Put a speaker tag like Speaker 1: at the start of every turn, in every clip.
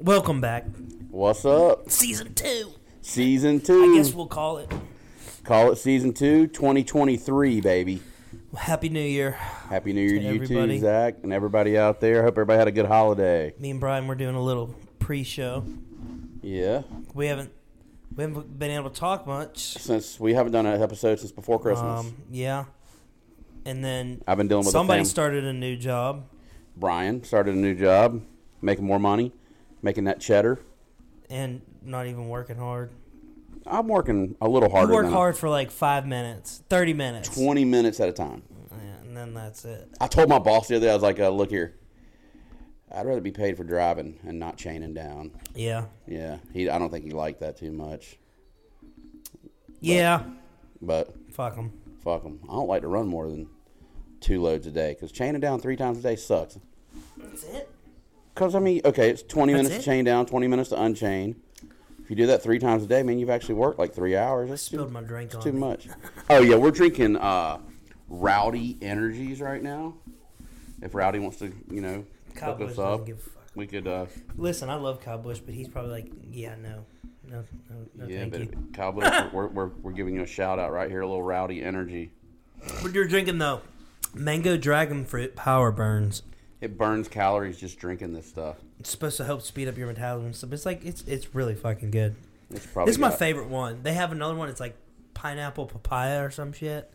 Speaker 1: Welcome back,
Speaker 2: What's up?
Speaker 1: season two.
Speaker 2: Season two.
Speaker 1: I guess we'll call it.
Speaker 2: Call it season two, 2023, baby.
Speaker 1: Happy New Year.
Speaker 2: Happy New Year to you
Speaker 1: everybody.
Speaker 2: too, Zach, and everybody out there. Hope everybody had a good holiday.
Speaker 1: Me and Brian, we're doing a little pre-show.
Speaker 2: Yeah.
Speaker 1: We haven't we haven't been able to talk much.
Speaker 2: Since we haven't done an episode since before Christmas,
Speaker 1: Um, yeah. And then
Speaker 2: I've been dealing with
Speaker 1: somebody
Speaker 2: a fam-
Speaker 1: started a new job.
Speaker 2: Brian started a new job, making more money, making that cheddar.
Speaker 1: and not even working hard.
Speaker 2: I'm working a little
Speaker 1: You
Speaker 2: harder.
Speaker 1: work
Speaker 2: than
Speaker 1: hard for like five minutes, thirty minutes,
Speaker 2: Twenty minutes at a time.
Speaker 1: and then that's it.
Speaker 2: I told my boss the other day, I was like, uh, "Look here, I'd rather be paid for driving and not chaining down."
Speaker 1: Yeah,
Speaker 2: Yeah, he. I don't think he liked that too much,
Speaker 1: yeah.
Speaker 2: but
Speaker 1: Fuck them.
Speaker 2: Fuck 'em. I don't like to run more than two loads a day because chaining down three times a day sucks.
Speaker 1: That's it.
Speaker 2: Because, I mean, okay, it's 20
Speaker 1: That's it?
Speaker 2: minutes to chain down, 20 minutes to unchain. If you do that three times a day, man, you've actually worked like three hours. That's too,
Speaker 1: Spilled my drink on.
Speaker 2: too
Speaker 1: me.
Speaker 2: much. Oh, yeah, we're drinking uh, Rowdy Energies right now. If Rowdy wants to, you know,
Speaker 1: Kyle
Speaker 2: hook
Speaker 1: Busch
Speaker 2: us
Speaker 1: doesn't
Speaker 2: up,
Speaker 1: give a fuck.
Speaker 2: we could, uh,
Speaker 1: Listen, I love Kyle Bush, but he's probably like, yeah, no, no, no, no
Speaker 2: yeah,
Speaker 1: thank
Speaker 2: but
Speaker 1: you.
Speaker 2: Kyle Busch, we're, we're, we're giving you a shout out right here, a little Rowdy Energy.
Speaker 1: What you're drinking though? Mango dragon fruit power burns.
Speaker 2: It burns calories just drinking this stuff.
Speaker 1: It's supposed to help speed up your metabolism. So it's like it's it's really fucking good.
Speaker 2: It's probably
Speaker 1: This is my
Speaker 2: got-
Speaker 1: favorite one. They have another one. It's like pineapple papaya or some shit.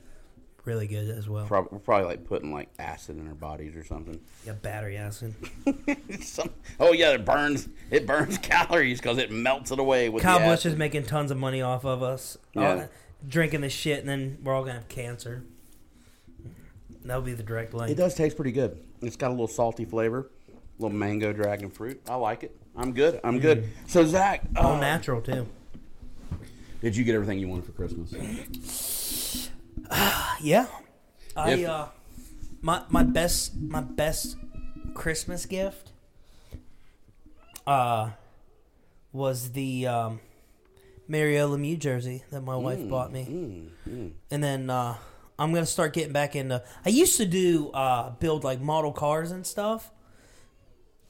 Speaker 1: Really good as well.
Speaker 2: Prob- we're probably like putting like acid in our bodies or something.
Speaker 1: Yeah, battery acid.
Speaker 2: Some, oh yeah, it burns. It burns calories because it melts it away with
Speaker 1: Kyle
Speaker 2: the
Speaker 1: Bush
Speaker 2: acid.
Speaker 1: is making tons of money off of us.
Speaker 2: Yeah.
Speaker 1: All that- drinking this shit, and then we're all gonna have cancer. That'll be the direct
Speaker 2: It
Speaker 1: link.
Speaker 2: does taste pretty good. It's got a little salty flavor, a little mango dragon fruit. I like it. I'm good. I'm good. So Zach,
Speaker 1: All
Speaker 2: uh,
Speaker 1: natural too.
Speaker 2: did you get everything you wanted for Christmas?
Speaker 1: Yeah. I
Speaker 2: If-
Speaker 1: uh, my my best my best Christmas gift uh was the um Mario Lemieux jersey that my wife bought me. And then uh I'm gonna start getting back into I used to do uh build like model cars and stuff.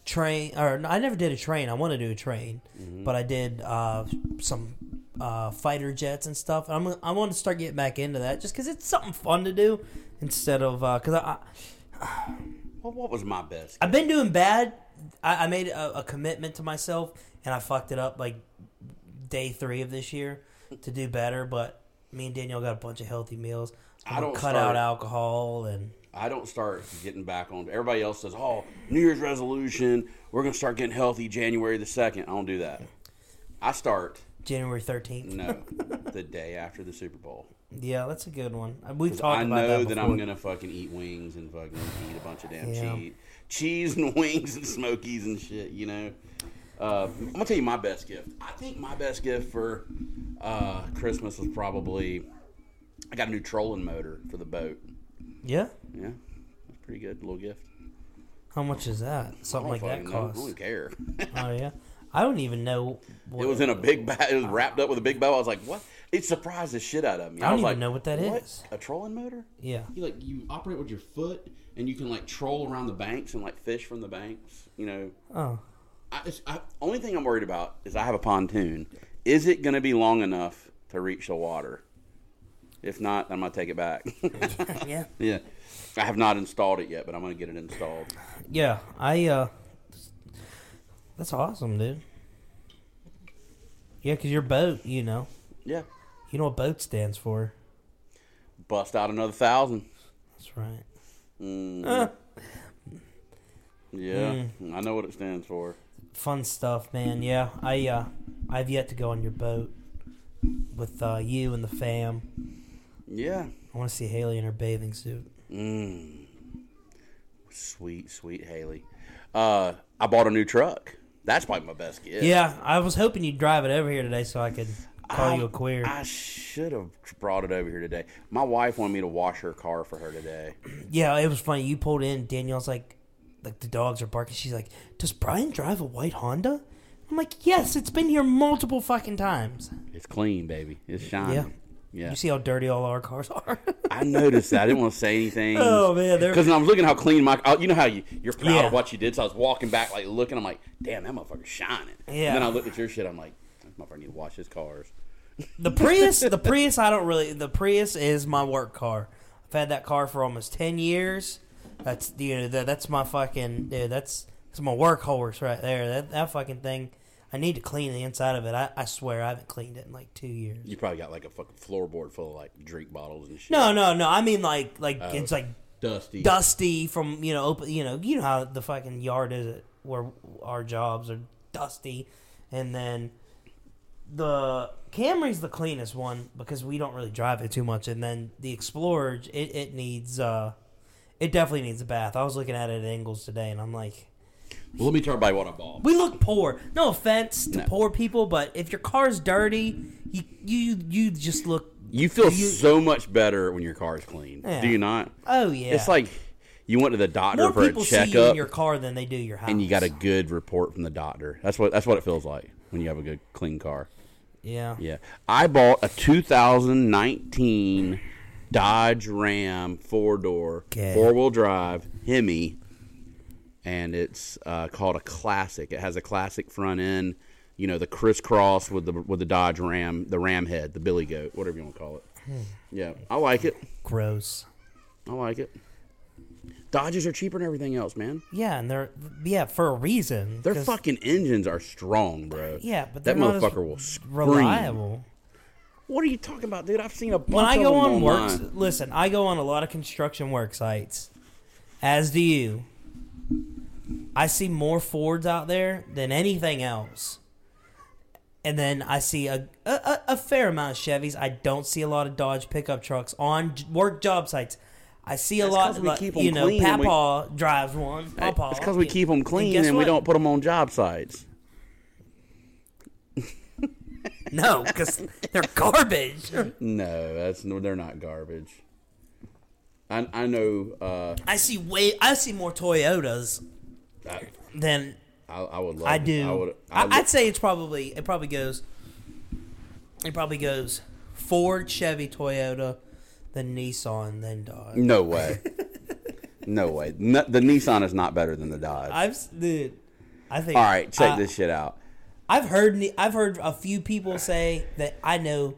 Speaker 1: Train or no, I never did a train. I want to do a train,
Speaker 2: Mm-hmm.
Speaker 1: but I did uh some uh fighter jets and stuff. I'm I want to start getting back into that just because it's something fun to do instead of because I, I
Speaker 2: Well, what was my best?
Speaker 1: I've been doing bad. I, I made a, a commitment to myself, and I fucked it up like day three of this year to do better. But me and Danielle got a bunch of healthy meals. I'm
Speaker 2: I
Speaker 1: gonna
Speaker 2: don't
Speaker 1: cut
Speaker 2: start-
Speaker 1: out alcohol, and
Speaker 2: I don't start getting back on. Everybody else says, "Oh, New Year's resolution. We're gonna start getting healthy January the 2nd. I don't do that. I start
Speaker 1: January thirteenth.
Speaker 2: no the day after the Super Bowl.
Speaker 1: Yeah, that's a good one. We've talked
Speaker 2: I
Speaker 1: about
Speaker 2: know
Speaker 1: that.
Speaker 2: that,
Speaker 1: Before.
Speaker 2: I'm gonna fucking eat wings and fucking eat a bunch of damn
Speaker 1: Yeah.
Speaker 2: cheese, cheese and wings and smokies and shit. You know, uh, I'm gonna tell you my best gift. I think my best gift for uh, Christmas was probably I got a new trolling motor for the boat.
Speaker 1: Yeah.
Speaker 2: Yeah, that's pretty good little gift.
Speaker 1: How much is that?
Speaker 2: I
Speaker 1: Something
Speaker 2: don't
Speaker 1: like that
Speaker 2: fucking know. I
Speaker 1: costs.
Speaker 2: don't care.
Speaker 1: Oh yeah. I don't even know. What,
Speaker 2: it was in a big bag. It was wrapped up with a big bow. I was like, what? It surprised the shit out of me.
Speaker 1: I don't
Speaker 2: was
Speaker 1: even
Speaker 2: like,
Speaker 1: know what that
Speaker 2: what?
Speaker 1: is.
Speaker 2: A trolling motor?
Speaker 1: Yeah.
Speaker 2: you like you operate with your foot and you can like troll around the banks and like fish from the banks you know
Speaker 1: Oh.
Speaker 2: I, it's, I only thing i'm worried about is i have a pontoon is it going to be long enough to reach the water if not i'm going to take it back
Speaker 1: Yeah.
Speaker 2: yeah i have not installed it yet but i'm going to get it installed
Speaker 1: Yeah. I. uh That's awesome, dude. Yeah, cause your boat, you know.
Speaker 2: yeah
Speaker 1: You know what boat stands for?
Speaker 2: bust out another thousand
Speaker 1: That's right.
Speaker 2: mm,
Speaker 1: Uh,
Speaker 2: yeah i know what it stands for
Speaker 1: fun stuff, man. Yeah, I uh, I've yet to go on your boat with uh, you and the fam.
Speaker 2: yeah
Speaker 1: I want to see Haley in her bathing suit.
Speaker 2: Mm. Sweet, sweet Haley. Uh, I bought a new truck. That's probably my best gift.
Speaker 1: Yeah, I was hoping you'd drive it over here today so I could call
Speaker 2: I-
Speaker 1: you a queer.
Speaker 2: I should have brought it over here today. My wife wanted me to wash her car for her today.
Speaker 1: yeah, it was funny. You pulled in. Danielle's like, like the dogs are barking. She's like, "Does Brian drive a white Honda?" I'm like, "Yes, it's been here multiple fucking times."
Speaker 2: It's clean, baby. It's shining.
Speaker 1: Yeah.
Speaker 2: Yeah.
Speaker 1: You see how dirty all our cars are.
Speaker 2: I noticed that. I didn't want to say anything.
Speaker 1: Oh, man, they're-
Speaker 2: Because I was looking how clean my. oh, You know how you you're proud
Speaker 1: Yeah.
Speaker 2: of what you did. So I was walking back, like looking. I'm like, damn, that motherfucker's shining.
Speaker 1: Yeah.
Speaker 2: And then I looked at your shit. I'm like, this motherfucker need to wash his cars.
Speaker 1: the Prius, the Prius, I don't really. The Prius is my work car. I've had that car for almost ten years. That's you know that, that's my fucking dude. That's that's my workhorse right there. That that fucking thing. I need to clean the inside of it. I, I swear I haven't cleaned it in like two years.
Speaker 2: You probably got like a fucking floorboard full of like drink bottles and shit.
Speaker 1: No, no, no. I mean like like it's like
Speaker 2: Dusty.
Speaker 1: dusty from you know open you know you know how the fucking yard is at where our jobs are dusty, and then the Camry's the cleanest one because we don't really drive it too much, and then the Explorer it it needs uh it definitely needs a bath. I was looking at it at Ingles today, and I'm like.
Speaker 2: Well, let me tell everybody what I bought.
Speaker 1: We look poor. No offense to
Speaker 2: No.
Speaker 1: poor people, but if your car's dirty, you you you just look.
Speaker 2: You feel
Speaker 1: You-
Speaker 2: so much better when your car is clean.
Speaker 1: Yeah.
Speaker 2: Do you not?
Speaker 1: Oh yeah,
Speaker 2: It's like you went to the doctor
Speaker 1: more
Speaker 2: for
Speaker 1: people
Speaker 2: a
Speaker 1: see you in
Speaker 2: checkup,
Speaker 1: your car than they do your house.
Speaker 2: and you got a good report from the doctor. That's what that's what it feels like when you have a good clean car.
Speaker 1: yeah.
Speaker 2: Yeah, I bought a 2019 Dodge Ram four door,
Speaker 1: Okay.
Speaker 2: four wheel drive Hemi, and it's uh, called a classic. It has a classic front end. You know the crisscross with the with the Dodge Ram, the Ram head, the Billy Goat, whatever you want to call it.
Speaker 1: Hmm.
Speaker 2: Yeah, I like it.
Speaker 1: Gross.
Speaker 2: I like it. Dodges are cheaper than everything else, man.
Speaker 1: Yeah, and they're yeah for a reason.
Speaker 2: Their
Speaker 1: 'cause-
Speaker 2: fucking engines are strong, bro.
Speaker 1: Yeah, but they're
Speaker 2: that
Speaker 1: not as
Speaker 2: motherfucker will scream.
Speaker 1: reliable.
Speaker 2: What are you talking about, dude? I've seen a bunch
Speaker 1: When I
Speaker 2: of
Speaker 1: go
Speaker 2: them
Speaker 1: on work,
Speaker 2: online.
Speaker 1: listen, I go on a lot of construction work sites, as do you. I see more Fords out there than anything else, and then I see a a, a, a fair amount of Chevys. I don't see a lot of Dodge pickup trucks on j- work job sites. I see a
Speaker 2: That's 'cause
Speaker 1: lot.
Speaker 2: we
Speaker 1: like,
Speaker 2: keep 'em
Speaker 1: you know,
Speaker 2: clean and we-
Speaker 1: Papa drives one.
Speaker 2: Hey,
Speaker 1: Papa.
Speaker 2: It's because we keep them clean and,
Speaker 1: guess
Speaker 2: we
Speaker 1: what?
Speaker 2: don't put them on job sites.
Speaker 1: No, because they're garbage.
Speaker 2: No, that's no, they're not garbage. I, I know. Uh,
Speaker 1: I see way. I see more Toyotas
Speaker 2: I,
Speaker 1: than
Speaker 2: I, I would love.
Speaker 1: I do.
Speaker 2: I would.
Speaker 1: I
Speaker 2: would-
Speaker 1: I, would say it's probably it probably goes. It probably goes Ford, Chevy, Toyota, then Nissan, then Dodge.
Speaker 2: no way. no way. No, the Nissan is not better than the Dodge.
Speaker 1: I've s- dude. I think.
Speaker 2: All right, check
Speaker 1: I-
Speaker 2: this shit out.
Speaker 1: I've heard Ni- I've heard a few people say that I know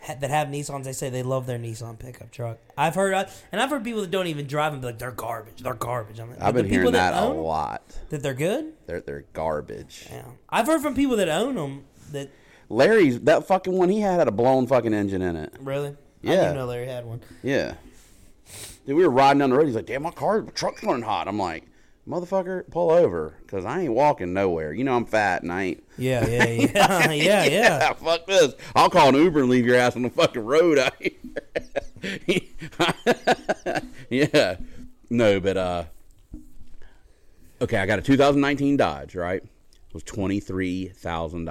Speaker 1: ha- that have Nissans. They say they love their Nissan pickup truck. I've heard and I've heard people that don't even drive them be like they're garbage. They're garbage. I'm like,
Speaker 2: I've
Speaker 1: but
Speaker 2: been
Speaker 1: the people
Speaker 2: hearing that a
Speaker 1: own 'em,
Speaker 2: lot.
Speaker 1: That they're good.
Speaker 2: They're they're garbage.
Speaker 1: Yeah, I've heard from people that own them that
Speaker 2: Larry's that fucking one he had had a blown fucking engine in it.
Speaker 1: really. I
Speaker 2: Yeah.
Speaker 1: didn't know Larry had one.
Speaker 2: Yeah. Dude, we were riding down the road. He's like, "Damn, my car, my truck's running hot." I'm like, "Motherfucker, pull over, cause I ain't walking nowhere. You know I'm fat and I ain't."
Speaker 1: Yeah, yeah, yeah, yeah, yeah.
Speaker 2: Yeah, fuck this. I'll call an Uber and leave your ass on the fucking road. yeah. No, but uh Okay, I got a 2019 Dodge, right? It was $23,000. And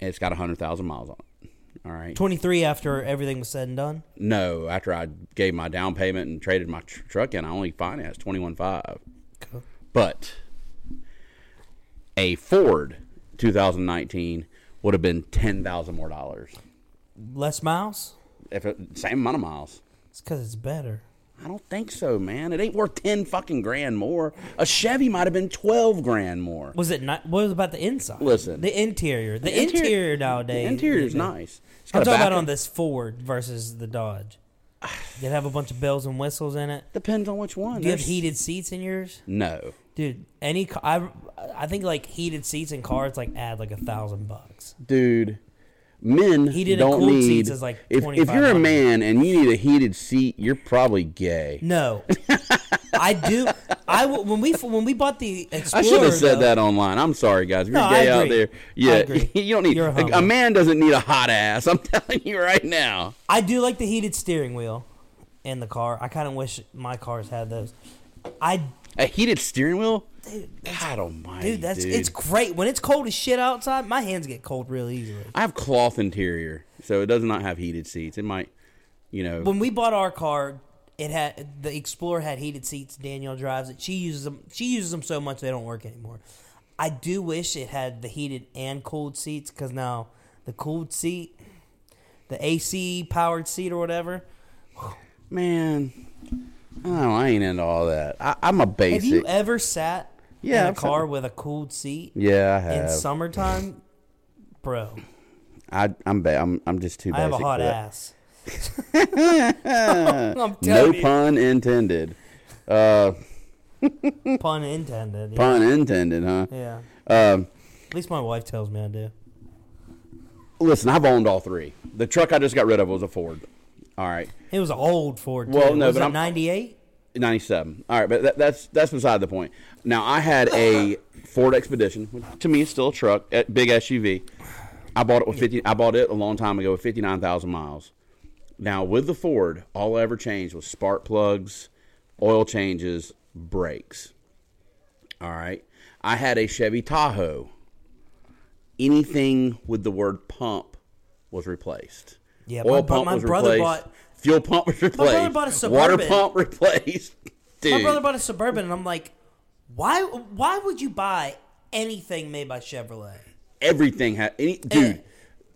Speaker 2: It's got 100,000 miles on it. All right.
Speaker 1: Twenty three after everything was said and done.
Speaker 2: No, after I gave my down payment and traded my tr- truck in, I only financed twenty one five.
Speaker 1: Cool.
Speaker 2: But a Ford 2019 would have been ten thousand more dollars.
Speaker 1: Less miles.
Speaker 2: If it, same amount of miles.
Speaker 1: It's because it's better.
Speaker 2: I don't think so, man. It ain't worth ten fucking grand more. A Chevy might have been twelve grand more.
Speaker 1: Was it not? What was about the inside?
Speaker 2: Listen.
Speaker 1: the interior. The, interior, nowadays.
Speaker 2: The interior is nice. It's got
Speaker 1: I'm
Speaker 2: a
Speaker 1: talking
Speaker 2: back-
Speaker 1: about on this Ford versus the Dodge. Did it have a bunch of bells and whistles in it?
Speaker 2: Depends on which one.
Speaker 1: Do you have
Speaker 2: There's-
Speaker 1: heated seats in yours,
Speaker 2: No.
Speaker 1: dude? Any ca- I, I think like heated seats in cars like add like a thousand bucks.
Speaker 2: dude. Men
Speaker 1: Heated and
Speaker 2: don't
Speaker 1: cooled
Speaker 2: need.
Speaker 1: seats is like
Speaker 2: if, if you're a
Speaker 1: 2500.
Speaker 2: man and you need a heated seat, you're probably gay.
Speaker 1: No, I do. I w- when we when we bought the Explorer,
Speaker 2: I should have said
Speaker 1: though-
Speaker 2: that online. I'm sorry, guys. If you're
Speaker 1: No, I
Speaker 2: gay out
Speaker 1: agree.
Speaker 2: there,
Speaker 1: I
Speaker 2: yeah,
Speaker 1: agree.
Speaker 2: you don't need.
Speaker 1: You're a
Speaker 2: A,
Speaker 1: homo.
Speaker 2: man doesn't need a hot ass. I'm telling you right now.
Speaker 1: I do like the heated steering wheel in the car. I kind of wish my cars had those. I
Speaker 2: A heated steering wheel. God almighty,
Speaker 1: dude, that's it's great when it's cold as shit outside. My hands get cold real easily.
Speaker 2: I have cloth interior, so it does not have heated seats. It might, you know.
Speaker 1: When we bought our car, it had the Explorer had heated seats. Danielle drives it. She uses them. She uses them so much they don't work anymore. I do wish it had the heated and cooled seats because now the cooled seat the AC powered seat or whatever.
Speaker 2: Man, oh, I ain't into all that. I, I'm a
Speaker 1: Have
Speaker 2: basic.
Speaker 1: you ever sat
Speaker 2: Yeah,
Speaker 1: in a
Speaker 2: I've sat-
Speaker 1: car with a cooled seat
Speaker 2: yeah, I
Speaker 1: in
Speaker 2: have.
Speaker 1: summertime? Bro,
Speaker 2: I, I'm, ba- I'm I'm just too
Speaker 1: I have
Speaker 2: basic.
Speaker 1: a hot
Speaker 2: for
Speaker 1: ass.
Speaker 2: that.
Speaker 1: I'm
Speaker 2: No
Speaker 1: telling
Speaker 2: pun intended. Uh,
Speaker 1: you, pun intended. yeah.
Speaker 2: pun intended, huh?
Speaker 1: Yeah.
Speaker 2: Um,
Speaker 1: At least my wife tells me I do.
Speaker 2: listen, I've owned all three. The truck I just got rid of was a Ford. All right.
Speaker 1: It was an old Ford.
Speaker 2: Well,
Speaker 1: too.
Speaker 2: no,
Speaker 1: was
Speaker 2: but
Speaker 1: it
Speaker 2: I'm-
Speaker 1: 98?
Speaker 2: 97. All right, but that, that's that's beside the point. Now I had a Ford Expedition, which to me is still a truck, a big SUV. I bought it with 50 I bought it a long time ago with 59,000 miles. Now with the Ford, all I ever changed was spark plugs, oil changes, brakes. All right. I had a Chevy Tahoe. Anything with the word pump was replaced.
Speaker 1: Yeah,
Speaker 2: oil
Speaker 1: my bro-
Speaker 2: pump
Speaker 1: my
Speaker 2: was
Speaker 1: brother
Speaker 2: replaced.
Speaker 1: bought-
Speaker 2: fuel pump was replaced.
Speaker 1: bought a
Speaker 2: water
Speaker 1: Suburban.
Speaker 2: pump replaced. Dude,
Speaker 1: My brother bought a Suburban, and I'm like, why? Why would you buy anything made by Chevrolet?
Speaker 2: everything had any dude.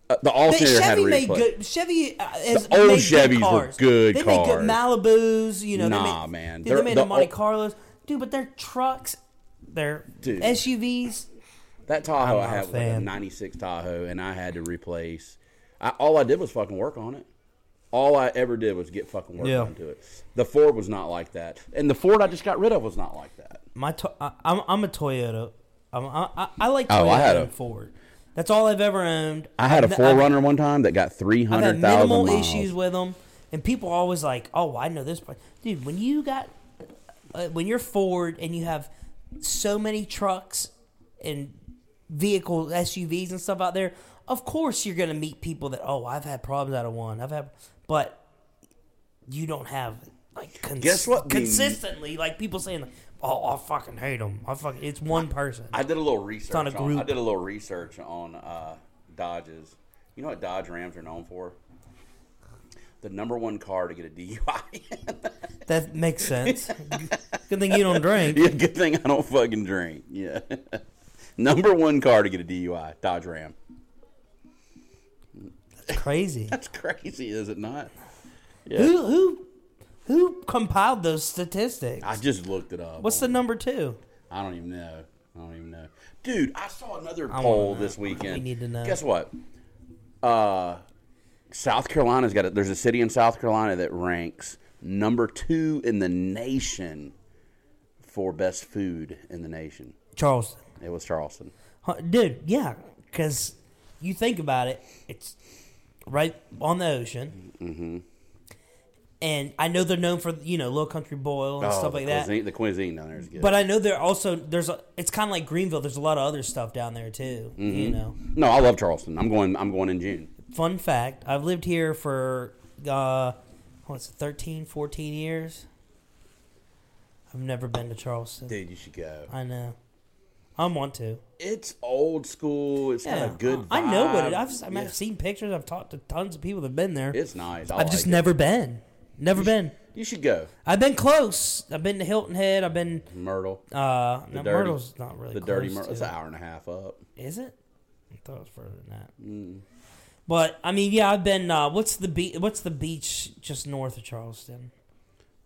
Speaker 2: Uh, the alternator had a
Speaker 1: Chevy made
Speaker 2: replay.
Speaker 1: good. Chevy uh, has
Speaker 2: The old
Speaker 1: made
Speaker 2: Chevys
Speaker 1: good
Speaker 2: were
Speaker 1: cars.
Speaker 2: good
Speaker 1: they made
Speaker 2: cars.
Speaker 1: good Malibus. You know,
Speaker 2: Nah,
Speaker 1: they made,
Speaker 2: man.
Speaker 1: Dude,
Speaker 2: They're-
Speaker 1: they made
Speaker 2: the
Speaker 1: the Monte
Speaker 2: old-
Speaker 1: Carlos, dude. But their trucks, their
Speaker 2: Dude.
Speaker 1: SUVs.
Speaker 2: That Tahoe I
Speaker 1: not a
Speaker 2: had was like a
Speaker 1: fan.
Speaker 2: '96 Tahoe, and I had to replace. I, all I did was fucking work on it. All I ever did was get fucking work
Speaker 1: Yeah.
Speaker 2: onto it. The Ford was not like that, and the Ford I just got rid of was not like that.
Speaker 1: My, to- I, I'm, I'm a Toyota. I'm, I, I, I like
Speaker 2: Oh,
Speaker 1: Toyota
Speaker 2: I had a-
Speaker 1: and Ford. That's all I've ever owned.
Speaker 2: I had a
Speaker 1: I've- I've-
Speaker 2: Forerunner one time that got three
Speaker 1: I've had
Speaker 2: hundred thousand
Speaker 1: minimal
Speaker 2: miles.
Speaker 1: issues with them, and people are always like, "Oh, I know this part, dude." When you got, uh, when you're Ford and you have so many trucks and vehicles, SUVs and stuff out there, of course you're gonna meet people that, "Oh, I've had problems out of one. I've had," but you don't have like cons-
Speaker 2: Guess what? The-
Speaker 1: consistently like people saying, like, "Oh, I fucking hate them. I fucking it's one person."
Speaker 2: I did a little research.
Speaker 1: on
Speaker 2: On
Speaker 1: a group.
Speaker 2: I did a little research on uh, Dodges. You know what Dodge Rams are known for? The number one car to get a DUI.
Speaker 1: that makes sense. Good thing you don't drink.
Speaker 2: yeah, good thing I don't fucking drink. Yeah. number one car to get a DUI, Dodge Ram.
Speaker 1: Crazy.
Speaker 2: That's crazy, is it not?
Speaker 1: Who who who compiled those statistics?
Speaker 2: I just looked it up.
Speaker 1: What's the number two?
Speaker 2: I don't even know. I don't even know. Dude, I saw another poll
Speaker 1: know.
Speaker 2: this weekend.
Speaker 1: We need to know.
Speaker 2: Guess what? Uh, South Carolina's got it. There's a city in South Carolina that ranks number two in the nation for best food in the nation.
Speaker 1: Charleston,
Speaker 2: It was Charleston.
Speaker 1: Huh, dude. Yeah, because you think about it, it's right on the ocean. Mm-hmm. And I know they're known for you know low country boil and stuff
Speaker 2: the
Speaker 1: like that.
Speaker 2: cuisine- The cuisine down there is good.
Speaker 1: But I know they're also there's a, it's kind of like Greenville. There's a lot of other stuff down there too. You know.
Speaker 2: no, I love Charleston. I'm going. I'm going in June.
Speaker 1: Fun fact: I've lived here for uh, what's it, 13, 14 years. I've never been to Charleston.
Speaker 2: Dude, you should go.
Speaker 1: I know. I want to.
Speaker 2: It's old school. It's
Speaker 1: Yeah,
Speaker 2: got a good. Vibe.
Speaker 1: I I know what it. I've, I mean,
Speaker 2: Yeah.
Speaker 1: I've seen pictures. I've talked to tons of people that've been there.
Speaker 2: It's nice. I
Speaker 1: I've just
Speaker 2: like it.
Speaker 1: never been. Never been.
Speaker 2: You should go,
Speaker 1: I've been close. I've been to Hilton Head. I've been.
Speaker 2: Myrtle.
Speaker 1: Uh, no,
Speaker 2: dirty-
Speaker 1: Myrtle's not really
Speaker 2: the
Speaker 1: close
Speaker 2: dirty Myrtle.
Speaker 1: to
Speaker 2: It's an hour and a half up.
Speaker 1: Is it? I thought it was further than that.
Speaker 2: Mm.
Speaker 1: But I mean, yeah, I've been. Uh, what's the beach? What's the beach just north of Charleston?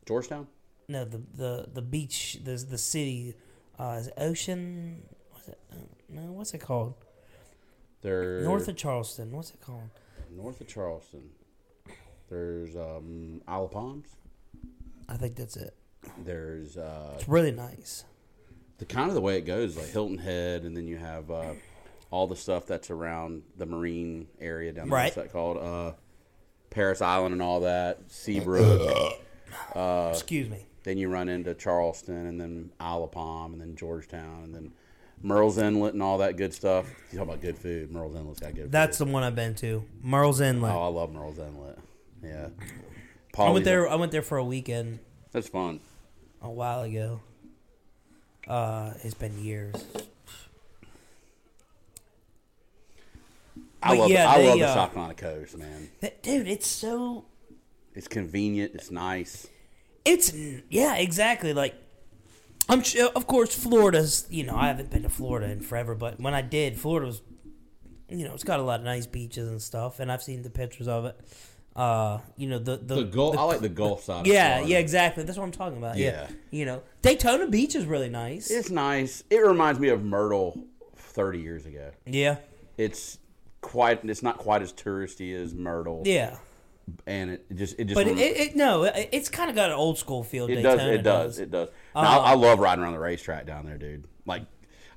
Speaker 2: Georgetown.
Speaker 1: No, the the the beach. The the city. Uh, is it Ocean? What's it? uh, No, what's it called?
Speaker 2: There's
Speaker 1: North of Charleston. What's it called?
Speaker 2: north of Charleston. There's um, Isle of Palms.
Speaker 1: I think that's it.
Speaker 2: There's uh,
Speaker 1: It's really nice.
Speaker 2: the kind of the way it goes, like Hilton Head, and then you have uh, all the stuff that's around the marine area down there.
Speaker 1: Right.
Speaker 2: What's that called? Uh, Paris Island and all that. Seabrook.
Speaker 1: Excuse me.
Speaker 2: then you run into Charleston, and then Isle of Palm, and then Georgetown, and then Merle's Inlet and all that good stuff. You talk about good food. Merle's Inlet's got good.
Speaker 1: That's the one I've been to. Merle's Inlet.
Speaker 2: food. oh, I love Merle's Inlet. Yeah.
Speaker 1: I
Speaker 2: Polly's-
Speaker 1: went there. I went there for a weekend
Speaker 2: That's fun.
Speaker 1: a while ago. Uh, it's been years.
Speaker 2: I
Speaker 1: But
Speaker 2: love,
Speaker 1: yeah,
Speaker 2: I
Speaker 1: they,
Speaker 2: love the
Speaker 1: uh,
Speaker 2: South Carolina coast, man.
Speaker 1: That- dude, it's so.
Speaker 2: It's convenient. It's nice.
Speaker 1: It's yeah, exactly. Like, I'm sure. Of course, Florida's. You know, I haven't been to Florida in forever, but when I did, Florida was you know, it's got a lot of nice beaches and stuff, and I've seen the pictures of it. Uh, you know, the the,
Speaker 2: The Gulf. I like the Gulf side. of
Speaker 1: yeah,
Speaker 2: Florida.
Speaker 1: yeah, exactly. That's what I'm talking about. Yeah.
Speaker 2: Yeah.
Speaker 1: you know, Daytona Beach is really nice.
Speaker 2: It's nice. It reminds me of Myrtle, thirty years ago.
Speaker 1: yeah,
Speaker 2: It's quite. It's not quite as touristy as Myrtle.
Speaker 1: yeah,
Speaker 2: And it just. It just.
Speaker 1: but it,
Speaker 2: rem-
Speaker 1: it, it no, it, it's kind of got an old school feel.
Speaker 2: It
Speaker 1: Daytona
Speaker 2: does. It does. It does.
Speaker 1: Uh-huh.
Speaker 2: Now, I, I love riding around the racetrack down there, dude. Like,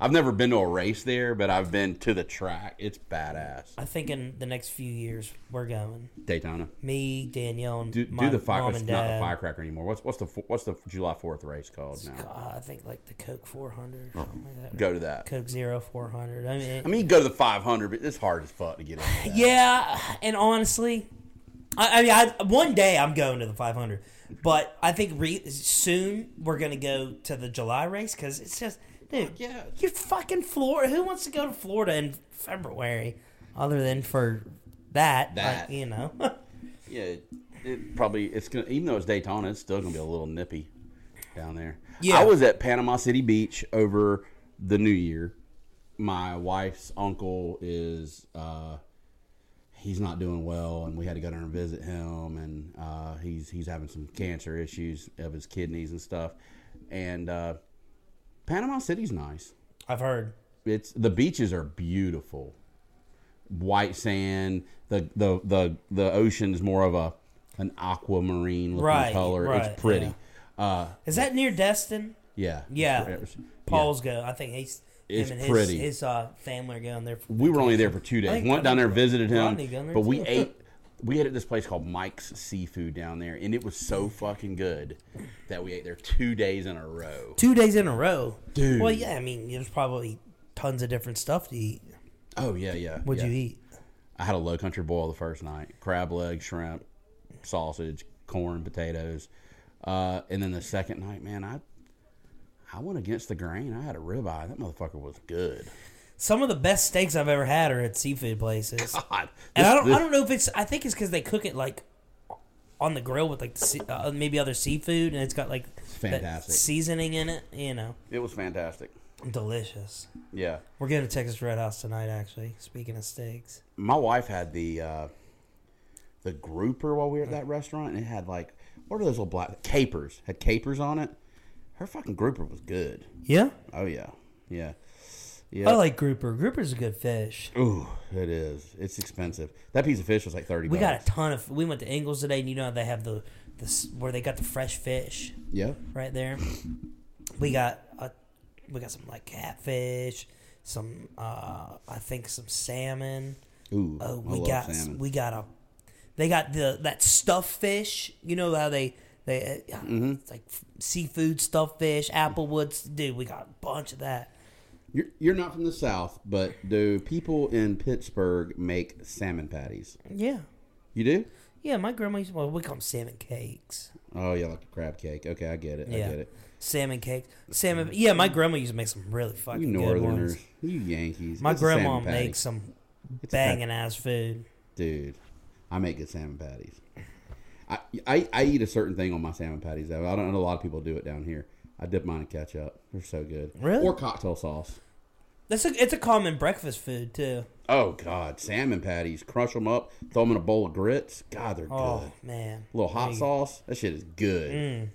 Speaker 2: I've never been to a race there, but I've been to the track. It's badass.
Speaker 1: I think in the next few years we're going.
Speaker 2: Daytona.
Speaker 1: Me, Danielle, and
Speaker 2: Do,
Speaker 1: my
Speaker 2: do the fire?
Speaker 1: mom
Speaker 2: It's
Speaker 1: and
Speaker 2: not the
Speaker 1: dad.
Speaker 2: firecracker anymore. What's what's the fo- what's the July Fourth race called now?
Speaker 1: Uh, I think like the Coke 400
Speaker 2: Oh.
Speaker 1: or something like that.
Speaker 2: Go to that.
Speaker 1: Coke Zero 400. I mean, it-
Speaker 2: I mean, you go to the 500, but it's hard as fuck to get in. there.
Speaker 1: yeah, and honestly, I, I mean, I, one day I'm going to the 500, but I think re- soon we're gonna go to the July race because it's just, dude,
Speaker 2: yeah.
Speaker 1: you're fucking Florida. Who wants to go to Florida in February other than for that?
Speaker 2: That.
Speaker 1: like, you know,
Speaker 2: Yeah, it, it probably it's gonna even though it's Daytona, it's still gonna be a little nippy down there.
Speaker 1: Yeah.
Speaker 2: I was at Panama City Beach over the New Year. My wife's uncle is uh, he's not doing well, and we had to go down and visit him, and uh, he's he's having some cancer issues of his kidneys and stuff. And uh, Panama City's nice
Speaker 1: I've heard.
Speaker 2: it's the beaches are beautiful. White sand, the the the the ocean is more of a an aquamarine looking
Speaker 1: Right,
Speaker 2: color.
Speaker 1: right,
Speaker 2: it's pretty. Yeah. Uh
Speaker 1: Is that near Destin?
Speaker 2: yeah.
Speaker 1: Yeah.
Speaker 2: It's-
Speaker 1: Paul's go. I think he's
Speaker 2: It's
Speaker 1: him and his,
Speaker 2: pretty.
Speaker 1: his uh, family are going there. For,
Speaker 2: We were only there for two
Speaker 1: I
Speaker 2: days.
Speaker 1: think
Speaker 2: Went down there,
Speaker 1: Rodney-
Speaker 2: visited him,
Speaker 1: Rodney down there
Speaker 2: but we
Speaker 1: too.
Speaker 2: ate. We ate at this place called Mike's Seafood down there, and it was so fucking good that we ate there two days in a row.
Speaker 1: two days in a row.
Speaker 2: Dude.
Speaker 1: Well, yeah, I mean, there's probably tons of different stuff to eat.
Speaker 2: Oh yeah, yeah.
Speaker 1: What'd
Speaker 2: yeah.
Speaker 1: you eat?
Speaker 2: I had a low country boil the first night. Crab leg, shrimp, sausage, corn, potatoes. Uh, and then the second night, man, I I went against the grain. I had a ribeye. That motherfucker was good.
Speaker 1: Some of the best steaks I've ever had are at seafood places.
Speaker 2: God.
Speaker 1: And I
Speaker 2: This-
Speaker 1: don't,
Speaker 2: this-
Speaker 1: I don't know if it's. I think it's because they cook it like on the grill with like the, se- uh, maybe other seafood, and it's got like that
Speaker 2: fantastic.
Speaker 1: seasoning in it. You know,
Speaker 2: It was fantastic.
Speaker 1: delicious.
Speaker 2: Yeah.
Speaker 1: We're going to Texas Red House tonight. Actually, speaking of steaks,
Speaker 2: My wife had the uh, the grouper while we were at that restaurant, and it had like what are those little black capers? Had capers on it. Her fucking grouper was good.
Speaker 1: yeah,
Speaker 2: Oh yeah, yeah, yeah.
Speaker 1: I like grouper. Grouper's a good fish.
Speaker 2: Ooh, it is. It's expensive. That piece of fish was like thirty.
Speaker 1: We got
Speaker 2: bucks.
Speaker 1: a ton of. We went to Ingles today, and you know how they have the this where they got the fresh fish
Speaker 2: Yeah.
Speaker 1: right there. We got a, we got some like catfish, some uh I think some salmon.
Speaker 2: Ooh.
Speaker 1: Oh,
Speaker 2: I
Speaker 1: we
Speaker 2: love
Speaker 1: got
Speaker 2: salmon.
Speaker 1: we got a. They got the that stuffed fish. You know how they they uh,
Speaker 2: Mm-hmm.
Speaker 1: it's like f- seafood stuffed fish, applewoods. Dude, we got a bunch of that.
Speaker 2: you're, you're not from the South, but do people in Pittsburgh make salmon patties?
Speaker 1: Yeah,
Speaker 2: You do?
Speaker 1: yeah. My grandma used to, well, we call them salmon cakes.
Speaker 2: Oh yeah, like a crab cake. Okay, I get it. I
Speaker 1: Yeah.
Speaker 2: get it.
Speaker 1: Salmon cakes, salmon. Yeah, my grandma used to make some really fucking
Speaker 2: You
Speaker 1: good ones.
Speaker 2: Northerners, you Yankees.
Speaker 1: My
Speaker 2: It's a salmon
Speaker 1: grandma
Speaker 2: patty.
Speaker 1: makes some
Speaker 2: It's a pat-
Speaker 1: banging ass food.
Speaker 2: Dude, I make good salmon patties. I, I I eat a certain thing on my salmon patties though. I don't know a lot of people do it down here. I dip mine in ketchup. They're so good.
Speaker 1: Really?
Speaker 2: Or cocktail sauce.
Speaker 1: That's a, it's a common breakfast food too.
Speaker 2: Oh God, salmon patties. Crush them up. Throw them in a bowl of grits. God, they're
Speaker 1: Oh
Speaker 2: good.
Speaker 1: man,
Speaker 2: A little hot
Speaker 1: Hey,
Speaker 2: sauce. That shit is good.
Speaker 1: Mm.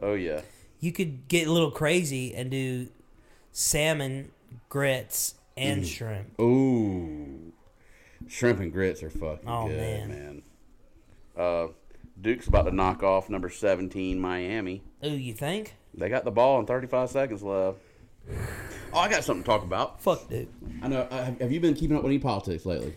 Speaker 2: Oh yeah.
Speaker 1: You could get a little crazy and do salmon grits
Speaker 2: Mm.
Speaker 1: and shrimp.
Speaker 2: Ooh, shrimp and grits are fucking
Speaker 1: Oh,
Speaker 2: good, man.
Speaker 1: man.
Speaker 2: Uh, Duke's about to knock off number seventeen Miami.
Speaker 1: Oh, you think?
Speaker 2: They got the ball in thirty-five seconds left. Oh, I got something to talk about.
Speaker 1: Fuck, dude.
Speaker 2: I know. Uh, have- have you been keeping up with any politics lately?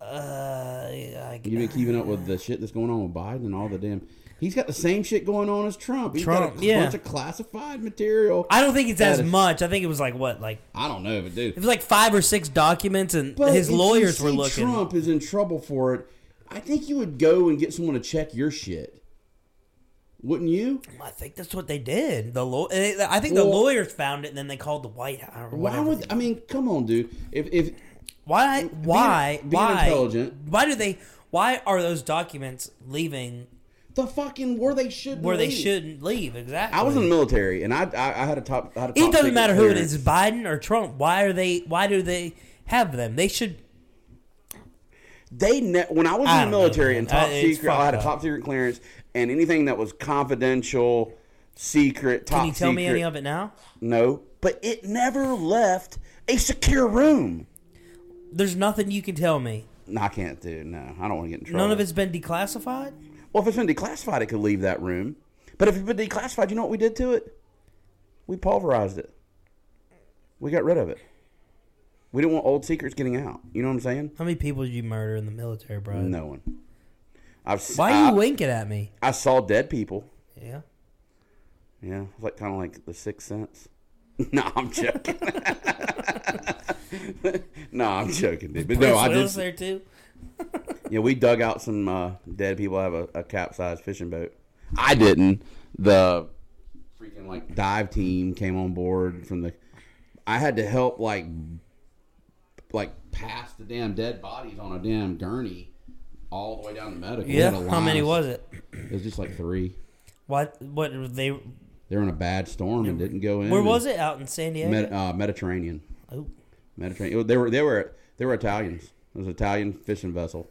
Speaker 1: Uh, yeah, I,
Speaker 2: You've been keeping up with the shit that's going on with Biden and all the damn. He's got the same shit going on as Trump. He's
Speaker 1: Trump,
Speaker 2: got a
Speaker 1: yeah.
Speaker 2: bunch of classified material. I,
Speaker 1: I don't think it's as
Speaker 2: That is-
Speaker 1: much. I think it was like what, like
Speaker 2: don't know, but dude,
Speaker 1: it was like five or six documents, and
Speaker 2: But
Speaker 1: his
Speaker 2: if you
Speaker 1: lawyers were
Speaker 2: see
Speaker 1: looking.
Speaker 2: Trump is in trouble for it. I think you would go and get someone to check your shit, wouldn't you?
Speaker 1: Mm, I think that's what they did. The law. I think the
Speaker 2: Well-
Speaker 1: lawyers found it, and then they called the White House. Or
Speaker 2: Why
Speaker 1: whatever.
Speaker 2: would I mean? Come on, dude. If if
Speaker 1: Why? Why?
Speaker 2: being
Speaker 1: why?
Speaker 2: intelligent.
Speaker 1: Why do they? Why are those documents leaving
Speaker 2: the fucking where they should
Speaker 1: where they
Speaker 2: leave.
Speaker 1: shouldn't leave? Exactly.
Speaker 2: I was in the military, and I I, I had a top. I had a top
Speaker 1: It doesn't
Speaker 2: secret
Speaker 1: matter who it
Speaker 2: clearance.
Speaker 1: is, Biden or Trump. Why are they? Why do they have them? They should
Speaker 2: They ne- when I was
Speaker 1: I
Speaker 2: in
Speaker 1: don't
Speaker 2: the
Speaker 1: know,
Speaker 2: military
Speaker 1: man.
Speaker 2: and top
Speaker 1: I- it's
Speaker 2: secret, I had a
Speaker 1: fucked
Speaker 2: top secret clearance, and anything that was confidential, secret, top
Speaker 1: Can you tell
Speaker 2: secret.
Speaker 1: me any of it now?
Speaker 2: No, but it never left a secure room.
Speaker 1: There's nothing you can tell me.
Speaker 2: No, I can't do. No, I don't want to get in trouble.
Speaker 1: None of it's been declassified.
Speaker 2: Well, if it's been declassified, it could leave that room. But if it's been declassified, you know what we did to it? We pulverized it. We got rid of it. We didn't want old secrets getting out. You know what I'm saying?
Speaker 1: How many people did you murder in the military, bro?
Speaker 2: No one. I've s-
Speaker 1: Why are
Speaker 2: I-
Speaker 1: you winking at me?
Speaker 2: I saw dead people.
Speaker 1: Yeah.
Speaker 2: Yeah, it's like kind of like the Sixth Sense. no, I'm joking. no, I'm joking, dude. But no,
Speaker 1: Bruce
Speaker 2: I
Speaker 1: Willis
Speaker 2: just
Speaker 1: there too.
Speaker 2: Yeah, we dug out some uh, dead people. I have a, a capsized fishing boat. I didn't. The freaking like dive team came on board from the. I had to help like like pass the damn dead bodies on a damn gurney all the way down to medical. We
Speaker 1: Yeah.
Speaker 2: had a
Speaker 1: How many
Speaker 2: line.
Speaker 1: was it?
Speaker 2: It was just like three.
Speaker 1: What? What were they?
Speaker 2: They were in a bad storm and didn't go in.
Speaker 1: Where was it? Out in San Diego.
Speaker 2: Med, uh, Mediterranean.
Speaker 1: oh.
Speaker 2: Mediterranean. They were they were they were Italians. It was an Italian fishing vessel.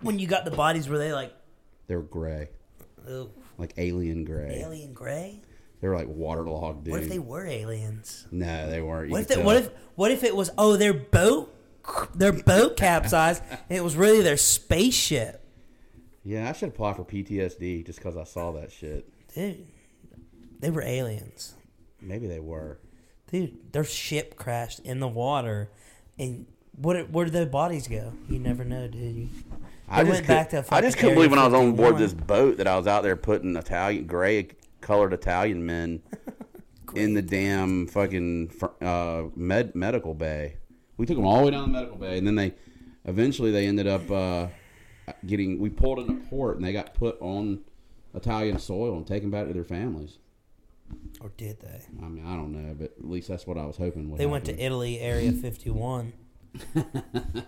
Speaker 1: When you got the bodies, were they like,
Speaker 2: They were gray,
Speaker 1: oh,
Speaker 2: like alien gray.
Speaker 1: alien gray?
Speaker 2: They were like waterlogged, dude.
Speaker 1: What if they were aliens?
Speaker 2: no, they weren't. You
Speaker 1: What if
Speaker 2: could
Speaker 1: they, what
Speaker 2: tell.
Speaker 1: if what if it was oh their boat their boat capsized and it was really their spaceship,
Speaker 2: Yeah, I should apply for PTSD just because I saw that shit.
Speaker 1: dude? They were aliens,
Speaker 2: Maybe they were.
Speaker 1: dude. Their ship crashed in the water, and what where did their bodies go? You never know, dude. You,
Speaker 2: I
Speaker 1: They
Speaker 2: just
Speaker 1: went
Speaker 2: could-
Speaker 1: back to
Speaker 2: I just
Speaker 1: fucking
Speaker 2: couldn't believe when I was on
Speaker 1: Area
Speaker 2: board
Speaker 1: 51.
Speaker 2: this boat that I was out there putting Italian gray colored Italian men in the damn fucking fr- uh, med medical bay. We took them all the way down the medical bay, and then they eventually they ended up uh, getting. We pulled into port, and they got put on Italian soil and taken back to their families.
Speaker 1: or did they?
Speaker 2: I mean, I don't know, but at least that's what I was hoping. Would
Speaker 1: They went
Speaker 2: happen.
Speaker 1: to Italy, Area Fifty One.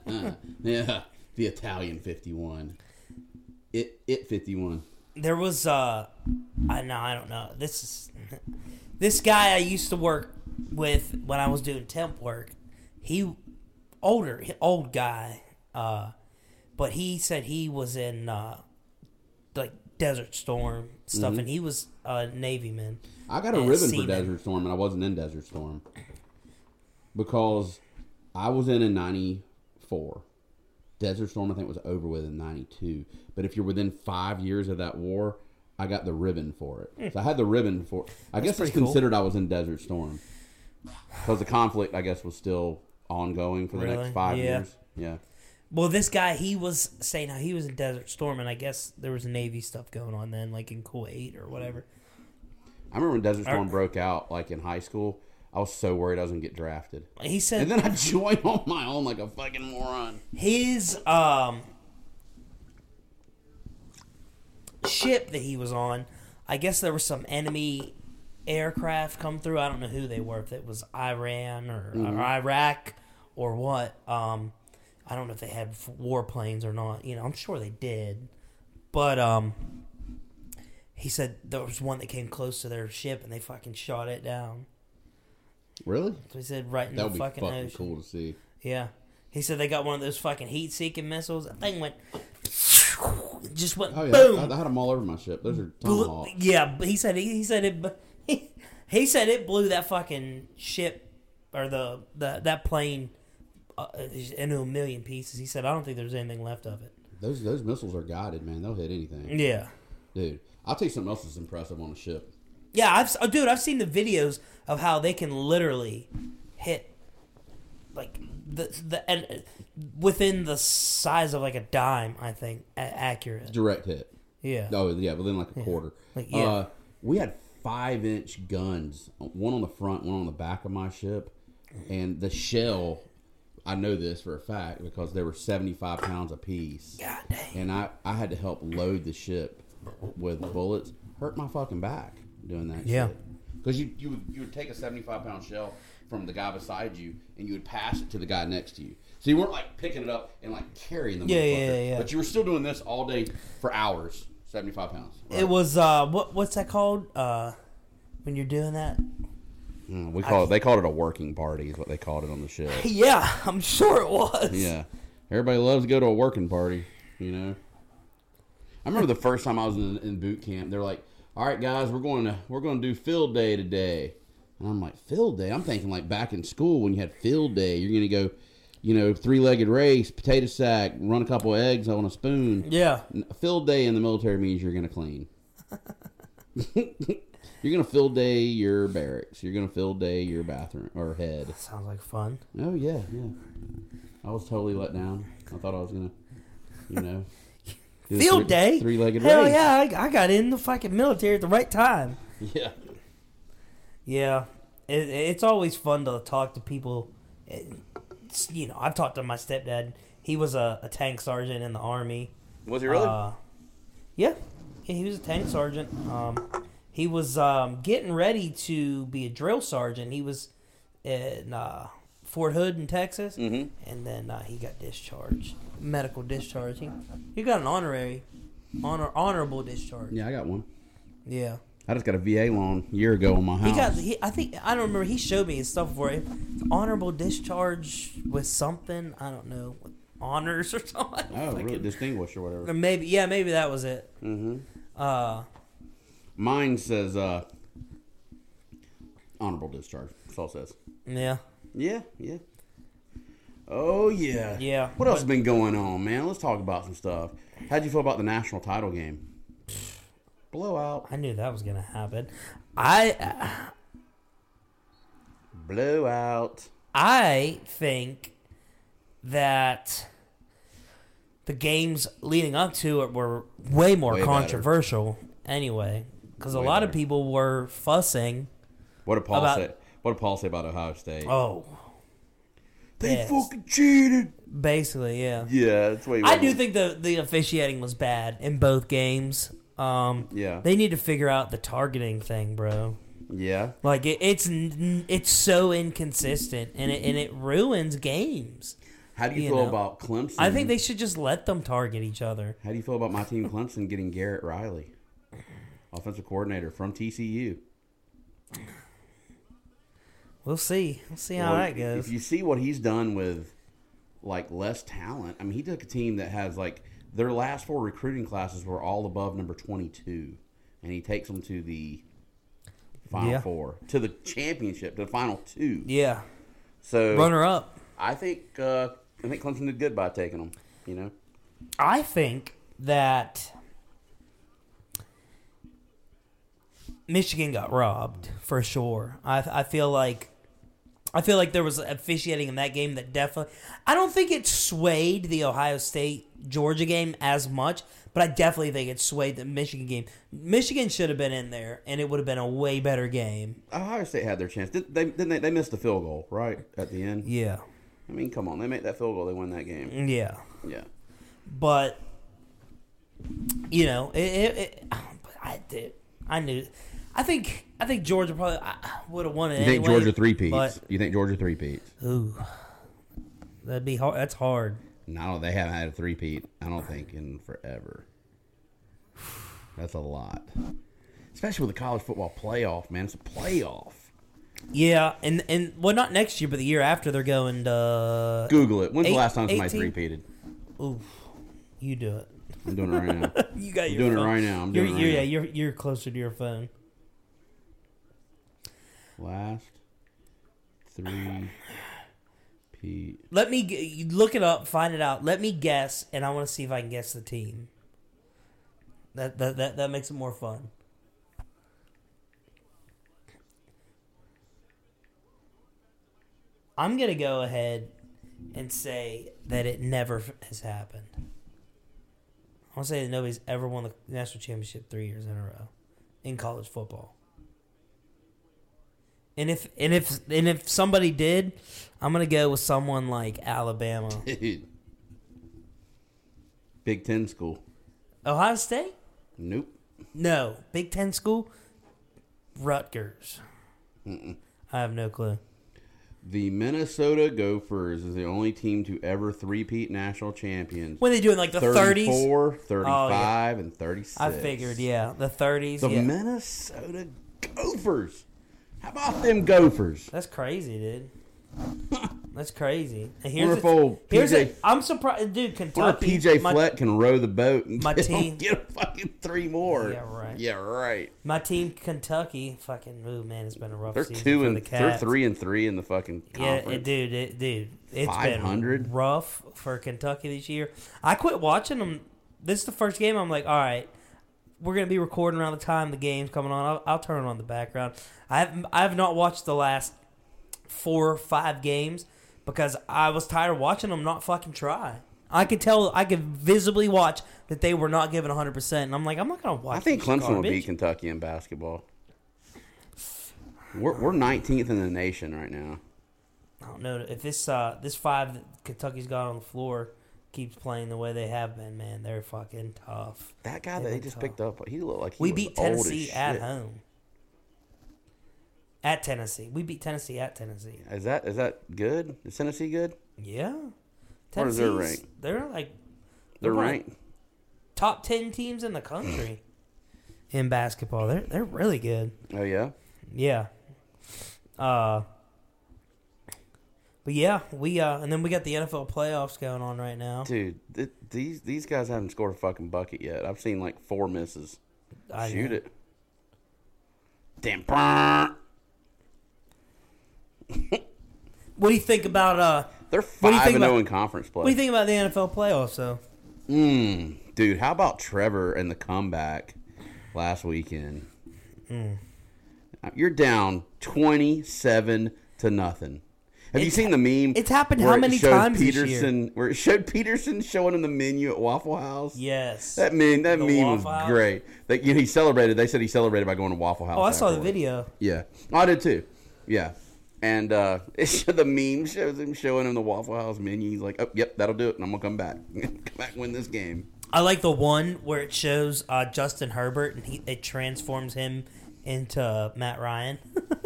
Speaker 2: Yeah, the Italian 51. It it 51.
Speaker 1: there was uh I know I don't know. This is this guy I used to work with when I was doing temp work. He older old guy uh but he said he was in uh like Desert Storm stuff and he was a Navy man.
Speaker 2: I got a
Speaker 1: Yeah,
Speaker 2: ribbon for
Speaker 1: semen.
Speaker 2: Desert Storm, and I wasn't in Desert Storm because I was in in '94. Desert Storm, I think, was over with in '92. But if you're within five years of that war, I got the ribbon for it. So I had the ribbon for. I guess it's
Speaker 1: Hmm. pretty cool.
Speaker 2: considered I was in Desert Storm because the conflict, I guess, was still ongoing for the
Speaker 1: Really?
Speaker 2: next five
Speaker 1: Yeah.
Speaker 2: years. Yeah.
Speaker 1: Well, this guy he was saying how he was in Desert Storm and I guess there was Navy stuff going on then like in Kuwait or whatever.
Speaker 2: I remember when Desert Storm broke out, like in high school, I was so worried I was gonna get drafted.
Speaker 1: He said
Speaker 2: And then I joined on my own like a fucking moron.
Speaker 1: his um ship that he was on i guess there was some enemy aircraft come through i don't know who they were if it was iran or,
Speaker 2: Mm-hmm.
Speaker 1: or iraq or what um i don't know if they had f- warplanes or not you know i'm sure they did but um he said there was one that came close to their ship and they fucking shot it down
Speaker 2: Really?
Speaker 1: so he said right in
Speaker 2: That
Speaker 1: the
Speaker 2: would be
Speaker 1: fucking,
Speaker 2: fucking,
Speaker 1: ocean
Speaker 2: cool to see.
Speaker 1: yeah. He said they got one of those fucking heat seeking missiles. That thing went just went
Speaker 2: Oh yeah,
Speaker 1: boom.
Speaker 2: I, I had them all over my ship. Those are
Speaker 1: Blew-
Speaker 2: tomahawk.
Speaker 1: yeah, but he said he, he said it he, he said it blew that fucking ship or the, the that plane uh, into a million pieces. He said I don't think there's anything left of it.
Speaker 2: Those those missiles are guided, man. They'll hit anything,
Speaker 1: Yeah.
Speaker 2: dude. I'll tell you something else that's impressive on a ship.
Speaker 1: Yeah, I've s- oh, dude, I've seen the videos of how they can literally hit like the the and uh, within the size of like a dime, I think, a- accurate.
Speaker 2: Direct hit.
Speaker 1: Yeah.
Speaker 2: Oh yeah, within like a quarter.
Speaker 1: Like, yeah.
Speaker 2: Uh, we had five inch guns, one on the front, one on the back of my ship, and the shell. I know this for a fact because they were seventy five pounds apiece,
Speaker 1: God dang.
Speaker 2: and I I had to help load the ship with bullets. Hurt my fucking back doing that.
Speaker 1: Yeah.
Speaker 2: because you you would you would take a seventy five pound shell from the guy beside you, and you would pass it to the guy next to you. So you weren't like picking it up and like carrying the
Speaker 1: Yeah, yeah,
Speaker 2: motherfucker.
Speaker 1: yeah, yeah.
Speaker 2: But you were still doing this all day for hours. Seventy-five pounds.
Speaker 1: It was uh what what's that called? Uh when you're doing that?
Speaker 2: Mm, we call it. They called it a working party. Is what they called it on the ship.
Speaker 1: Yeah, I'm sure it was.
Speaker 2: Yeah. Everybody loves to go to a working party, you know. I remember the first time I was in, in boot camp. They're like, "All right, guys, we're going to we're going to do field day today," and I'm like, "Field day?" I'm thinking like back in school when you had field day, you're going to go, you know, three legged race, potato sack, run a couple eggs on a spoon.
Speaker 1: Yeah.
Speaker 2: N- Field day in the military means you're going to clean. you're going to field day your barracks. You're going to field day your bathroom or head.
Speaker 1: Sounds like fun.
Speaker 2: Oh yeah, yeah. I was totally let down. I thought I was gonna, you know, do the
Speaker 1: Field
Speaker 2: three-
Speaker 1: day.
Speaker 2: three-legged
Speaker 1: Hell
Speaker 2: race.
Speaker 1: yeah! I, I got in the fucking military at the right time.
Speaker 2: Yeah,
Speaker 1: Yeah, it, it's always fun to talk to people. It's, you know, I've talked to my stepdad. He was a, a tank sergeant in the army.
Speaker 2: was he really?
Speaker 1: Uh, yeah. yeah, he was a tank sergeant. Um, he was um, getting ready to be a drill sergeant. He was in uh, Fort Hood in Texas,
Speaker 2: Mhm.
Speaker 1: and then uh, he got discharged, medical discharge. He, he got an honorary, honor, honorable discharge.
Speaker 2: yeah, I got one.
Speaker 1: Yeah,
Speaker 2: I just got a VA loan a year ago on my house.
Speaker 1: he got. He, I think I don't remember. He showed me his stuff for it. Honorable discharge with something I don't know, honors or something.
Speaker 2: oh, really?
Speaker 1: Fucking-
Speaker 2: Distinguished or whatever.
Speaker 1: Maybe yeah, maybe that was it.
Speaker 2: Mm-hmm.
Speaker 1: Uh,
Speaker 2: Mine says uh, honorable discharge. That's all it says.
Speaker 1: yeah.
Speaker 2: Yeah, yeah. Oh yeah.
Speaker 1: Yeah,
Speaker 2: What else has been going on, man? Let's talk about some stuff. How'd you feel about the national title game? Blowout.
Speaker 1: I knew that was gonna happen. I
Speaker 2: Blowout.
Speaker 1: I think that the games leading up to it were way more
Speaker 2: Way better.
Speaker 1: controversial anyway, because a
Speaker 2: Way
Speaker 1: lot of
Speaker 2: better.
Speaker 1: people were fussing.
Speaker 2: What did Paul
Speaker 1: About-
Speaker 2: say? What did Paul say about Ohio State?
Speaker 1: Oh,
Speaker 2: they
Speaker 1: yes.
Speaker 2: fucking cheated.
Speaker 1: basically, yeah.
Speaker 2: Yeah, that's what he
Speaker 1: I
Speaker 2: was-
Speaker 1: do think the the officiating was bad in both games. Um,
Speaker 2: Yeah.
Speaker 1: they need to figure out the targeting thing, bro.
Speaker 2: yeah,
Speaker 1: Like it, it's n- it's so inconsistent, and it and it ruins games.
Speaker 2: how do you,
Speaker 1: you
Speaker 2: feel
Speaker 1: know.
Speaker 2: about Clemson?
Speaker 1: I think they should just let them target each other.
Speaker 2: How do you feel about my team, Clemson, getting Garrett Riley, offensive coordinator from TCU?
Speaker 1: We'll see. We'll see how
Speaker 2: Well,
Speaker 1: that goes.
Speaker 2: If you see what he's done with like less talent, I mean, he took a team that has like their last four recruiting classes were all above number twenty-two, and he takes them to the final
Speaker 1: Yeah.
Speaker 2: four, to the championship, to the final two.
Speaker 1: yeah,
Speaker 2: So
Speaker 1: runner up.
Speaker 2: I think uh, I think Clemson did good by taking them. You know,
Speaker 1: I think that Michigan got robbed for sure. I I feel like I feel like there was officiating in that game that definitely. I don't think it swayed the Ohio State Georgia game as much, but I definitely think it swayed the Michigan game. Michigan should have been in there, and it would have been a way better game.
Speaker 2: Ohio State had their chance. Did they? Didn't they? They missed the field goal right at the end.
Speaker 1: Yeah,
Speaker 2: I mean, come on, they make that field goal, they win that game.
Speaker 1: yeah.
Speaker 2: Yeah,
Speaker 1: but you know, it, it, it, but I did. I knew. I think. I think Georgia probably would have won it.
Speaker 2: you think
Speaker 1: anyway,
Speaker 2: Georgia three
Speaker 1: but-
Speaker 2: peats? You think Georgia three peats?
Speaker 1: Ooh, that'd be hard. That's hard.
Speaker 2: No, they haven't had a three peat. I don't think in forever. That's a lot, especially with the college football playoff. Man, it's a playoff.
Speaker 1: Yeah, and and well, not next year, but the year after they're going to. uh,
Speaker 2: Google it. When's
Speaker 1: Eight-
Speaker 2: the last time somebody
Speaker 1: 18?
Speaker 2: three peated?
Speaker 1: Ooh, you do it.
Speaker 2: I'm doing it right now.
Speaker 1: You got
Speaker 2: I'm
Speaker 1: your
Speaker 2: doing it
Speaker 1: phone.
Speaker 2: right now. I'm
Speaker 1: You're,
Speaker 2: doing it
Speaker 1: you're,
Speaker 2: right
Speaker 1: yeah, you're
Speaker 2: now.
Speaker 1: you're closer to your phone.
Speaker 2: Last three peat.
Speaker 1: Let me g- you look it up, find it out. Let me guess, and I want to see if I can guess the team. That that that, that makes it more fun. I'm gonna go ahead and say that it never f- has happened. I want to say that nobody's ever won the national championship three years in a row in college football. And if and if and if somebody did, I'm gonna go with someone like Alabama,
Speaker 2: Dude. Big Ten school.
Speaker 1: Ohio State.
Speaker 2: Nope.
Speaker 1: No, Big Ten school, Rutgers. I have no clue.
Speaker 2: The Minnesota Gophers is the only team to ever three-peat national champions.
Speaker 1: When they doing like the 30s,
Speaker 2: 34, 35, and 36.
Speaker 1: I figured, yeah, the 30s.
Speaker 2: The
Speaker 1: yeah.
Speaker 2: Minnesota Gophers. How about them Gophers?
Speaker 1: That's crazy, dude. That's crazy. And
Speaker 2: Or
Speaker 1: here's
Speaker 2: if
Speaker 1: the-
Speaker 2: old
Speaker 1: here's
Speaker 2: PJ
Speaker 1: it. I'm surprised, dude.
Speaker 2: Or if
Speaker 1: Kentucky.
Speaker 2: PJ
Speaker 1: my,
Speaker 2: Fleck can row the boat and
Speaker 1: my
Speaker 2: get,
Speaker 1: team-
Speaker 2: get fucking three more.
Speaker 1: Yeah, right.
Speaker 2: Yeah, right.
Speaker 1: my team, Kentucky. Fucking, ooh man, it's been a rough
Speaker 2: They're
Speaker 1: season
Speaker 2: two
Speaker 1: for
Speaker 2: and
Speaker 1: the
Speaker 2: they're
Speaker 1: Cats.
Speaker 2: three and three in the fucking
Speaker 1: Yeah,
Speaker 2: conference.
Speaker 1: it, dude, it, dude, it's
Speaker 2: 500?
Speaker 1: been rough for Kentucky this year. I quit watching them. This is the first game. I'm like, all right, we're gonna be recording around the time the game's coming on. I'll, I'll turn on the background. I have I have not watched the last four or five games because I was tired of watching them not fucking try. I could tell, I could visibly watch that they were not giving 100, percent and I'm like, I'm not gonna watch.
Speaker 2: I think
Speaker 1: this
Speaker 2: Clemson will
Speaker 1: garbage.
Speaker 2: beat Kentucky in basketball. We're we're nineteenth in the nation right now.
Speaker 1: I don't know if this uh, this five that Kentucky's got on the floor keeps playing the way they have been. Man, they're fucking tough.
Speaker 2: That guy
Speaker 1: They
Speaker 2: that they
Speaker 1: look
Speaker 2: just
Speaker 1: tough.
Speaker 2: picked up, he looked like he
Speaker 1: we
Speaker 2: was
Speaker 1: beat
Speaker 2: old as
Speaker 1: Tennessee at
Speaker 2: shit.
Speaker 1: home. At Tennessee, we beat Tennessee at Tennessee.
Speaker 2: Is that is that good? Is Tennessee good?
Speaker 1: Yeah,
Speaker 2: What is their
Speaker 1: Tennessee's-
Speaker 2: rank?
Speaker 1: They're like
Speaker 2: They're
Speaker 1: one of
Speaker 2: ranked.
Speaker 1: the top ten teams in the country in basketball. They're they're really good.
Speaker 2: Oh yeah.
Speaker 1: Yeah. Uh. But yeah, we uh, and then we got the NFL playoffs going on right now.
Speaker 2: Dude, th- these these guys haven't scored a fucking bucket yet. I've seen like four misses.
Speaker 1: I
Speaker 2: Shoot
Speaker 1: know.
Speaker 2: it. Damn. brr.
Speaker 1: What do you think about uh?
Speaker 2: They're
Speaker 1: What do you
Speaker 2: five
Speaker 1: think
Speaker 2: and zero
Speaker 1: about-
Speaker 2: in conference play.
Speaker 1: What do you think about the NFL playoffs, though?
Speaker 2: Mm, dude, how about Trevor and the comeback last weekend?
Speaker 1: Mm.
Speaker 2: Uh, You're down twenty-seven to nothing. Have you
Speaker 1: It's-
Speaker 2: seen the meme?
Speaker 1: it's happened
Speaker 2: where
Speaker 1: how
Speaker 2: it
Speaker 1: many
Speaker 2: showed
Speaker 1: times this year?
Speaker 2: Peterson, where it showed Peterson showing him the menu at Waffle House.
Speaker 1: Yes.
Speaker 2: That meme, that
Speaker 1: The
Speaker 2: meme was
Speaker 1: Waffle House?
Speaker 2: great. That you know, he celebrated. They said he celebrated by going to Waffle House.
Speaker 1: oh, I saw the
Speaker 2: afterwards.
Speaker 1: video.
Speaker 2: Yeah, Oh, I did too. Yeah, and uh, it showed the meme shows him showing him the Waffle House menu. He's like, "Oh, yep, that'll do it, and I'm gonna come back, come back, and win this game."
Speaker 1: I like the one where it shows uh, Justin Herbert and he it transforms him into uh, Matt Ryan.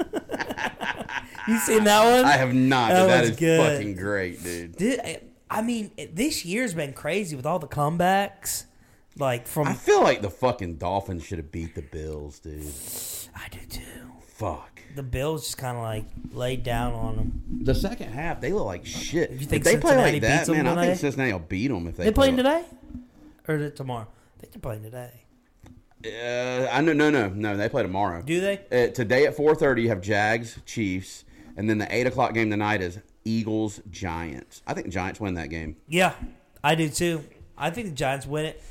Speaker 1: you seen that one?
Speaker 2: I have not, but
Speaker 1: That
Speaker 2: that
Speaker 1: was
Speaker 2: is
Speaker 1: good.
Speaker 2: fucking great, dude.
Speaker 1: Did, I- I mean, it- this year's been crazy with all the comebacks. Like from
Speaker 2: I feel like the fucking Dolphins should have beat the Bills, dude.
Speaker 1: I do too.
Speaker 2: Fuck.
Speaker 1: The Bills just kind of like laid down on them.
Speaker 2: The second half, they look like shit.
Speaker 1: You think
Speaker 2: if they play
Speaker 1: Cincinnati
Speaker 2: like that,
Speaker 1: beats 'em
Speaker 2: man, I think
Speaker 1: today?
Speaker 2: Cincinnati will beat them if they,
Speaker 1: They
Speaker 2: play
Speaker 1: playing today, or is it tomorrow? I think they're playing today.
Speaker 2: today. Uh, I know, no, no, no. They play tomorrow.
Speaker 1: Do they?
Speaker 2: Uh, today at four thirty, you have Jags Chiefs, and then the eight o'clock game tonight is Eagles Giants. I think Giants win that game.
Speaker 1: Yeah, I do too. I think the Giants win it.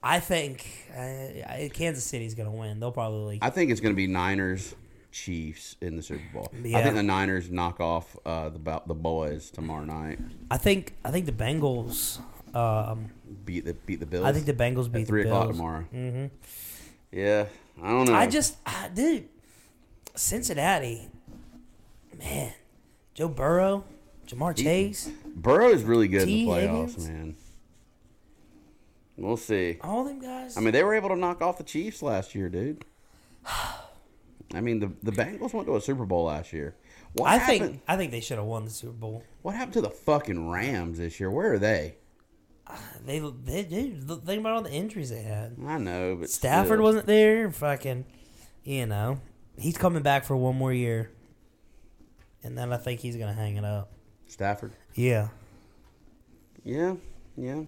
Speaker 1: I think uh, I- Kansas City's going to win. They'll probably.
Speaker 2: I think it's going to be Niners Chiefs in the Super Bowl. I
Speaker 1: Yeah.
Speaker 2: think the Niners knock off uh, the Bo- the boys tomorrow night.
Speaker 1: I think. I think the Bengals. Um,
Speaker 2: Beat the beat the Bills.
Speaker 1: I think the Bengals beat
Speaker 2: at three
Speaker 1: the
Speaker 2: o'clock
Speaker 1: Bills.
Speaker 2: tomorrow. Mm-hmm. Yeah, I don't know.
Speaker 1: I just, I, dude, Cincinnati, man, Joe Burrow, Jamar Chase,
Speaker 2: Burrow is really good in
Speaker 1: T.
Speaker 2: the playoffs,
Speaker 1: Higgins?
Speaker 2: man. We'll see.
Speaker 1: all them guys.
Speaker 2: I mean, they were able to knock off the Chiefs last year, dude. I mean, the the Bengals went to a Super Bowl last year. What
Speaker 1: I
Speaker 2: happened?
Speaker 1: think I think they should have won the Super Bowl.
Speaker 2: what happened to the fucking Rams this year? Where are they?
Speaker 1: They, they, dude, look- think about all the injuries they had.
Speaker 2: I know, but
Speaker 1: Stafford
Speaker 2: still.
Speaker 1: wasn't there. Fucking, you know, he's coming back for one more year, and then I think he's gonna hang it up.
Speaker 2: Stafford.
Speaker 1: Yeah,
Speaker 2: Yeah, yeah.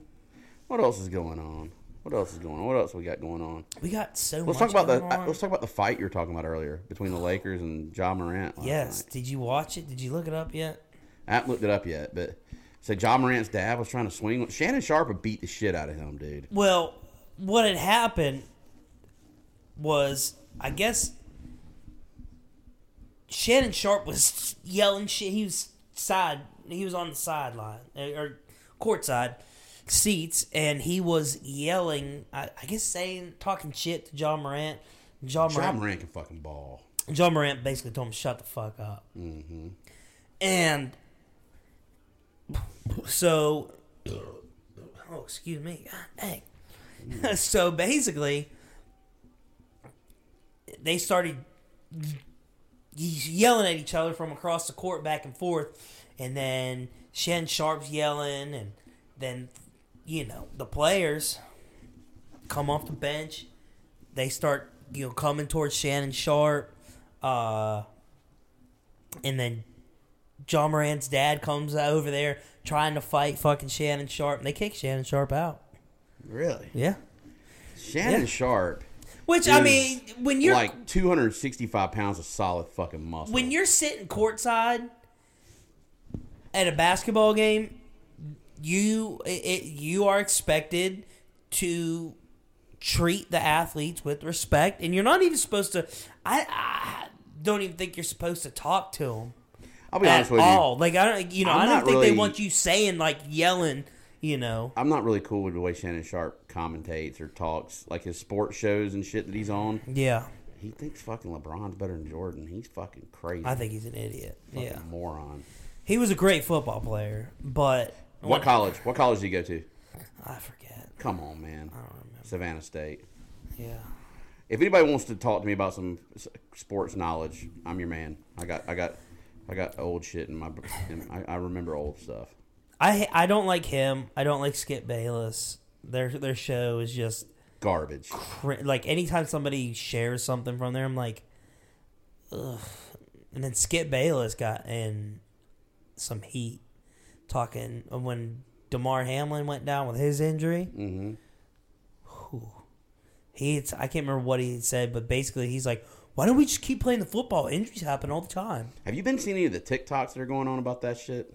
Speaker 2: What else is going on? What else is going on? What else we got going on?
Speaker 1: we got so.
Speaker 2: Let's
Speaker 1: much
Speaker 2: talk about the
Speaker 1: going on.
Speaker 2: let's talk about the fight you were talking about earlier between the Lakers and Ja Morant. last
Speaker 1: yes.
Speaker 2: night.
Speaker 1: Did you watch it? Did you look it up yet?
Speaker 2: I haven't looked it up yet, but so Ja Morant's dad was trying to swing. Shannon Sharp would beat the shit out of him, dude.
Speaker 1: Well, what had happened was, I guess, Shannon Sharp was yelling shit. He was side. He was on the sideline eh, or courtside seats, and he was yelling. I, I guess saying talking shit to John Morant. John
Speaker 2: Ja
Speaker 1: Morant.
Speaker 2: Morant can fucking ball.
Speaker 1: John Morant basically told him shut the fuck up. And so, oh excuse me, God dang. so basically, they started yelling at each other from across the court back and forth, and then Shannon Sharp's yelling, and then you know the players come off the bench they start you know coming towards Shannon Sharp, uh, and then John Moran's dad comes over there trying to fight fucking Shannon Sharp, and they kick Shannon Sharp out.
Speaker 2: Really?
Speaker 1: Yeah.
Speaker 2: Shannon
Speaker 1: Yeah.
Speaker 2: Sharp.
Speaker 1: Which I
Speaker 2: is
Speaker 1: mean, when you're
Speaker 2: like 265 pounds of solid fucking muscle.
Speaker 1: when you're sitting courtside at a basketball game, you it, it- you are expected to treat the athletes with respect, and you're not even supposed to. I, I don't even think you're supposed to talk to them
Speaker 2: I'll be honest
Speaker 1: at
Speaker 2: with you.
Speaker 1: all. Like I don't, you know,
Speaker 2: I'm
Speaker 1: I'm I do
Speaker 2: not
Speaker 1: not think
Speaker 2: really-
Speaker 1: they want you saying like yelling. You know,
Speaker 2: I'm not really cool with the way Shannon Sharp commentates or talks, like his sports shows and shit that he's on.
Speaker 1: yeah,
Speaker 2: He thinks fucking LeBron's better than Jordan. He's fucking crazy.
Speaker 1: I think he's an idiot.
Speaker 2: fucking
Speaker 1: Yeah,
Speaker 2: moron.
Speaker 1: he was a great football player, but
Speaker 2: What college? What college did he go to?
Speaker 1: I forget.
Speaker 2: Come on, man. Savannah State.
Speaker 1: Yeah.
Speaker 2: If anybody wants to talk to me about some s- sports knowledge, I'm your man. I got, I got, I got old shit in my. In, I, I remember old stuff.
Speaker 1: I I don't like him. I don't like Skip Bayless. Their their show is just
Speaker 2: Garbage.
Speaker 1: cr- like anytime somebody shares something from there, I'm like, ugh. And then Skip Bayless got in some heat talking when Demar Hamlin went down with his injury. Mm-hmm. He had- I can't remember what he had said, but basically he's like, why don't we just keep playing the football? Injuries happen all the time.
Speaker 2: Have you been seeing any of the TikToks that are going on about that shit?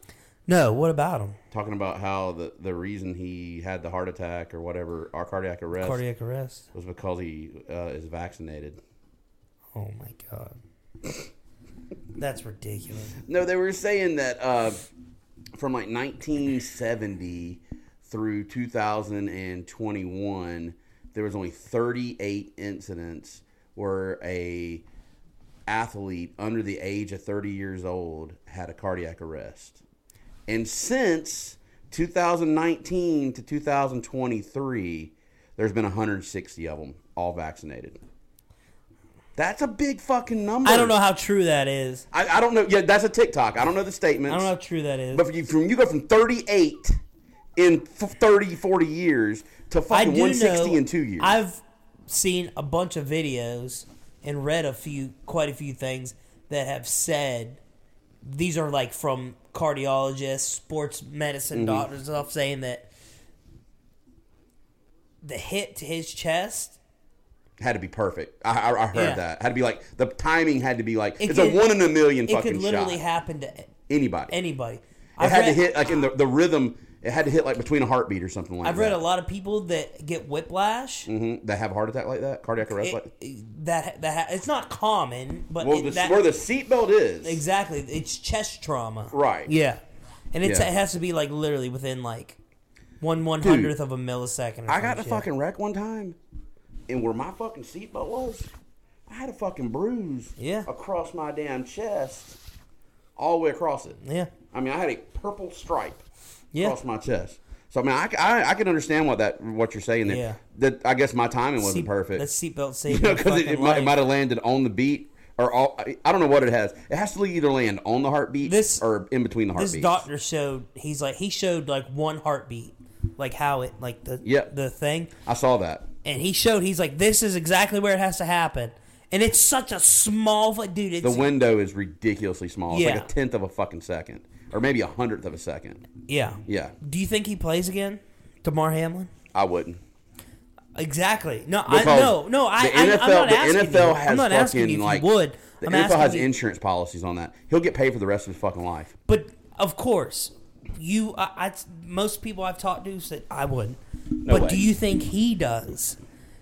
Speaker 1: No, what about him?
Speaker 2: Talking about how the the reason he had the heart attack or whatever, or cardiac arrest,
Speaker 1: Cardiac arrest.
Speaker 2: was because he uh, is vaccinated.
Speaker 1: Oh my god. That's ridiculous.
Speaker 2: No, they were saying that uh, from like 1970 through 2021, there was only 38 incidents where a athlete under the age of 30 years old had a cardiac arrest. And since 2019 to 2023, there's been 160 of them, all vaccinated. That's a big fucking number.
Speaker 1: I don't know how true that is.
Speaker 2: I, I don't know. Yeah, that's a TikTok. I don't know the
Speaker 1: I
Speaker 2: statements.
Speaker 1: don't know how true that is.
Speaker 2: But you, from you go from 38 in f- 30, 40 years to
Speaker 1: I
Speaker 2: fucking
Speaker 1: do
Speaker 2: 160
Speaker 1: know
Speaker 2: in two years.
Speaker 1: I've seen a bunch of videos and read a few quite a few things that have said these are like from cardiologists, sports medicine
Speaker 2: Mm-hmm.
Speaker 1: doctors and stuff saying that the hit to his chest
Speaker 2: had to be perfect. I, I, I heard
Speaker 1: Yeah.
Speaker 2: that. Had to be like the timing had to be like
Speaker 1: It
Speaker 2: it's
Speaker 1: could-
Speaker 2: a one in a million
Speaker 1: it
Speaker 2: fucking
Speaker 1: could literally
Speaker 2: shot.
Speaker 1: happen to
Speaker 2: Anybody.
Speaker 1: anybody.
Speaker 2: it had to hit like in the, the rhythm. It had to hit like between a heartbeat or something like
Speaker 1: I've
Speaker 2: that.
Speaker 1: read a lot of people that get whiplash.
Speaker 2: Mhm. That have a heart attack like that, cardiac arrest. like
Speaker 1: It, that that it's not common, but
Speaker 2: well,
Speaker 1: it-
Speaker 2: the,
Speaker 1: that,
Speaker 2: where the seatbelt is.
Speaker 1: exactly it's chest trauma,
Speaker 2: Right.
Speaker 1: Yeah, and it's,
Speaker 2: Yeah.
Speaker 1: it has to be like literally within like one one hundredth of a millisecond. Or
Speaker 2: I got
Speaker 1: some Oh,
Speaker 2: in a
Speaker 1: shit.
Speaker 2: fucking wreck one time, and where my fucking seatbelt was, I had a fucking bruise.
Speaker 1: Yeah.
Speaker 2: Across my damn chest, all the way across it.
Speaker 1: yeah,
Speaker 2: I mean, I had a purple stripe
Speaker 1: Yeah.
Speaker 2: across my chest. So I mean, I, I, I can understand what that what you're saying there.
Speaker 1: Yeah.
Speaker 2: That I guess my timing wasn't
Speaker 1: Seat-
Speaker 2: perfect.
Speaker 1: That seatbelt saved my
Speaker 2: because it,
Speaker 1: fucking
Speaker 2: it might, it
Speaker 1: life.
Speaker 2: might have landed on the beat or all, I, I don't know what it has. It has to either land on the heartbeat
Speaker 1: This-
Speaker 2: or in between the
Speaker 1: This
Speaker 2: heartbeats.
Speaker 1: doctor showed he's like he showed like one heartbeat, like how it like the
Speaker 2: Yeah.
Speaker 1: the thing.
Speaker 2: I saw that.
Speaker 1: and he showed he's like this is exactly where it has to happen and it's such a small fu- dude it's
Speaker 2: The window is ridiculously small. It's
Speaker 1: Yeah.
Speaker 2: like a tenth of a fucking second, or maybe a hundredth of a second.
Speaker 1: yeah
Speaker 2: Yeah,
Speaker 1: do you think he plays again Damar Hamlin
Speaker 2: I wouldn't.
Speaker 1: exactly no I
Speaker 2: Because
Speaker 1: no no I,
Speaker 2: the
Speaker 1: I
Speaker 2: NFL,
Speaker 1: I'm not
Speaker 2: the
Speaker 1: asking
Speaker 2: NFL
Speaker 1: you.
Speaker 2: has
Speaker 1: I'm not
Speaker 2: fucking
Speaker 1: asking you if
Speaker 2: like
Speaker 1: you would
Speaker 2: the
Speaker 1: I'm
Speaker 2: NFL has
Speaker 1: asking you-
Speaker 2: insurance policies on that. He'll get paid for the rest of his fucking life.
Speaker 1: but of course you I, I most people I've talked to said I wouldn't but
Speaker 2: way.
Speaker 1: do you think he does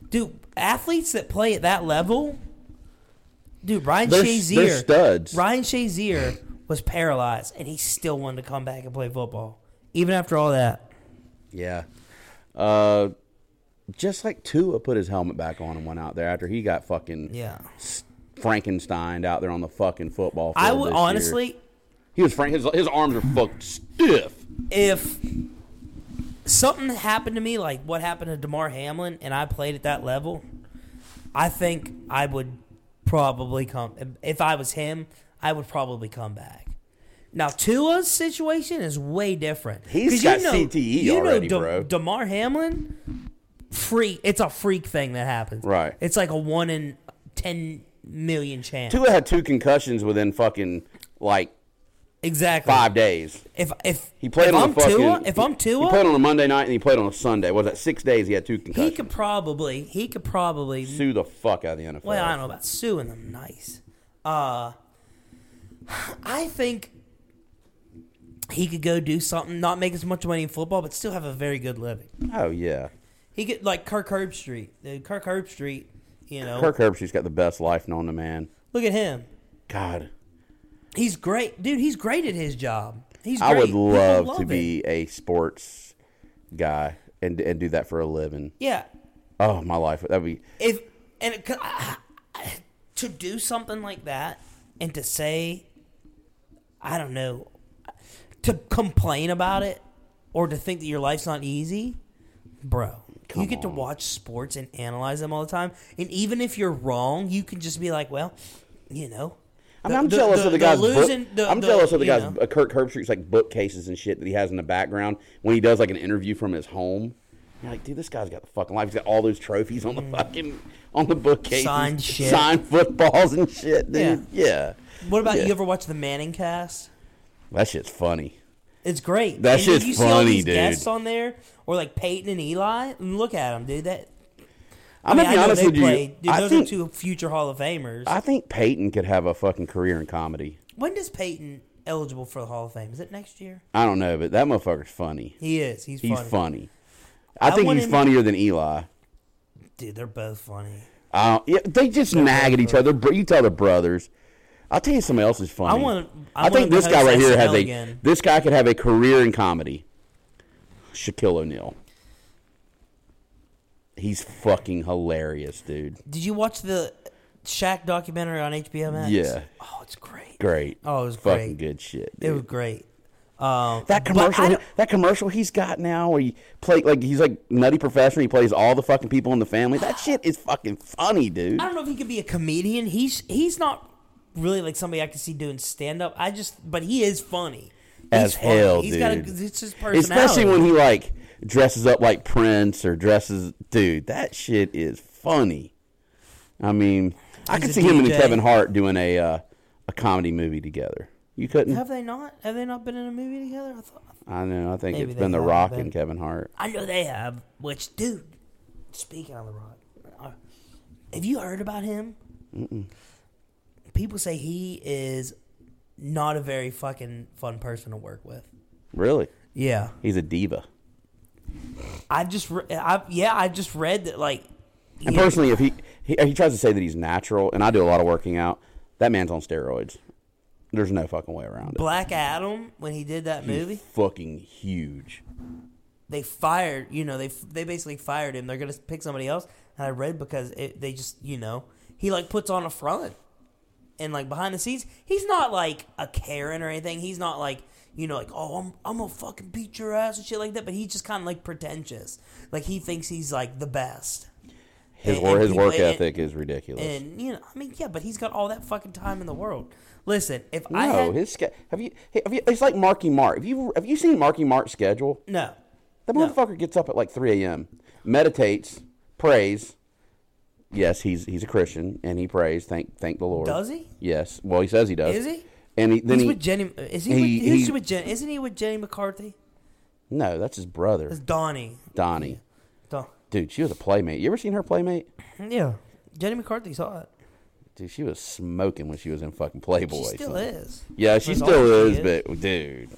Speaker 1: dude athletes that play at that level dude Ryan
Speaker 2: They're-
Speaker 1: Shazier
Speaker 2: they're studs.
Speaker 1: Ryan Shazier was paralyzed and he still wanted to come back and play football even after all that
Speaker 2: Yeah. Uh, just like Tua put his helmet back on and went out there after he got fucking
Speaker 1: yeah
Speaker 2: Frankenstein out there on the fucking football field.
Speaker 1: I would
Speaker 2: this year.
Speaker 1: honestly
Speaker 2: he was Frank. His, his arms are fucked stiff.
Speaker 1: if something happened to me like what happened to DeMar Hamlin and I played at that level, I think I would probably come if I was him, I would probably come back. Now Tua's situation is way different.
Speaker 2: He's
Speaker 1: 'Cause
Speaker 2: got CTE already,
Speaker 1: De-
Speaker 2: bro.
Speaker 1: DeMar Hamlin freak it's a freak thing that happens.
Speaker 2: Right.
Speaker 1: It's like a 1 in 10 million chance.
Speaker 2: Tua had two concussions within fucking like
Speaker 1: exactly.
Speaker 2: five days.
Speaker 1: If if
Speaker 2: He played
Speaker 1: if
Speaker 2: on
Speaker 1: I'm
Speaker 2: a fucking.
Speaker 1: Tua, if I'm
Speaker 2: he played
Speaker 1: Tua,
Speaker 2: on a Monday night and he played on a Sunday. What was that six days? He had two
Speaker 1: he,
Speaker 2: concussions.
Speaker 1: could probably he could probably.
Speaker 2: sue the fuck out of the NFL.
Speaker 1: Well, I don't know about suing them. Nice. Uh, I think he could go do something, not make as much money in football, but still have a very good living.
Speaker 2: Oh yeah,
Speaker 1: He could like Kirk Herbstreit. Dude, Kirk Herbstreit, you know,
Speaker 2: Kirk Herbstreit's got the best life known to man.
Speaker 1: look at him.
Speaker 2: God,
Speaker 1: He's great, dude. He's great at his job. He's. Great.
Speaker 2: I would
Speaker 1: People
Speaker 2: love, to
Speaker 1: it.
Speaker 2: be a sports guy and and do that for a living.
Speaker 1: Yeah,
Speaker 2: Oh my life, that'd be
Speaker 1: if and it, could- to do something like that and to say, I don't know, to complain about it or to think that your life's not easy, bro. you
Speaker 2: Come
Speaker 1: get to
Speaker 2: on.
Speaker 1: watch sports and analyze them all the time, and even if you're wrong, you can just be like, well, you know.
Speaker 2: I mean, I'm jealous of the, guy's. book- I'm jealous of the
Speaker 1: you
Speaker 2: guy's.
Speaker 1: know.
Speaker 2: Uh, Kirk Herbstreit's like bookcases and shit that he has in the background when he does like an interview from his home. You're like, dude, this guy's got the fucking life. He's got all those trophies on the fucking on the bookcase,
Speaker 1: Mm. Signed shit.
Speaker 2: signed footballs and shit, dude. Yeah.
Speaker 1: What about
Speaker 2: Yeah.
Speaker 1: you ever watch the Manning cast?
Speaker 2: That shit's funny.
Speaker 1: It's great. And then
Speaker 2: That shit's
Speaker 1: you see all
Speaker 2: funny,
Speaker 1: these
Speaker 2: dude.
Speaker 1: Guests on there, or like Peyton and Eli. And look at them, dude. That
Speaker 2: I'm gonna be
Speaker 1: know
Speaker 2: honest
Speaker 1: they
Speaker 2: with you.
Speaker 1: play- Dude,
Speaker 2: I
Speaker 1: those
Speaker 2: think
Speaker 1: are two future Hall of Famers.
Speaker 2: I think Peyton could have a fucking career in comedy.
Speaker 1: when does Peyton eligible for the Hall of Fame? Is it next year?
Speaker 2: I don't know, but that motherfucker's funny.
Speaker 1: He is. He's,
Speaker 2: He's
Speaker 1: funny.
Speaker 2: funny. I,
Speaker 1: I
Speaker 2: think
Speaker 1: want
Speaker 2: he's
Speaker 1: him-
Speaker 2: funnier than Eli.
Speaker 1: Dude, they're both funny.
Speaker 2: Uh, yeah, they just nag at each other. Br- You tell the brothers. I'll tell you somebing else is funny.
Speaker 1: I wanna- I
Speaker 2: I think
Speaker 1: wanna
Speaker 2: this guy
Speaker 1: host
Speaker 2: right here
Speaker 1: SNL
Speaker 2: has a.
Speaker 1: again.
Speaker 2: This guy could have a career in comedy. Shaquille O'Neal. He's fucking hilarious, dude.
Speaker 1: Did you watch the Shaq documentary on HBO Max?
Speaker 2: Yeah.
Speaker 1: Oh, it's great.
Speaker 2: Great.
Speaker 1: Oh, it was
Speaker 2: fucking
Speaker 1: great.
Speaker 2: good shit.
Speaker 1: It
Speaker 2: dude.
Speaker 1: was great. Um,
Speaker 2: That
Speaker 1: but I
Speaker 2: commercial,
Speaker 1: don't-
Speaker 2: that commercial he's got now, where he play like he's like nutty professor. He plays all the fucking people in the family. That shit is fucking funny, dude.
Speaker 1: I don't know if he could be a comedian. He's he's not really like somebody I could see doing stand up. I just, but he is funny. He's
Speaker 2: As
Speaker 1: funny.
Speaker 2: hell,
Speaker 1: He's got a,
Speaker 2: dude.
Speaker 1: it's his personality.
Speaker 2: Especially when he like dresses up like Prince or dresses, dude. That shit is funny. I mean, I
Speaker 1: He's
Speaker 2: could
Speaker 1: a
Speaker 2: see him and
Speaker 1: DJ.
Speaker 2: Kevin Hart doing a uh, a comedy movie together. You couldn't.
Speaker 1: have they not? Have they not been in a movie together? I thought.
Speaker 2: I know. I think
Speaker 1: Maybe
Speaker 2: it's
Speaker 1: they
Speaker 2: been The
Speaker 1: have,
Speaker 2: Rock
Speaker 1: but-
Speaker 2: and Kevin Hart.
Speaker 1: I know they have. Which, dude, speaking of The Rock, uh, have you heard about him? Mm-mm. People say he is not a very fucking fun person to work with.
Speaker 2: Really,
Speaker 1: Yeah,
Speaker 2: he's a diva.
Speaker 1: I just, re- I yeah, I just read that like.
Speaker 2: And
Speaker 1: he-
Speaker 2: personally, if he, he he tries to say that he's natural, and I do a lot of working out, that man's on steroids. There's no fucking way around it.
Speaker 1: Black Adam, when he did that movie,
Speaker 2: Fucking huge.
Speaker 1: they fired. You know, they f- they basically fired him. They're gonna pick somebody else. And I read because it, they just, you know, he like puts on a front, and like behind the scenes, he's not like a Karen or anything. He's not like you know, like oh, I'm I'm gonna fucking beat your ass and shit like that. But he's just kind of like pretentious. Like he thinks he's like the best.
Speaker 2: His
Speaker 1: And-
Speaker 2: wor-
Speaker 1: and
Speaker 2: his
Speaker 1: people-
Speaker 2: work
Speaker 1: and-
Speaker 2: ethic is ridiculous.
Speaker 1: And you know, I mean, yeah, but he's got all that fucking time in the world. Listen, if
Speaker 2: no,
Speaker 1: I had,
Speaker 2: his ske- have you have you? It's like Marky Mark. Have you have you seen Marky Mark's schedule?
Speaker 1: no,
Speaker 2: That
Speaker 1: No.
Speaker 2: motherfucker gets up at like 3 a.m., meditates, prays. Yes, he's he's a Christian and he prays. Thank thank the Lord.
Speaker 1: Does he?
Speaker 2: Yes. Well, he says he does.
Speaker 1: Is he?
Speaker 2: And he, then
Speaker 1: he's
Speaker 2: he
Speaker 1: with Jenny. Is he?
Speaker 2: he-
Speaker 1: with, he's
Speaker 2: he-
Speaker 1: with Jen, isn't he with Jenny McCarthy?
Speaker 2: no, that's his brother,
Speaker 1: Donnie.
Speaker 2: Donnie.
Speaker 1: Don-
Speaker 2: Dude, she was a playmate. You ever seen her playmate?
Speaker 1: Mm, yeah. Jenny McCarthy's hot.
Speaker 2: Dude, she was smoking when she was in fucking Playboy.
Speaker 1: She still is.
Speaker 2: Yeah, she
Speaker 1: As old
Speaker 2: still
Speaker 1: as
Speaker 2: is,
Speaker 1: she
Speaker 2: but dude,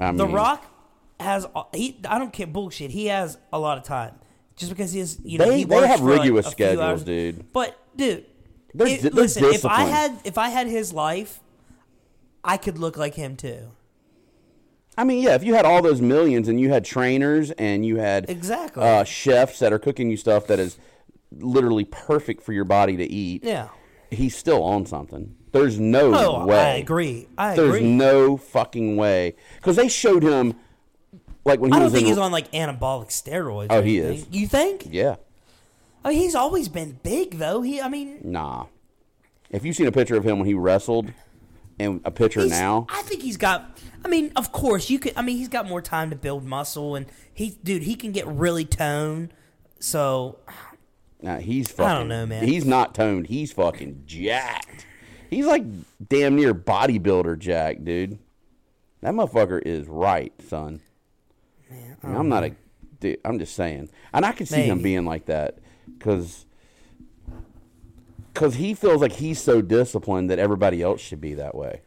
Speaker 2: I
Speaker 1: The
Speaker 2: mean,
Speaker 1: Rock has a- he. I don't care bullshit. He has a lot of time just because he is. You know,
Speaker 2: They-
Speaker 1: he
Speaker 2: they
Speaker 1: works
Speaker 2: have
Speaker 1: for, like,
Speaker 2: rigorous
Speaker 1: a few
Speaker 2: schedules,
Speaker 1: hours.
Speaker 2: dude.
Speaker 1: But dude,
Speaker 2: They're
Speaker 1: it-
Speaker 2: di- they're
Speaker 1: listen. If I
Speaker 2: disciplined.
Speaker 1: had if I had his life, I could look like him too.
Speaker 2: I mean, yeah, if you had all those millions and you had trainers and you had
Speaker 1: Exactly.
Speaker 2: uh, chefs that are cooking you stuff that is literally perfect for your body to eat,
Speaker 1: Yeah.
Speaker 2: he's still on something. There's no
Speaker 1: Oh,
Speaker 2: way.
Speaker 1: I agree. I
Speaker 2: There's
Speaker 1: agree.
Speaker 2: no fucking way because they showed him like when he
Speaker 1: I don't
Speaker 2: was
Speaker 1: think
Speaker 2: in,
Speaker 1: he's on like anabolic steroids.
Speaker 2: Oh,
Speaker 1: or
Speaker 2: he
Speaker 1: anything.
Speaker 2: is.
Speaker 1: You think?
Speaker 2: Yeah,
Speaker 1: I mean, he's always been big though. He. I mean,
Speaker 2: nah. If you've seen a picture of him when he wrestled and a picture
Speaker 1: He's-
Speaker 2: now,
Speaker 1: I think he's got. I mean, of course you could. I mean, he's got more time to build muscle, and he, dude, he can get really toned. So
Speaker 2: Nah, he's fucking.
Speaker 1: know, man.
Speaker 2: He's not toned. He's fucking jacked. He's like damn near bodybuilder Jack, dude. That motherfucker is right, son. I am not a. Dude, I'm just saying, and I can see him
Speaker 1: Maybe.
Speaker 2: being like that because because he feels like he's so disciplined that everybody else should be that way.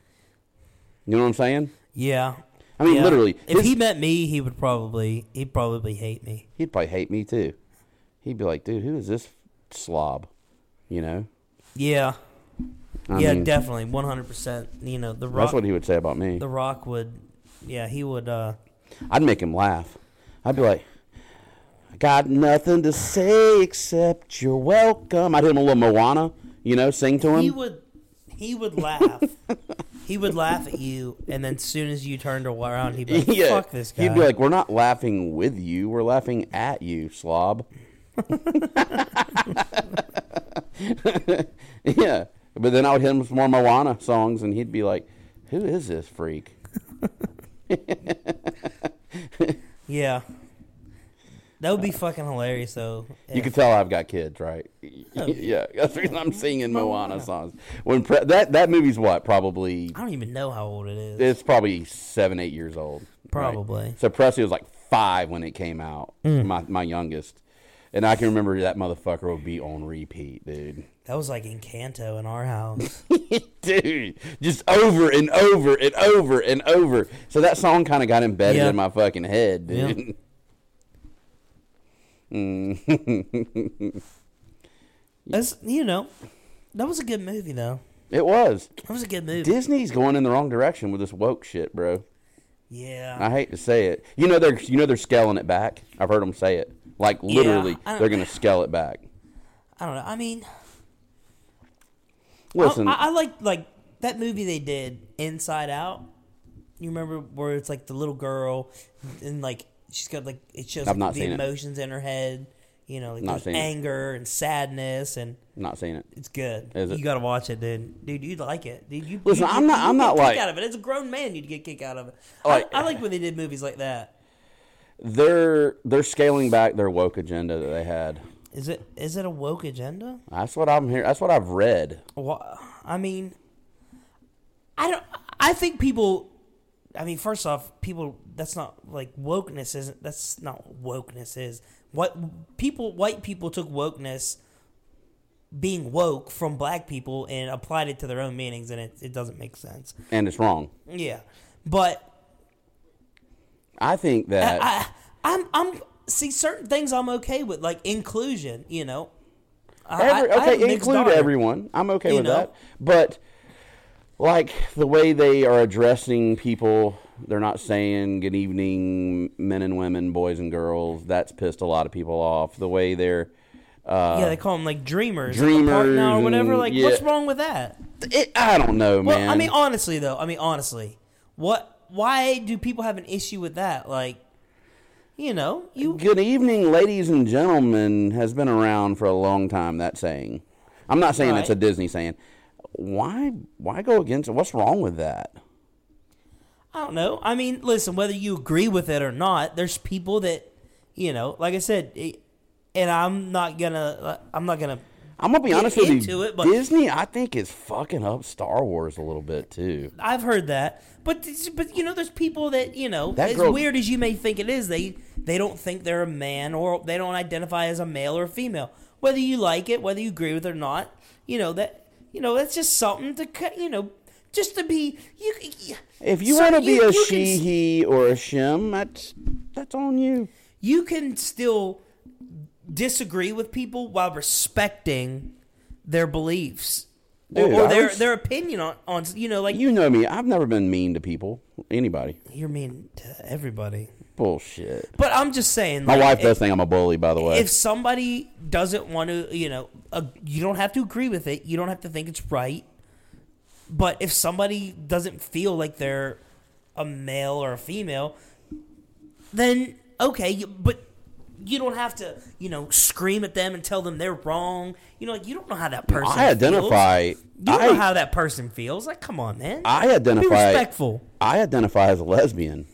Speaker 2: You know what I'm saying?
Speaker 1: Yeah.
Speaker 2: I mean,
Speaker 1: Yeah.
Speaker 2: literally,
Speaker 1: If
Speaker 2: his-
Speaker 1: he met me, he would probably he'd probably hate me.
Speaker 2: he'd probably hate me too. He'd be like, "Dude, who is this slob?" You know?
Speaker 1: Yeah.
Speaker 2: I
Speaker 1: yeah,
Speaker 2: mean,
Speaker 1: definitely. 100%. You know, the rock
Speaker 2: That's what he would say about me.
Speaker 1: the rock would yeah, he would uh
Speaker 2: I'd make him laugh. I'd be like, "I got nothing to say except you're welcome." I'd hit him a little Moana, you know, sing to him.
Speaker 1: he would he would laugh. he would laugh at you and then as soon as you turned around he'd be like, fuck this guy.
Speaker 2: He'd be like, "We're not laughing with you. We're laughing at you, slob." yeah, but then I would hit him with more Moana songs, and he'd be like, "Who is this freak?"
Speaker 1: yeah. That would be fucking hilarious though.
Speaker 2: You can tell I've got kids, right?
Speaker 1: Oh,
Speaker 2: yeah, that's the reason I'm
Speaker 1: Mm-hmm.
Speaker 2: singing Moana songs. When pre- that that movie's what probably
Speaker 1: I don't even know how old it is.
Speaker 2: it's probably seven eight years old. right?
Speaker 1: Probably. Mm.
Speaker 2: So Presley was like five when it came out. My my youngest, and I can remember that motherfucker would be on repeat, dude.
Speaker 1: That was like Encanto in our house.
Speaker 2: dude, just over and over and over and over. So that song kind of got embedded
Speaker 1: Yeah.
Speaker 2: in my fucking head, dude.
Speaker 1: Yeah.
Speaker 2: Mm.
Speaker 1: That's you know, that was a good movie though.
Speaker 2: it was.
Speaker 1: That was a good movie.
Speaker 2: Disney's going in the wrong direction with this woke shit, bro. I
Speaker 1: yeah.
Speaker 2: hate to say it. You know they're you know they're scaling it back. I've heard them say it. Like literally,
Speaker 1: I don't-
Speaker 2: they're going to scale it back.
Speaker 1: I, don't know. I mean,
Speaker 2: Listen,
Speaker 1: I, I like like that movie they did Inside Out. You remember where it's like the little girl and like she's got like it shows
Speaker 2: I've
Speaker 1: like,
Speaker 2: not
Speaker 1: the
Speaker 2: seen it.
Speaker 1: emotions in her head. You know, like
Speaker 2: Not
Speaker 1: there's
Speaker 2: seen it.
Speaker 1: anger and sadness, and
Speaker 2: not seeing it.
Speaker 1: it's good.
Speaker 2: Is it?
Speaker 1: You gotta watch it, dude. Dude, you'd like it. Dude, you
Speaker 2: Listen,
Speaker 1: you-
Speaker 2: I'm not-
Speaker 1: you'd
Speaker 2: I'm
Speaker 1: get
Speaker 2: not
Speaker 1: a kick
Speaker 2: like-
Speaker 1: out of it. As a grown man, you'd get a kick out of it. I
Speaker 2: Like-
Speaker 1: I like when they did movies like that.
Speaker 2: They're they're scaling back their woke agenda that they had.
Speaker 1: Is it is it a woke agenda?
Speaker 2: That's what I'm here. That's what I've read.
Speaker 1: Well, I mean, I don't. I think people. I mean, first off, people. That's not like wokeness. Isn't that's not what wokeness is. What people, white people, took wokeness, being woke, from black people and applied it to their own meanings, and it, it doesn't make sense.
Speaker 2: and it's wrong.
Speaker 1: Yeah, but
Speaker 2: I think that
Speaker 1: I, I'm I'm see certain things I'm okay with, like inclusion. You know, I-
Speaker 2: every,
Speaker 1: I- I have
Speaker 2: okay,
Speaker 1: mixed
Speaker 2: include
Speaker 1: daughter.
Speaker 2: everyone. I'm okay
Speaker 1: You
Speaker 2: with
Speaker 1: know?
Speaker 2: that, but like the way they are addressing people, they're not saying good evening, men and women, boys and girls. That's pissed a lot of people off. The way they're uh,
Speaker 1: Yeah, they call them like dreamers, at the park
Speaker 2: Dreamers
Speaker 1: now or whatever.
Speaker 2: and-
Speaker 1: Like,
Speaker 2: yeah.
Speaker 1: what's wrong with that?
Speaker 2: it, I don't know,
Speaker 1: Well,
Speaker 2: man.
Speaker 1: I mean, honestly, though, I mean, honestly, what? Why do people have an issue with that? Like, you know, you
Speaker 2: Good evening, ladies and gentlemen, has been around for a long time. That saying, I'm not saying it's a
Speaker 1: Right.
Speaker 2: Disney saying. Why? Why go against it? What's wrong with that?
Speaker 1: I don't know. I mean, listen, whether you agree with it or not, there's people that, you know, like I said, it, and I'm not gonna, I'm not gonna.
Speaker 2: I'm gonna be
Speaker 1: get
Speaker 2: honest with
Speaker 1: into
Speaker 2: you.
Speaker 1: it, but-
Speaker 2: Disney, I think, is fucking up Star Wars a little bit too.
Speaker 1: I've heard that, but this- but you know, there's people that you know,
Speaker 2: That
Speaker 1: as
Speaker 2: girl-
Speaker 1: weird as you may think it is, they they don't think they're a man or they don't identify as a male or a female. Whether you like it, whether you agree with it or not, you know that you know that's just something to cut. You know, just to be you.
Speaker 2: If you
Speaker 1: Sir,
Speaker 2: want to be
Speaker 1: you
Speaker 2: a
Speaker 1: can
Speaker 2: she,
Speaker 1: s-
Speaker 2: he, or a shim, that's that's on you.
Speaker 1: you can still disagree with people while respecting their beliefs or-
Speaker 2: Dude,
Speaker 1: or,
Speaker 2: I
Speaker 1: their
Speaker 2: res-
Speaker 1: their opinion on on you know like
Speaker 2: You know me. I've never been mean to people, anybody.
Speaker 1: you're mean to everybody.
Speaker 2: Bullshit.
Speaker 1: But I'm just saying,
Speaker 2: My
Speaker 1: like,
Speaker 2: wife
Speaker 1: it-
Speaker 2: does think I'm a bully, by the way.
Speaker 1: if somebody doesn't want to, you know, uh, you don't have to agree with it. You don't have to think it's right. But if somebody doesn't feel like they're a male or a female, then okay, you- but you don't have to, you know, scream at them and tell them they're wrong. You know, like you don't know how that person.
Speaker 2: I identify.
Speaker 1: Feels. You don't know
Speaker 2: I,
Speaker 1: how that person feels. Like, come on, man.
Speaker 2: I
Speaker 1: Be
Speaker 2: identify.
Speaker 1: respectful.
Speaker 2: I identify as a lesbian.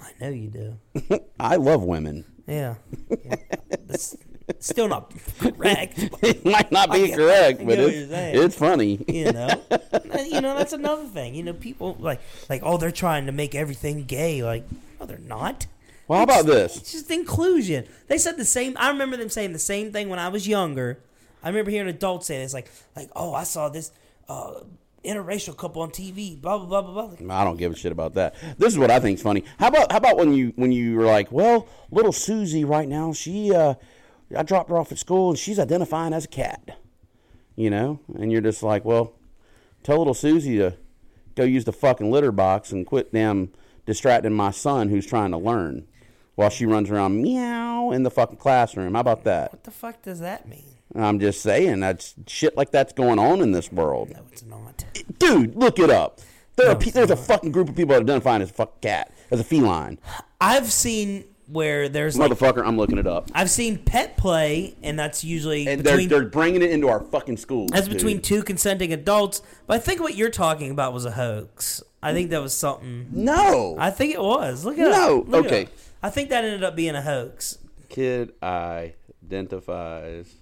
Speaker 1: I know you do.
Speaker 2: I love women.
Speaker 1: Yeah. Yeah. That's- Still not correct.
Speaker 2: it might not
Speaker 1: I
Speaker 2: be
Speaker 1: get-
Speaker 2: correct,
Speaker 1: I get
Speaker 2: but
Speaker 1: what
Speaker 2: it's,
Speaker 1: you're saying.
Speaker 2: it's funny.
Speaker 1: you know And, you know that's another thing you know people like like oh they're trying to make everything gay like no they're not
Speaker 2: Well, how about this?
Speaker 1: it's just inclusion they said the same i remember them saying the same thing when i was younger i remember hearing adults say this like like oh i saw this uh interracial couple on tv blah blah blah blah blah Like,
Speaker 2: I don't give a shit about that. This is what I think's funny. How about how about when you when you were like, well, little Susie right now, she uh, I dropped her off at school and she's identifying as a cat, you know, and you're just like, well, tell little Susie to go use the fucking litter box and quit damn distracting my son who's trying to learn while she runs around meow in the fucking classroom. How about that?
Speaker 1: what the fuck does that mean
Speaker 2: I'm just saying that's shit like that's going on in this world.
Speaker 1: no it's not
Speaker 2: Dude, look it up. There are
Speaker 1: No,
Speaker 2: pe-
Speaker 1: it's
Speaker 2: there's a fucking group of people identifying as a fucking cat, as a feline.
Speaker 1: i've seen where there's like
Speaker 2: Motherfucker, I'm looking it up.
Speaker 1: i've seen pet play and that's usually
Speaker 2: And
Speaker 1: between
Speaker 2: they're they're bringing it into our fucking schools.
Speaker 1: That's
Speaker 2: dude.
Speaker 1: between two consenting adults. But I think what you're talking about was a hoax. I think that was something.
Speaker 2: no
Speaker 1: I think it was. Look at
Speaker 2: No, okay.
Speaker 1: I think that ended up being a hoax.
Speaker 2: kid identifies.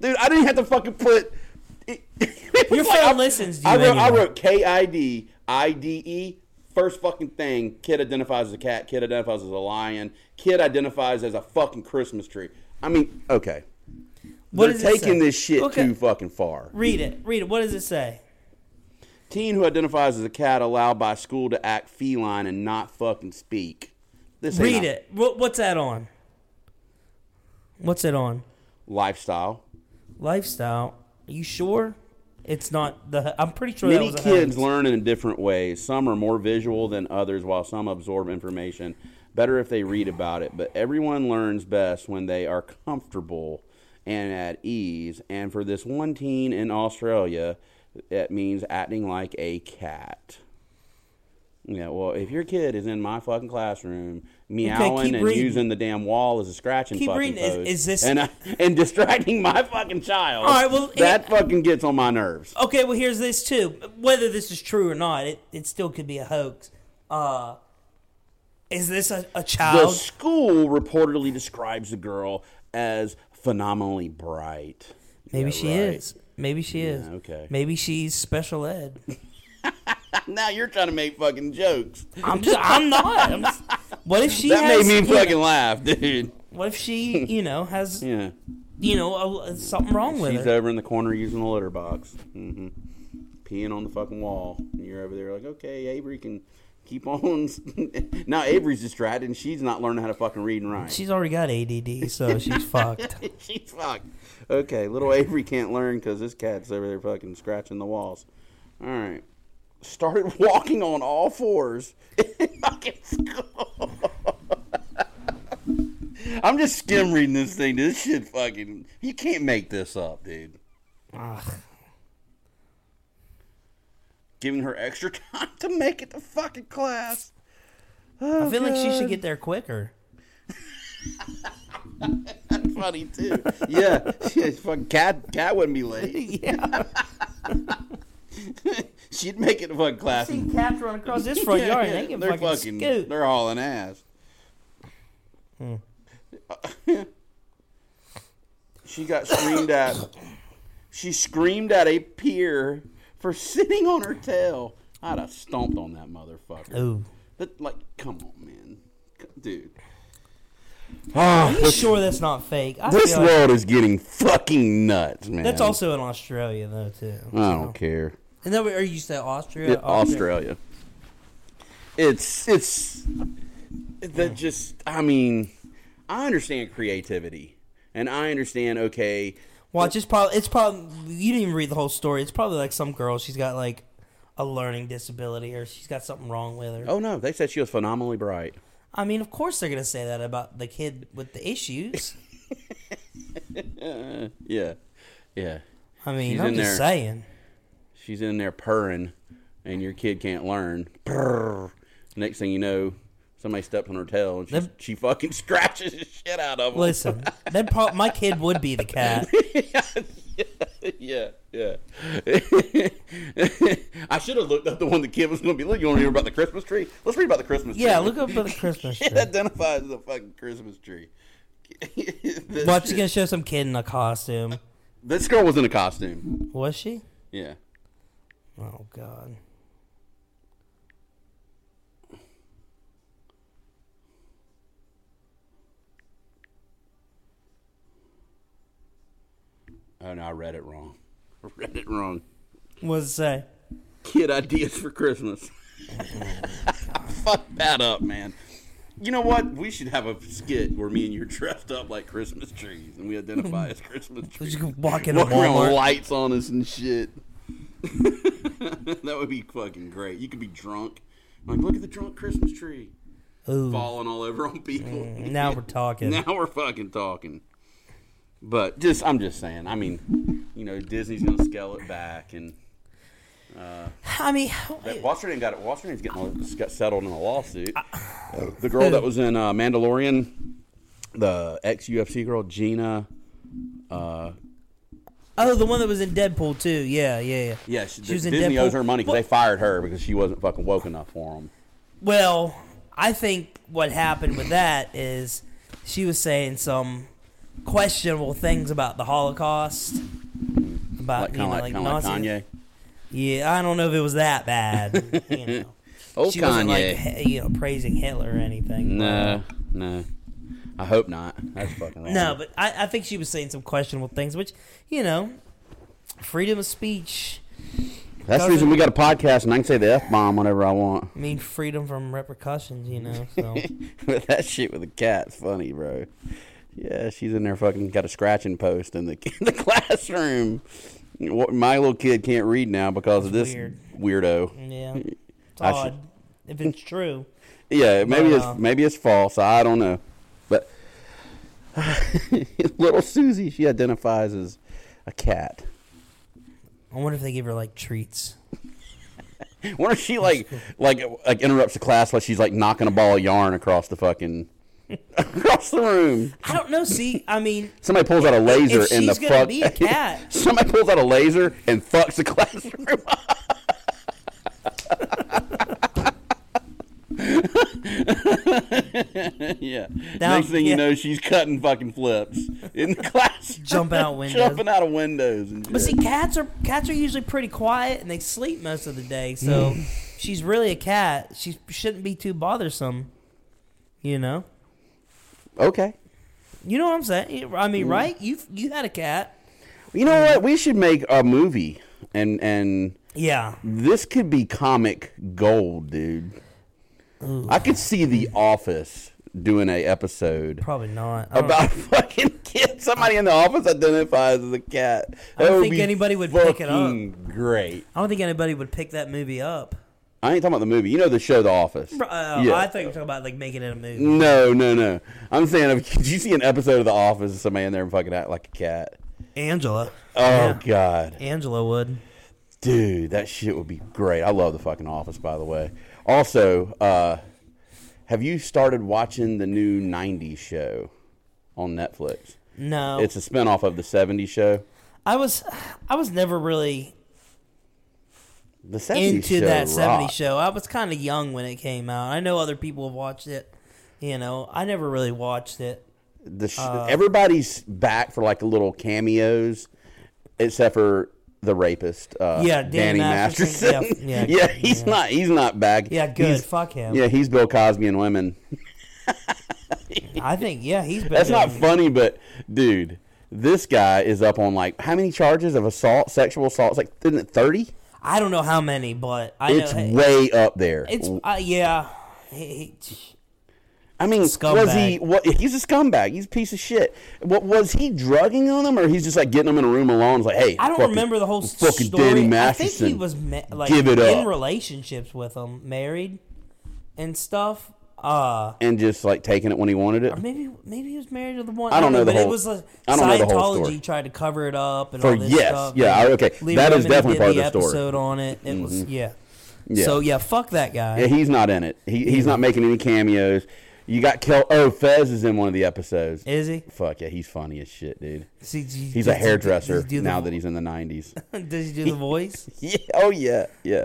Speaker 2: Dude, I didn't have to fucking put.
Speaker 1: Your
Speaker 2: Like,
Speaker 1: phone listens to you
Speaker 2: I wrote, I
Speaker 1: anyway.
Speaker 2: wrote K I D I D E. First fucking thing. Kid identifies as a cat. Kid identifies as a lion. Kid identifies as a fucking Christmas tree. I mean, okay.
Speaker 1: What
Speaker 2: They're
Speaker 1: does it
Speaker 2: taking
Speaker 1: say?
Speaker 2: this shit
Speaker 1: Okay.
Speaker 2: too fucking far.
Speaker 1: Read it. Read it. What does it say?
Speaker 2: Teen who identifies as a cat allowed by school to act feline and not fucking speak. This ain't
Speaker 1: Read
Speaker 2: a
Speaker 1: it. What, what's that on? What's it on?
Speaker 2: Lifestyle.
Speaker 1: Lifestyle. Are you sure? It's not the. I'm pretty sure
Speaker 2: Many
Speaker 1: that was a
Speaker 2: kids
Speaker 1: hoax.
Speaker 2: learn in a different way. Some are more visual than others, while some absorb information better if they read about it. But everyone learns best when they are comfortable and at ease. And for this one teen in Australia, that means acting like a cat. Yeah, well, if your kid is in my fucking classroom meowing and
Speaker 1: reading.
Speaker 2: using the damn wall as a scratching
Speaker 1: Keep
Speaker 2: fucking
Speaker 1: reading. Is-
Speaker 2: post
Speaker 1: is this-
Speaker 2: and I, and distracting my fucking child,
Speaker 1: All right, well,
Speaker 2: that
Speaker 1: it-
Speaker 2: fucking gets on my nerves.
Speaker 1: Okay, well, here's this too. Whether this is true or not, it, it still could be a hoax. Uh, is this a, a
Speaker 2: The
Speaker 1: child?
Speaker 2: school reportedly describes the girl as phenomenally bright.
Speaker 1: Maybe
Speaker 2: Yeah,
Speaker 1: she
Speaker 2: right.
Speaker 1: is. Maybe she is.
Speaker 2: okay.
Speaker 1: Maybe she's special ed.
Speaker 2: Now you're trying to make fucking jokes.
Speaker 1: I'm just. I'm not. I'm just, what if she?
Speaker 2: That
Speaker 1: has,
Speaker 2: made me
Speaker 1: you know,
Speaker 2: fucking laugh, dude.
Speaker 1: what if she? You know has.
Speaker 2: Yeah.
Speaker 1: You know a, something wrong with
Speaker 2: She's
Speaker 1: her.
Speaker 2: over in the corner using the litter box. hmm Peeing on the fucking wall. And you're over there like, okay, Avery can keep on. now Avery's distracted and she's not learning how to fucking read and write.
Speaker 1: She's already got ADD, so she's fucked.
Speaker 2: she's fucked. Okay, little Avery can't learn because this cat's over there fucking scratching the walls. All right. Started walking on all fours in fucking school. I'm just skim reading this thing. This shit fucking. You can't make this up, dude.
Speaker 1: Ugh.
Speaker 2: Giving her extra time to make it to fucking class.
Speaker 1: I feel like she should get there quicker.
Speaker 2: Funny too. Yeah, shit, fucking cat. Cat wouldn't be late.
Speaker 1: Yeah.
Speaker 2: She'd make it to fucking class.
Speaker 1: See cats run across this front yard, and they can
Speaker 2: are
Speaker 1: fucking, scoot. Hmm.
Speaker 2: They're hauling ass. she got screamed at. She screamed at a peer for sitting on her tail. I'd have stomped on that motherfucker.
Speaker 1: Ooh.
Speaker 2: But like, come on, man, C- dude.
Speaker 1: Are you sure that's not fake? I
Speaker 2: Ah, This
Speaker 1: feel like-
Speaker 2: world is getting fucking nuts, man.
Speaker 1: that's also in Australia though too.
Speaker 2: I don't care.
Speaker 1: And then, or you said Austria?
Speaker 2: It- Australia. It's it's that just I mean I understand creativity and I understand okay
Speaker 1: Watch, it's probably it's probably you didn't even read the whole story. It's probably like some girl. She's got like a learning disability, or she's got something wrong with her.
Speaker 2: oh no they said she was phenomenally bright
Speaker 1: I mean, of course they're gonna say that about the kid with the issues.
Speaker 2: yeah yeah
Speaker 1: I mean,
Speaker 2: She's
Speaker 1: I'm
Speaker 2: in
Speaker 1: just
Speaker 2: there.
Speaker 1: saying.
Speaker 2: she's in there purring and your kid can't learn Purr. next thing you know somebody steps on her tail and she,
Speaker 1: Them-
Speaker 2: she fucking scratches the shit out of him
Speaker 1: Listen, that pro- my kid would be the cat.
Speaker 2: yeah, yeah. I should have looked up the one the kid was going to be. Look, you want to hear about the Christmas tree? Let's read about the Christmas tree.
Speaker 1: Yeah, look up at the Christmas
Speaker 2: It
Speaker 1: tree.
Speaker 2: identifies as a fucking Christmas tree. this,
Speaker 1: Watch you gonna show some kid in a costume.
Speaker 2: this girl was in a costume.
Speaker 1: Was she?
Speaker 2: Yeah.
Speaker 1: Oh God.
Speaker 2: Oh no, I read it wrong. I read it wrong.
Speaker 1: What's it say?
Speaker 2: Kid ideas for Christmas. I fucked that up, man. You know what? We should have a skit where me and you're dressed up like Christmas trees and we identify as Christmas trees.
Speaker 1: You can walk in a
Speaker 2: Walking around with
Speaker 1: Walmart.
Speaker 2: lights on us and shit. that would be fucking great. You could be drunk. Like, look at the drunk Christmas tree
Speaker 1: Ooh, Mm.
Speaker 2: falling all over on people.
Speaker 1: now we're talking.
Speaker 2: Now we're fucking talking. But just, I'm just saying. I mean, you know, Disney's gonna scale it back, and
Speaker 1: I mean, oh,
Speaker 2: What's her name got it. What's her name's getting all, just got settled in a lawsuit. the girl that was in uh, Mandalorian, the ex UFC girl Gina. Uh,
Speaker 1: oh, the one that was in Deadpool too. Yeah, yeah, yeah.
Speaker 2: yeah, she,
Speaker 1: She was in
Speaker 2: Disney
Speaker 1: Deadpool?
Speaker 2: owes her money because they fired her because she wasn't fucking woke enough for them.
Speaker 1: Well, I think what happened with that is she was saying some questionable things about the Holocaust, about
Speaker 2: Like
Speaker 1: you
Speaker 2: kind
Speaker 1: know,
Speaker 2: of Uh, like,
Speaker 1: like
Speaker 2: kinda like
Speaker 1: Nazi.
Speaker 2: Kanye.
Speaker 1: Yeah, I don't know if it was that bad. you know.
Speaker 2: Oh,
Speaker 1: she
Speaker 2: Kanye.
Speaker 1: wasn't like he- you know praising Hitler or anything.
Speaker 2: no, no. I hope not. That's fucking wrong.
Speaker 1: No, but I, I think she was saying some questionable things, which you know, freedom of speech.
Speaker 2: That's the reason we got a podcast, and I can say the f bomb whenever I want.
Speaker 1: I mean, freedom from repercussions. You know, so
Speaker 2: But that shit with the cat's funny, bro. Yeah, she's in there fucking got a scratching post in the in the classroom. Wha- My little kid can't read now because of
Speaker 1: That's Mm.
Speaker 2: this weirdo.
Speaker 1: yeah, it's
Speaker 2: I
Speaker 1: odd
Speaker 2: should-
Speaker 1: if it's true.
Speaker 2: Yeah, maybe
Speaker 1: Wow.
Speaker 2: it's maybe it's false. I don't know, but little Susie she identifies as a cat.
Speaker 1: I wonder if they give her like treats.
Speaker 2: What if she like like like interrupts the class while she's like knocking a ball of yarn across the fucking across the room?
Speaker 1: I don't know. See, I mean,
Speaker 2: Somebody pulls out a laser and the
Speaker 1: she's gonna
Speaker 2: fuck.
Speaker 1: be a cat.
Speaker 2: Somebody pulls out a laser and fucks the classroom. up. yeah.
Speaker 1: Now-
Speaker 2: Next thing
Speaker 1: yeah.
Speaker 2: you know, she's cutting fucking flips in the class,
Speaker 1: Jump out windows.
Speaker 2: jumping out of windows. And
Speaker 1: but see,
Speaker 2: shit.
Speaker 1: cats are cats are usually pretty quiet and they sleep most of the day. So if she's really a cat. She shouldn't be too bothersome. You know,
Speaker 2: okay.
Speaker 1: you know what I'm saying. I mean, right? You you had a cat.
Speaker 2: You know what? We should make a movie, and and
Speaker 1: Yeah.
Speaker 2: this could be comic gold, dude. I could see The Office doing a episode
Speaker 1: Probably not. I don't-
Speaker 2: about fucking kid. Somebody in the office identifies as a cat. That
Speaker 1: I don't
Speaker 2: would
Speaker 1: think
Speaker 2: be
Speaker 1: anybody would pick it up.
Speaker 2: fucking Great.
Speaker 1: I don't think anybody would pick that movie up.
Speaker 2: I ain't talking about the movie. You know the show, The Office.
Speaker 1: Uh,
Speaker 2: Yeah.
Speaker 1: I think you're talking about like making it a movie.
Speaker 2: no, no, no. I'm saying, if, did you see an episode of The Office and somebody in there fucking act like a cat?
Speaker 1: Angela.
Speaker 2: Oh God,
Speaker 1: Angela would.
Speaker 2: dude, that shit would be great. I love the fucking Office, by the way. Also, uh, have you started watching the new '90s show on Netflix?
Speaker 1: No.
Speaker 2: It's a spinoff of the '70s show.
Speaker 1: I was I was never really
Speaker 2: The '70s
Speaker 1: into
Speaker 2: show
Speaker 1: that 70
Speaker 2: rocked.
Speaker 1: show. I was kind of young when it came out. I know other people have watched it. You know, I never really watched it.
Speaker 2: the sh-
Speaker 1: Uh.
Speaker 2: everybody's back for like little cameos, except for the rapist. Uh,
Speaker 1: Yeah, Dan
Speaker 2: Danny
Speaker 1: Masterson.
Speaker 2: Masterson.
Speaker 1: Yeah,
Speaker 2: Yeah,
Speaker 1: yeah,
Speaker 2: he's not. He's not back.
Speaker 1: Yeah, good.
Speaker 2: He's-
Speaker 1: Fuck him.
Speaker 2: yeah, he's Bill Cosby and women.
Speaker 1: I think yeah, he's been
Speaker 2: That's not
Speaker 1: doing-
Speaker 2: funny, but dude, this guy is up on like how many charges of assault, sexual assault? It's like isn't it thirty?
Speaker 1: I don't know how many, but I
Speaker 2: It's
Speaker 1: know hey,
Speaker 2: way up there.
Speaker 1: it's uh, yeah. He- he-
Speaker 2: I mean, was he?
Speaker 1: Scumbag.
Speaker 2: What, he's a scumbag. He's a piece of shit. What was he drugging on him, or he's just like getting him in a room alone? It's like, hey,
Speaker 1: I don't
Speaker 2: fucking-
Speaker 1: remember the whole
Speaker 2: fucking
Speaker 1: story.
Speaker 2: Danny
Speaker 1: I think he
Speaker 2: Masterson.
Speaker 1: was ma- like
Speaker 2: Give it
Speaker 1: in
Speaker 2: up.
Speaker 1: relationships with him, married and stuff. Uh
Speaker 2: and just like taking it when he wanted it.
Speaker 1: maybe maybe he was married to the one.
Speaker 2: I don't know the
Speaker 1: but
Speaker 2: whole-
Speaker 1: It was like
Speaker 2: I don't know the whole
Speaker 1: Scientology
Speaker 2: story.
Speaker 1: tried to cover it up and
Speaker 2: For-
Speaker 1: all this
Speaker 2: Oh, yes,
Speaker 1: stuff.
Speaker 2: yeah,
Speaker 1: And
Speaker 2: I- okay.
Speaker 1: Leah
Speaker 2: that is
Speaker 1: Remini
Speaker 2: definitely
Speaker 1: did
Speaker 2: part of
Speaker 1: the
Speaker 2: the story. Mm-hmm.
Speaker 1: episode on it. It was yeah.
Speaker 2: Yeah.
Speaker 1: So yeah, fuck that guy.
Speaker 2: Yeah, he's not in it. He, he's not making any cameos. You got Kel. Oh, Fez is in one of the episodes.
Speaker 1: Is he?
Speaker 2: Fuck yeah, he's funny as shit, dude.
Speaker 1: See, did you-
Speaker 2: He's
Speaker 1: did
Speaker 2: a
Speaker 1: you-
Speaker 2: hairdresser
Speaker 1: did you do the-
Speaker 2: now that he's in the nineties.
Speaker 1: Does he do the voice?
Speaker 2: yeah. Oh yeah. Yeah.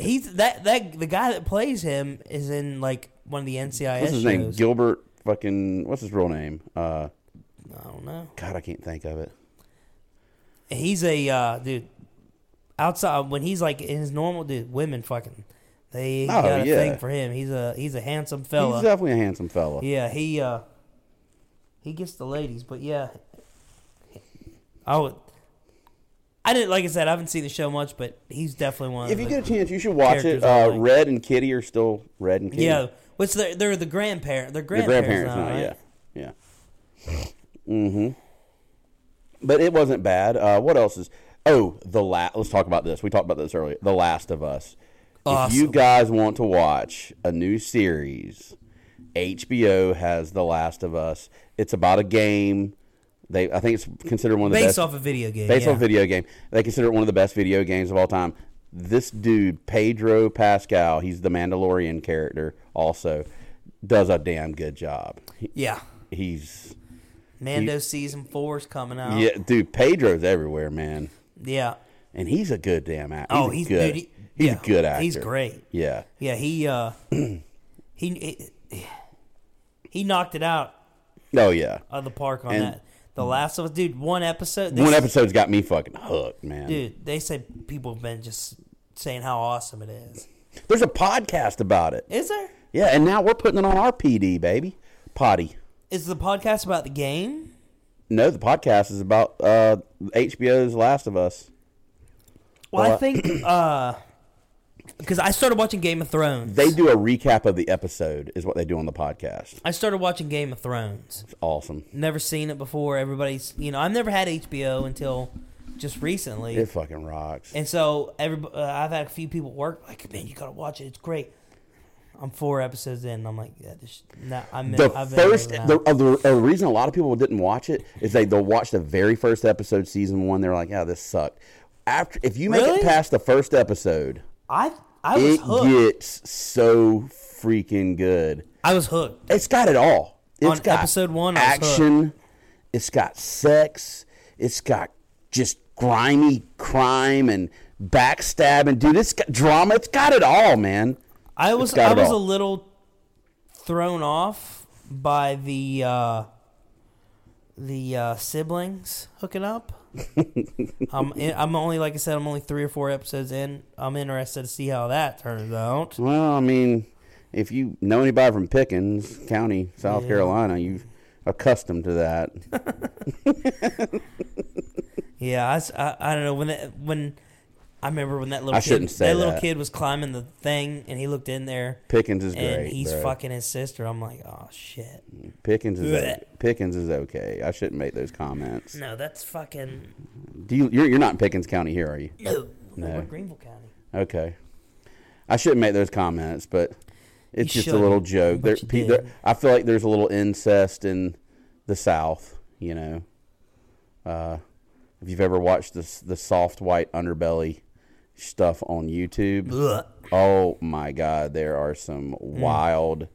Speaker 1: He's that that the guy that plays him is in like one of the NCIS
Speaker 2: What's his
Speaker 1: shows.
Speaker 2: name? Gilbert fucking what's his real name? Uh,
Speaker 1: I don't know.
Speaker 2: God, I can't think of it.
Speaker 1: He's a uh, dude outside when he's like in his normal dude. Women fucking they
Speaker 2: Oh,
Speaker 1: got a
Speaker 2: yeah.
Speaker 1: thing for him. He's a he's a handsome fella.
Speaker 2: He's definitely a handsome fella.
Speaker 1: Yeah, he uh he gets the ladies, but yeah. I would I didn't like I said, I haven't seen the show much, but he's definitely one
Speaker 2: If
Speaker 1: of
Speaker 2: you
Speaker 1: the,
Speaker 2: get a chance, you should watch it.
Speaker 1: Characters I
Speaker 2: Uh,
Speaker 1: like.
Speaker 2: Red and Kitty are still Red and Kitty.
Speaker 1: Yeah. Which they're they're the grandparent they're
Speaker 2: the
Speaker 1: grandparents,
Speaker 2: grandparents
Speaker 1: now,
Speaker 2: now.
Speaker 1: right?
Speaker 2: Yeah, yeah. Mm-hmm. But it wasn't bad. Uh, what else is? Oh, the last. Let's talk about this. We talked about this earlier. The Last of Us. If you
Speaker 1: Awesome.
Speaker 2: guys want to watch a new series, HBO has The Last of Us. It's about a game. They, I think it's considered one of the
Speaker 1: Based
Speaker 2: best
Speaker 1: off a video game.
Speaker 2: based
Speaker 1: yeah.
Speaker 2: on a video game. They consider it one of the best video games of all time. This dude, Pedro Pascal, he's the Mandalorian character, also does a damn good job. He-
Speaker 1: Yeah.
Speaker 2: He's
Speaker 1: Mando season four is coming out.
Speaker 2: yeah, dude. Pedro's everywhere, man,
Speaker 1: Yeah.
Speaker 2: and he's a good damn actor.
Speaker 1: Oh,
Speaker 2: a
Speaker 1: he's-
Speaker 2: good.
Speaker 1: dude, he-
Speaker 2: he's
Speaker 1: yeah,
Speaker 2: a good actor.
Speaker 1: he's great.
Speaker 2: Yeah,
Speaker 1: Yeah, he uh he, he he knocked it out
Speaker 2: oh yeah.
Speaker 1: of the park on
Speaker 2: And-
Speaker 1: that. The last of us dude, one episode they
Speaker 2: One episode's got me fucking hooked, man.
Speaker 1: dude they say people have been just saying how awesome it is
Speaker 2: There's a podcast about it.
Speaker 1: is there
Speaker 2: Yeah, and now we're putting it on our PD, baby. Potty.
Speaker 1: is the podcast about the game
Speaker 2: No, the podcast is about uh, HBO's Last of Us.
Speaker 1: well, i
Speaker 2: Well,
Speaker 1: think uh because i started watching game of thrones
Speaker 2: They do a recap of the episode, is what they do on the podcast.
Speaker 1: i started watching game of thrones
Speaker 2: It's awesome.
Speaker 1: never seen it before everybody's you know i've never had hbo until just recently
Speaker 2: It fucking rocks.
Speaker 1: and so every uh, i've had a few people work like man you gotta watch it it's great i'm four episodes in and i'm like yeah this nah, I'm
Speaker 2: The
Speaker 1: I've been
Speaker 2: first,
Speaker 1: over
Speaker 2: the,
Speaker 1: that.
Speaker 2: uh, the, uh, reason a lot of people didn't watch it is they they'll watch the very first episode, season one. They're like, "Yeah, this sucked." After, if you make
Speaker 1: Really?
Speaker 2: it past the first episode,
Speaker 1: i i was
Speaker 2: it
Speaker 1: hooked
Speaker 2: gets so freaking good.
Speaker 1: i was hooked
Speaker 2: It's got it all. It's
Speaker 1: On
Speaker 2: got
Speaker 1: episode one, I was hooked.
Speaker 2: action. It's got sex. It's got just grimy crime and backstabbing. Dude, it's got drama. It's got it all, man.
Speaker 1: I was
Speaker 2: got
Speaker 1: I
Speaker 2: it
Speaker 1: was a
Speaker 2: all.
Speaker 1: little thrown off by the uh, the uh, siblings hooking up. I'm in, I'm only like I said I'm only three or four episodes in. I'm interested to see how that turns out.
Speaker 2: Well, I mean, if you know anybody from Pickens County, South Carolina, you've accustomed to that.
Speaker 1: Yeah, I, s- I- I don't know when that when I remember when that little
Speaker 2: I
Speaker 1: kid,
Speaker 2: shouldn't say
Speaker 1: that little
Speaker 2: that.
Speaker 1: kid was climbing the thing and he looked in there
Speaker 2: Pickens is
Speaker 1: and
Speaker 2: great.
Speaker 1: he's
Speaker 2: bro.
Speaker 1: fucking his sister. I'm like, oh shit,
Speaker 2: Pickens is
Speaker 1: Blech.
Speaker 2: o- Pickens is okay. I shouldn't make those comments.
Speaker 1: no, that's fucking
Speaker 2: Do you? You're, you're not in Pickens County here, are you?
Speaker 1: no, no.
Speaker 2: No.
Speaker 1: we're Greenville County.
Speaker 2: Okay. I shouldn't make those comments, but it's
Speaker 1: You
Speaker 2: just a little
Speaker 1: shouldn't,
Speaker 2: joke.
Speaker 1: but
Speaker 2: There,
Speaker 1: you
Speaker 2: pe- there,
Speaker 1: did.
Speaker 2: I feel like there's a little incest in the South, you know. Uh, if you've ever watched this, the soft white underbelly stuff on YouTube,
Speaker 1: Ugh.
Speaker 2: oh my God, there are some
Speaker 1: Mm.
Speaker 2: wild,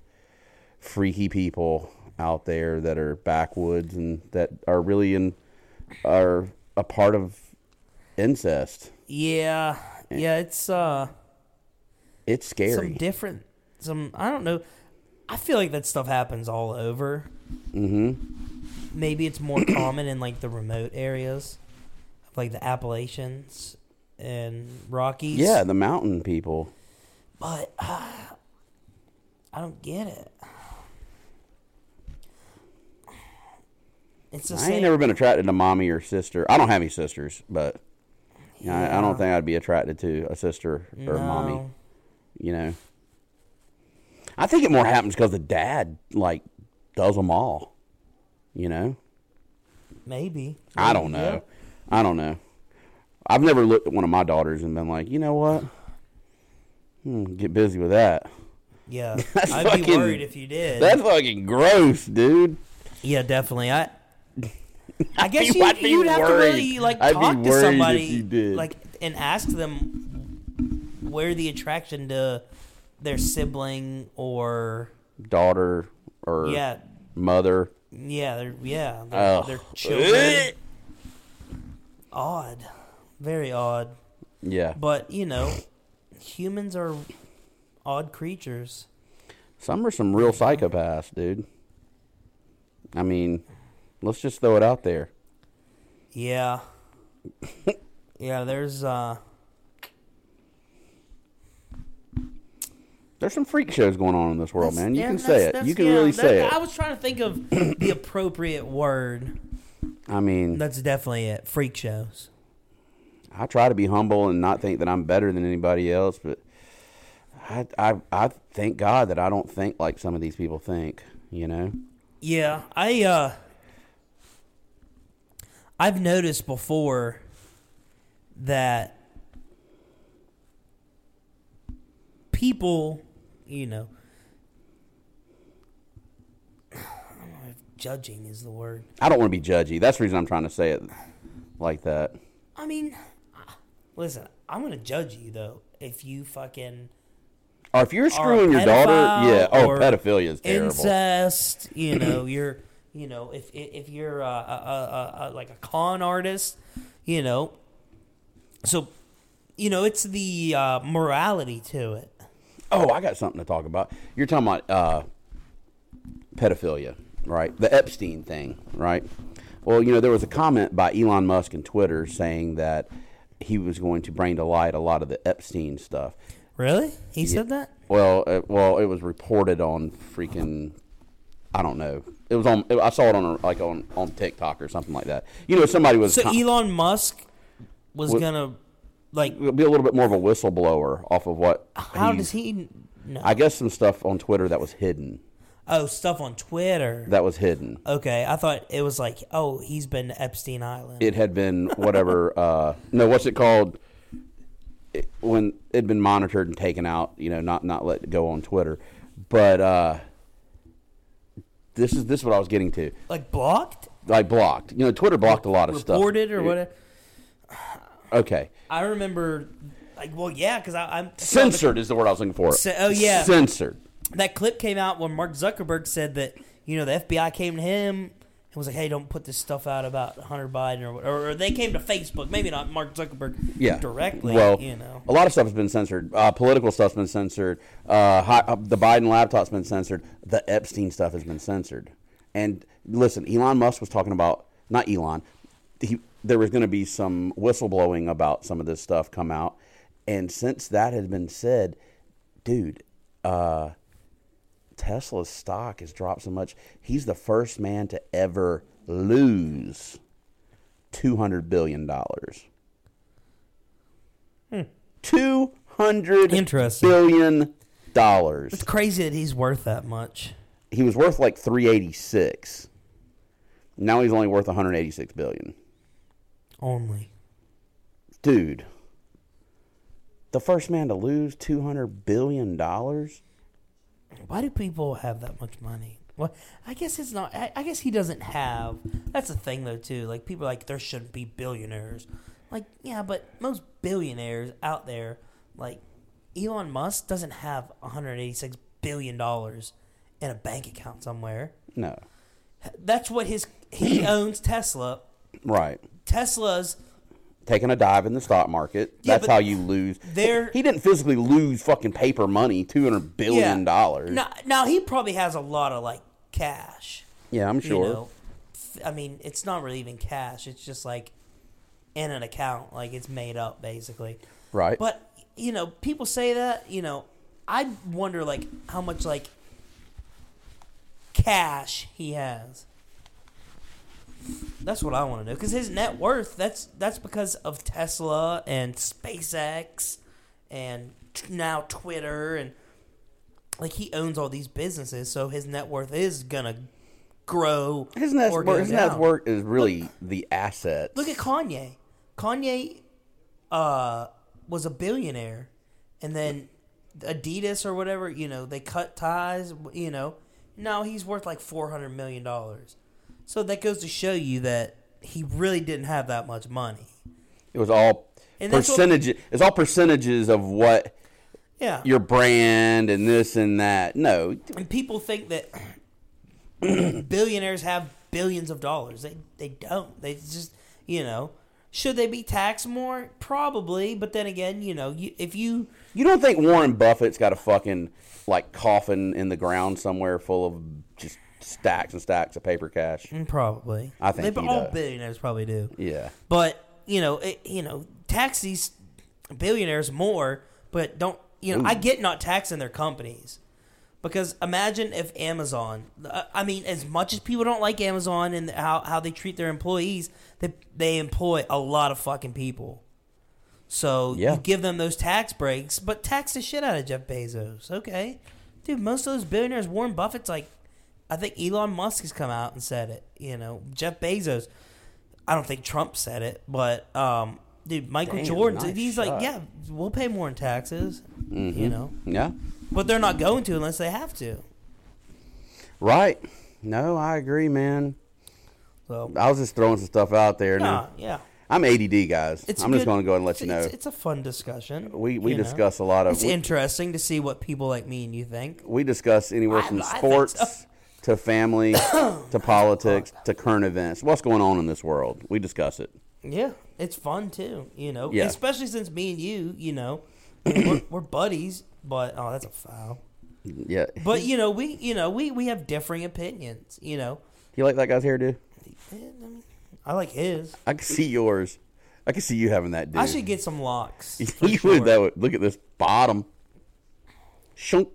Speaker 2: freaky people out there that are backwoods and that are really in are a part of incest.
Speaker 1: Yeah,
Speaker 2: Eh,
Speaker 1: yeah, it's uh
Speaker 2: It's scary.
Speaker 1: some different. Some I don't know. I feel like that stuff happens all over. Mm-hmm. Maybe it's more common in like the remote areas, like the Appalachians and Rockies.
Speaker 2: Yeah, the mountain people.
Speaker 1: but uh, I don't get it. It's the
Speaker 2: I
Speaker 1: same.
Speaker 2: ain't never been attracted to mommy or sister. I don't have any sisters, but you know, I, I don't
Speaker 1: Yeah.
Speaker 2: think I'd be attracted to a sister or mommy.
Speaker 1: No.
Speaker 2: You know, I think it more happens because the dad like does them all. You know,
Speaker 1: Maybe
Speaker 2: I don't know.
Speaker 1: Oh, Yeah.
Speaker 2: I don't know. I've never looked at one of my daughters and been like, you know what? Hmm, get busy with that.
Speaker 1: Yeah,
Speaker 2: That's
Speaker 1: I'd be
Speaker 2: fucking-
Speaker 1: worried if you did.
Speaker 2: That's fucking gross, dude.
Speaker 1: Yeah, definitely. I I guess
Speaker 2: be-
Speaker 1: you,
Speaker 2: I'd be
Speaker 1: you'd have to
Speaker 2: worried.
Speaker 1: really like
Speaker 2: I'd be
Speaker 1: talk to
Speaker 2: worried if
Speaker 1: somebody,
Speaker 2: you did.
Speaker 1: like, and ask them where the attraction to their sibling or
Speaker 2: Daughter or
Speaker 1: yeah,
Speaker 2: mother.
Speaker 1: yeah, their yeah, their,
Speaker 2: Ugh. Eh.
Speaker 1: their children. odd, very odd.
Speaker 2: Yeah.
Speaker 1: But you know, humans are odd creatures.
Speaker 2: Some are some real psychopaths, dude. I mean, let's just throw it out there.
Speaker 1: Yeah. yeah, there's uh
Speaker 2: There's some freak shows going on in this world, man. You
Speaker 1: yeah,
Speaker 2: can
Speaker 1: that's-
Speaker 2: say it.
Speaker 1: that's-
Speaker 2: You can
Speaker 1: yeah,
Speaker 2: really
Speaker 1: that-
Speaker 2: say
Speaker 1: I
Speaker 2: it.
Speaker 1: was trying to think of the appropriate word.
Speaker 2: I mean,
Speaker 1: That's definitely it. Freak shows.
Speaker 2: I try to be humble and not think that I'm better than anybody else, but I I I thank God that I don't think like some of these people think, you know.
Speaker 1: Yeah, I uh I've noticed before that people, you know, I don't know if judging is the word.
Speaker 2: I don't want to be judgy. That's the reason I'm trying to say it like that.
Speaker 1: I mean, listen, I'm going to judge you though if you fucking
Speaker 2: Or if you're screwing your
Speaker 1: pedophile
Speaker 2: daughter, yeah, oh,
Speaker 1: or
Speaker 2: pedophilia is terrible.
Speaker 1: incest. You know, you're, you know, if if you're uh, a, a, a, a like a con artist, you know, so, you know, it's the uh, morality to it.
Speaker 2: Oh, I got something to talk about. You're talking about uh, pedophilia, right? The Epstein thing, right? Well, you know, there was a comment by Elon Musk in Twitter saying that he was going to bring to light a lot of the Epstein stuff.
Speaker 1: Really? He said that?
Speaker 2: Well, uh, well, it was reported on freaking, I don't know. It was on. I saw it on a, like on on TikTok or something like that. You know, somebody was
Speaker 1: So
Speaker 2: com-
Speaker 1: Elon Musk was gonna like.
Speaker 2: it'll be a little bit more of a whistleblower off of what.
Speaker 1: How does he? No.
Speaker 2: I guess some stuff on Twitter that was hidden.
Speaker 1: Oh, stuff on Twitter.
Speaker 2: That was hidden.
Speaker 1: Okay, I thought it was like, oh, he's been to Epstein Island.
Speaker 2: it had been whatever uh no what's it called it, when it had been monitored and taken out you know not not let go on twitter but uh this is this is what i was getting to
Speaker 1: like blocked,
Speaker 2: like blocked you know twitter blocked a lot of stuff
Speaker 1: reported, or
Speaker 2: It-
Speaker 1: whatever.
Speaker 2: okay
Speaker 1: I remember, like, well, yeah, because I'm
Speaker 2: censored is the word i was looking for
Speaker 1: Ce- oh, yeah.
Speaker 2: censored
Speaker 1: that clip came out when Mark Zuckerberg said that you know the FBI came to him and was like, "Hey, don't put this stuff out about Hunter Biden," or what- or, or they came to Facebook, maybe not Mark Zuckerberg,
Speaker 2: yeah
Speaker 1: directly.
Speaker 2: well
Speaker 1: you know,
Speaker 2: a lot of stuff has been censored uh, political stuff's been censored uh, hi- uh, the biden laptop's been censored the epstein stuff has been censored and listen elon musk was talking about not elon he, there was going to be some whistleblowing about some of this stuff come out and since that had been said dude uh, tesla's stock has dropped so much he's the first man to ever lose 200 billion dollars Two hundred
Speaker 1: Hmm. Interesting.
Speaker 2: billion dollars.
Speaker 1: it's crazy that he's worth that much.
Speaker 2: He was worth like three eighty six. Now he's only worth one hundred eighty six billion.
Speaker 1: Only
Speaker 2: Dude, the first man to lose two hundred billion dollars.
Speaker 1: why do people have that much money? Well, I guess it's not. I, I guess he doesn't have. That's the thing, though, too. Like people are like there shouldn't be billionaires. Like yeah, but most billionaires out there, like Elon Musk, doesn't have 186 billion dollars in a bank account somewhere.
Speaker 2: No,
Speaker 1: That's what his he owns Tesla.
Speaker 2: right.
Speaker 1: Tesla's
Speaker 2: Taking a dive in the stock market.
Speaker 1: Yeah,
Speaker 2: That's
Speaker 1: but
Speaker 2: how you lose.
Speaker 1: there-
Speaker 2: he didn't physically lose fucking paper money, two hundred billion dollars.
Speaker 1: Now, now he probably has a lot of like cash.
Speaker 2: yeah, I'm sure.
Speaker 1: you know, f- I mean, it's not really even cash. It's just like in an account, like it's made up basically.
Speaker 2: Right.
Speaker 1: But you know, people say that. You know, I wonder like how much like cash he has. That's what I want to know because his net worth. That's that's because of Tesla and SpaceX and t- now Twitter and like he owns all these businesses, so his net worth is gonna grow.
Speaker 2: his net
Speaker 1: or go
Speaker 2: worth, his net
Speaker 1: down.
Speaker 2: worth is really the asset.
Speaker 1: Look at Kanye. Kanye uh, was a billionaire, and then Adidas or whatever, you know, they cut ties. You know, now he's worth like four hundred million dollars. So that goes to show you that he really didn't have that much money.
Speaker 2: It was all
Speaker 1: And that's what-
Speaker 2: percentages. It's all percentages of what
Speaker 1: Yeah,
Speaker 2: your brand and this and that. No,
Speaker 1: and people think that billionaires have billions of dollars. They they don't. They just you know. Should they be taxed more? Probably, but then again, you know, you, if you
Speaker 2: you don't think Warren Buffett's got a fucking like coffin in the ground somewhere full of just stacks and stacks of paper cash.
Speaker 1: Mm, Probably.
Speaker 2: I think
Speaker 1: They-
Speaker 2: he
Speaker 1: all
Speaker 2: does.
Speaker 1: billionaires probably do.
Speaker 2: Yeah.
Speaker 1: But you know, it, you know, tax these billionaires more, but don't you know? I get not taxing their companies because imagine if Amazon. I- I mean, as much as people don't like Amazon and how how they treat their employees, they they employ a lot of fucking people. So
Speaker 2: Yeah.
Speaker 1: you give them those tax breaks, but tax the shit out of Jeff Bezos. Okay, dude, most of those billionaires, Warren Buffett's like, I think Elon Musk has come out and said it. You know, Jeff Bezos. I don't think Trump said it, but um, dude, Michael
Speaker 2: Damn,
Speaker 1: Jordan's
Speaker 2: nice
Speaker 1: he's
Speaker 2: shot.
Speaker 1: like, yeah, we'll pay more in taxes,
Speaker 2: Mm-hmm.
Speaker 1: you know,
Speaker 2: Yeah.
Speaker 1: but they're not going to unless they have to.
Speaker 2: Right. No, I agree, man.
Speaker 1: So,
Speaker 2: I was just throwing some stuff out there. and
Speaker 1: nah,
Speaker 2: then-
Speaker 1: yeah,
Speaker 2: I'm ADD, guys.
Speaker 1: it's.
Speaker 2: Mm-hmm. I'm
Speaker 1: good-
Speaker 2: just going to go and let you know.
Speaker 1: it's- It's, a fun discussion.
Speaker 2: we we
Speaker 1: you know?
Speaker 2: discuss a lot of
Speaker 1: It's
Speaker 2: we,
Speaker 1: interesting to see what people like me and you think.
Speaker 2: we discuss anywhere
Speaker 1: I-
Speaker 2: from
Speaker 1: I think
Speaker 2: sports
Speaker 1: so.
Speaker 2: to family to politics to current events. What's going on in this world? We discuss it.
Speaker 1: Yeah, it's fun too. You know,
Speaker 2: Yeah.
Speaker 1: especially since me and you, you know, we're, we're buddies. But oh, that's a foul.
Speaker 2: Yeah.
Speaker 1: But you know, we you know we we have differing opinions. You know,
Speaker 2: You like that guy's hairdo?
Speaker 1: And, I mean, I like his.
Speaker 2: I can see yours. I can see you having that dude.
Speaker 1: I should get some locks. for
Speaker 2: you
Speaker 1: sure.
Speaker 2: would that would look at this bottom. Shunk.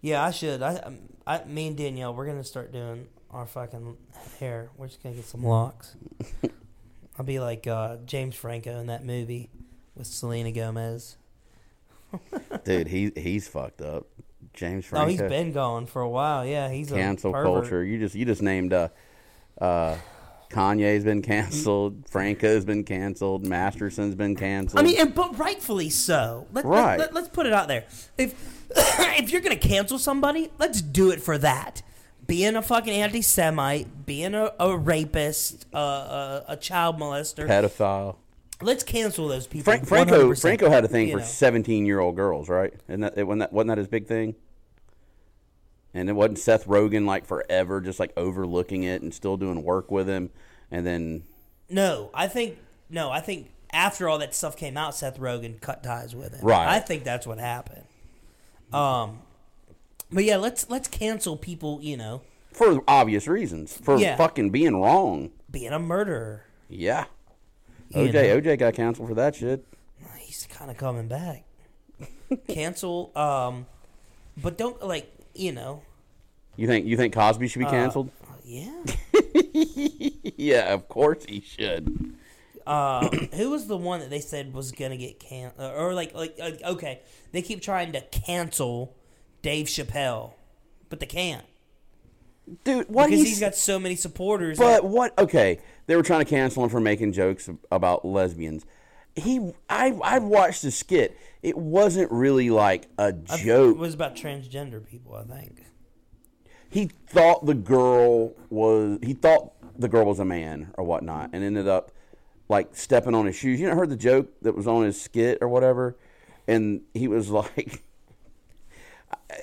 Speaker 1: Yeah, I should. I, um, I, me and Danielle, we're gonna start doing our fucking hair. We're just gonna get some locks. I'll be like uh, James Franco in that movie with Selena Gomez.
Speaker 2: Dude, he he's fucked up. James
Speaker 1: No,
Speaker 2: Franco.
Speaker 1: oh, he's been gone for a while. Yeah, he's
Speaker 2: cancel
Speaker 1: a pervert.
Speaker 2: culture. You just you just named uh, uh, Kanye's been canceled. Franco's been canceled. Masterson's been canceled.
Speaker 1: I mean, and, but rightfully so. Let,
Speaker 2: Right.
Speaker 1: Let, us put it out there. If if you're gonna cancel somebody, let's do it for that. Being a fucking anti-Semite, being a, a rapist, uh, a, a child molester.
Speaker 2: pedophile.
Speaker 1: Let's cancel those people.
Speaker 2: Frank, Franco
Speaker 1: 100%,
Speaker 2: Franco had a thing
Speaker 1: you
Speaker 2: for
Speaker 1: know.
Speaker 2: seventeen year old girls, right? And that, it, wasn't that wasn't that his big thing. And it wasn't Seth Rogen like forever, just like overlooking it and still doing work with him, and then
Speaker 1: No, I think no, I think after all that stuff came out, Seth Rogen cut ties with him.
Speaker 2: Right.
Speaker 1: I think that's what happened. Um, but yeah, let's let's cancel people. You know,
Speaker 2: for obvious reasons for
Speaker 1: Yeah.
Speaker 2: fucking being wrong.
Speaker 1: being a murderer.
Speaker 2: Yeah,
Speaker 1: You
Speaker 2: OJ
Speaker 1: know.
Speaker 2: OJ got canceled for that shit.
Speaker 1: He's kind of coming back. cancel, um, but don't like you know.
Speaker 2: You think you think Cosby should be
Speaker 1: Uh.
Speaker 2: canceled?
Speaker 1: Yeah.
Speaker 2: yeah, of course he should.
Speaker 1: Uh, who was the one that they said was gonna get can uh, or like like uh, okay they keep trying to cancel Dave Chappelle, but they can't
Speaker 2: Dude, what
Speaker 1: because
Speaker 2: he's,
Speaker 1: he's got so many supporters.
Speaker 2: But what? Okay, they were trying to cancel him for making jokes about lesbians. He, I, I watched the skit. It wasn't really like a
Speaker 1: it
Speaker 2: joke.
Speaker 1: was about transgender people, I think.
Speaker 2: he thought the girl was. He thought the girl was a man or whatnot, and ended up like stepping on his shoes. You know, heard the joke that was on his skit or whatever, and he was like.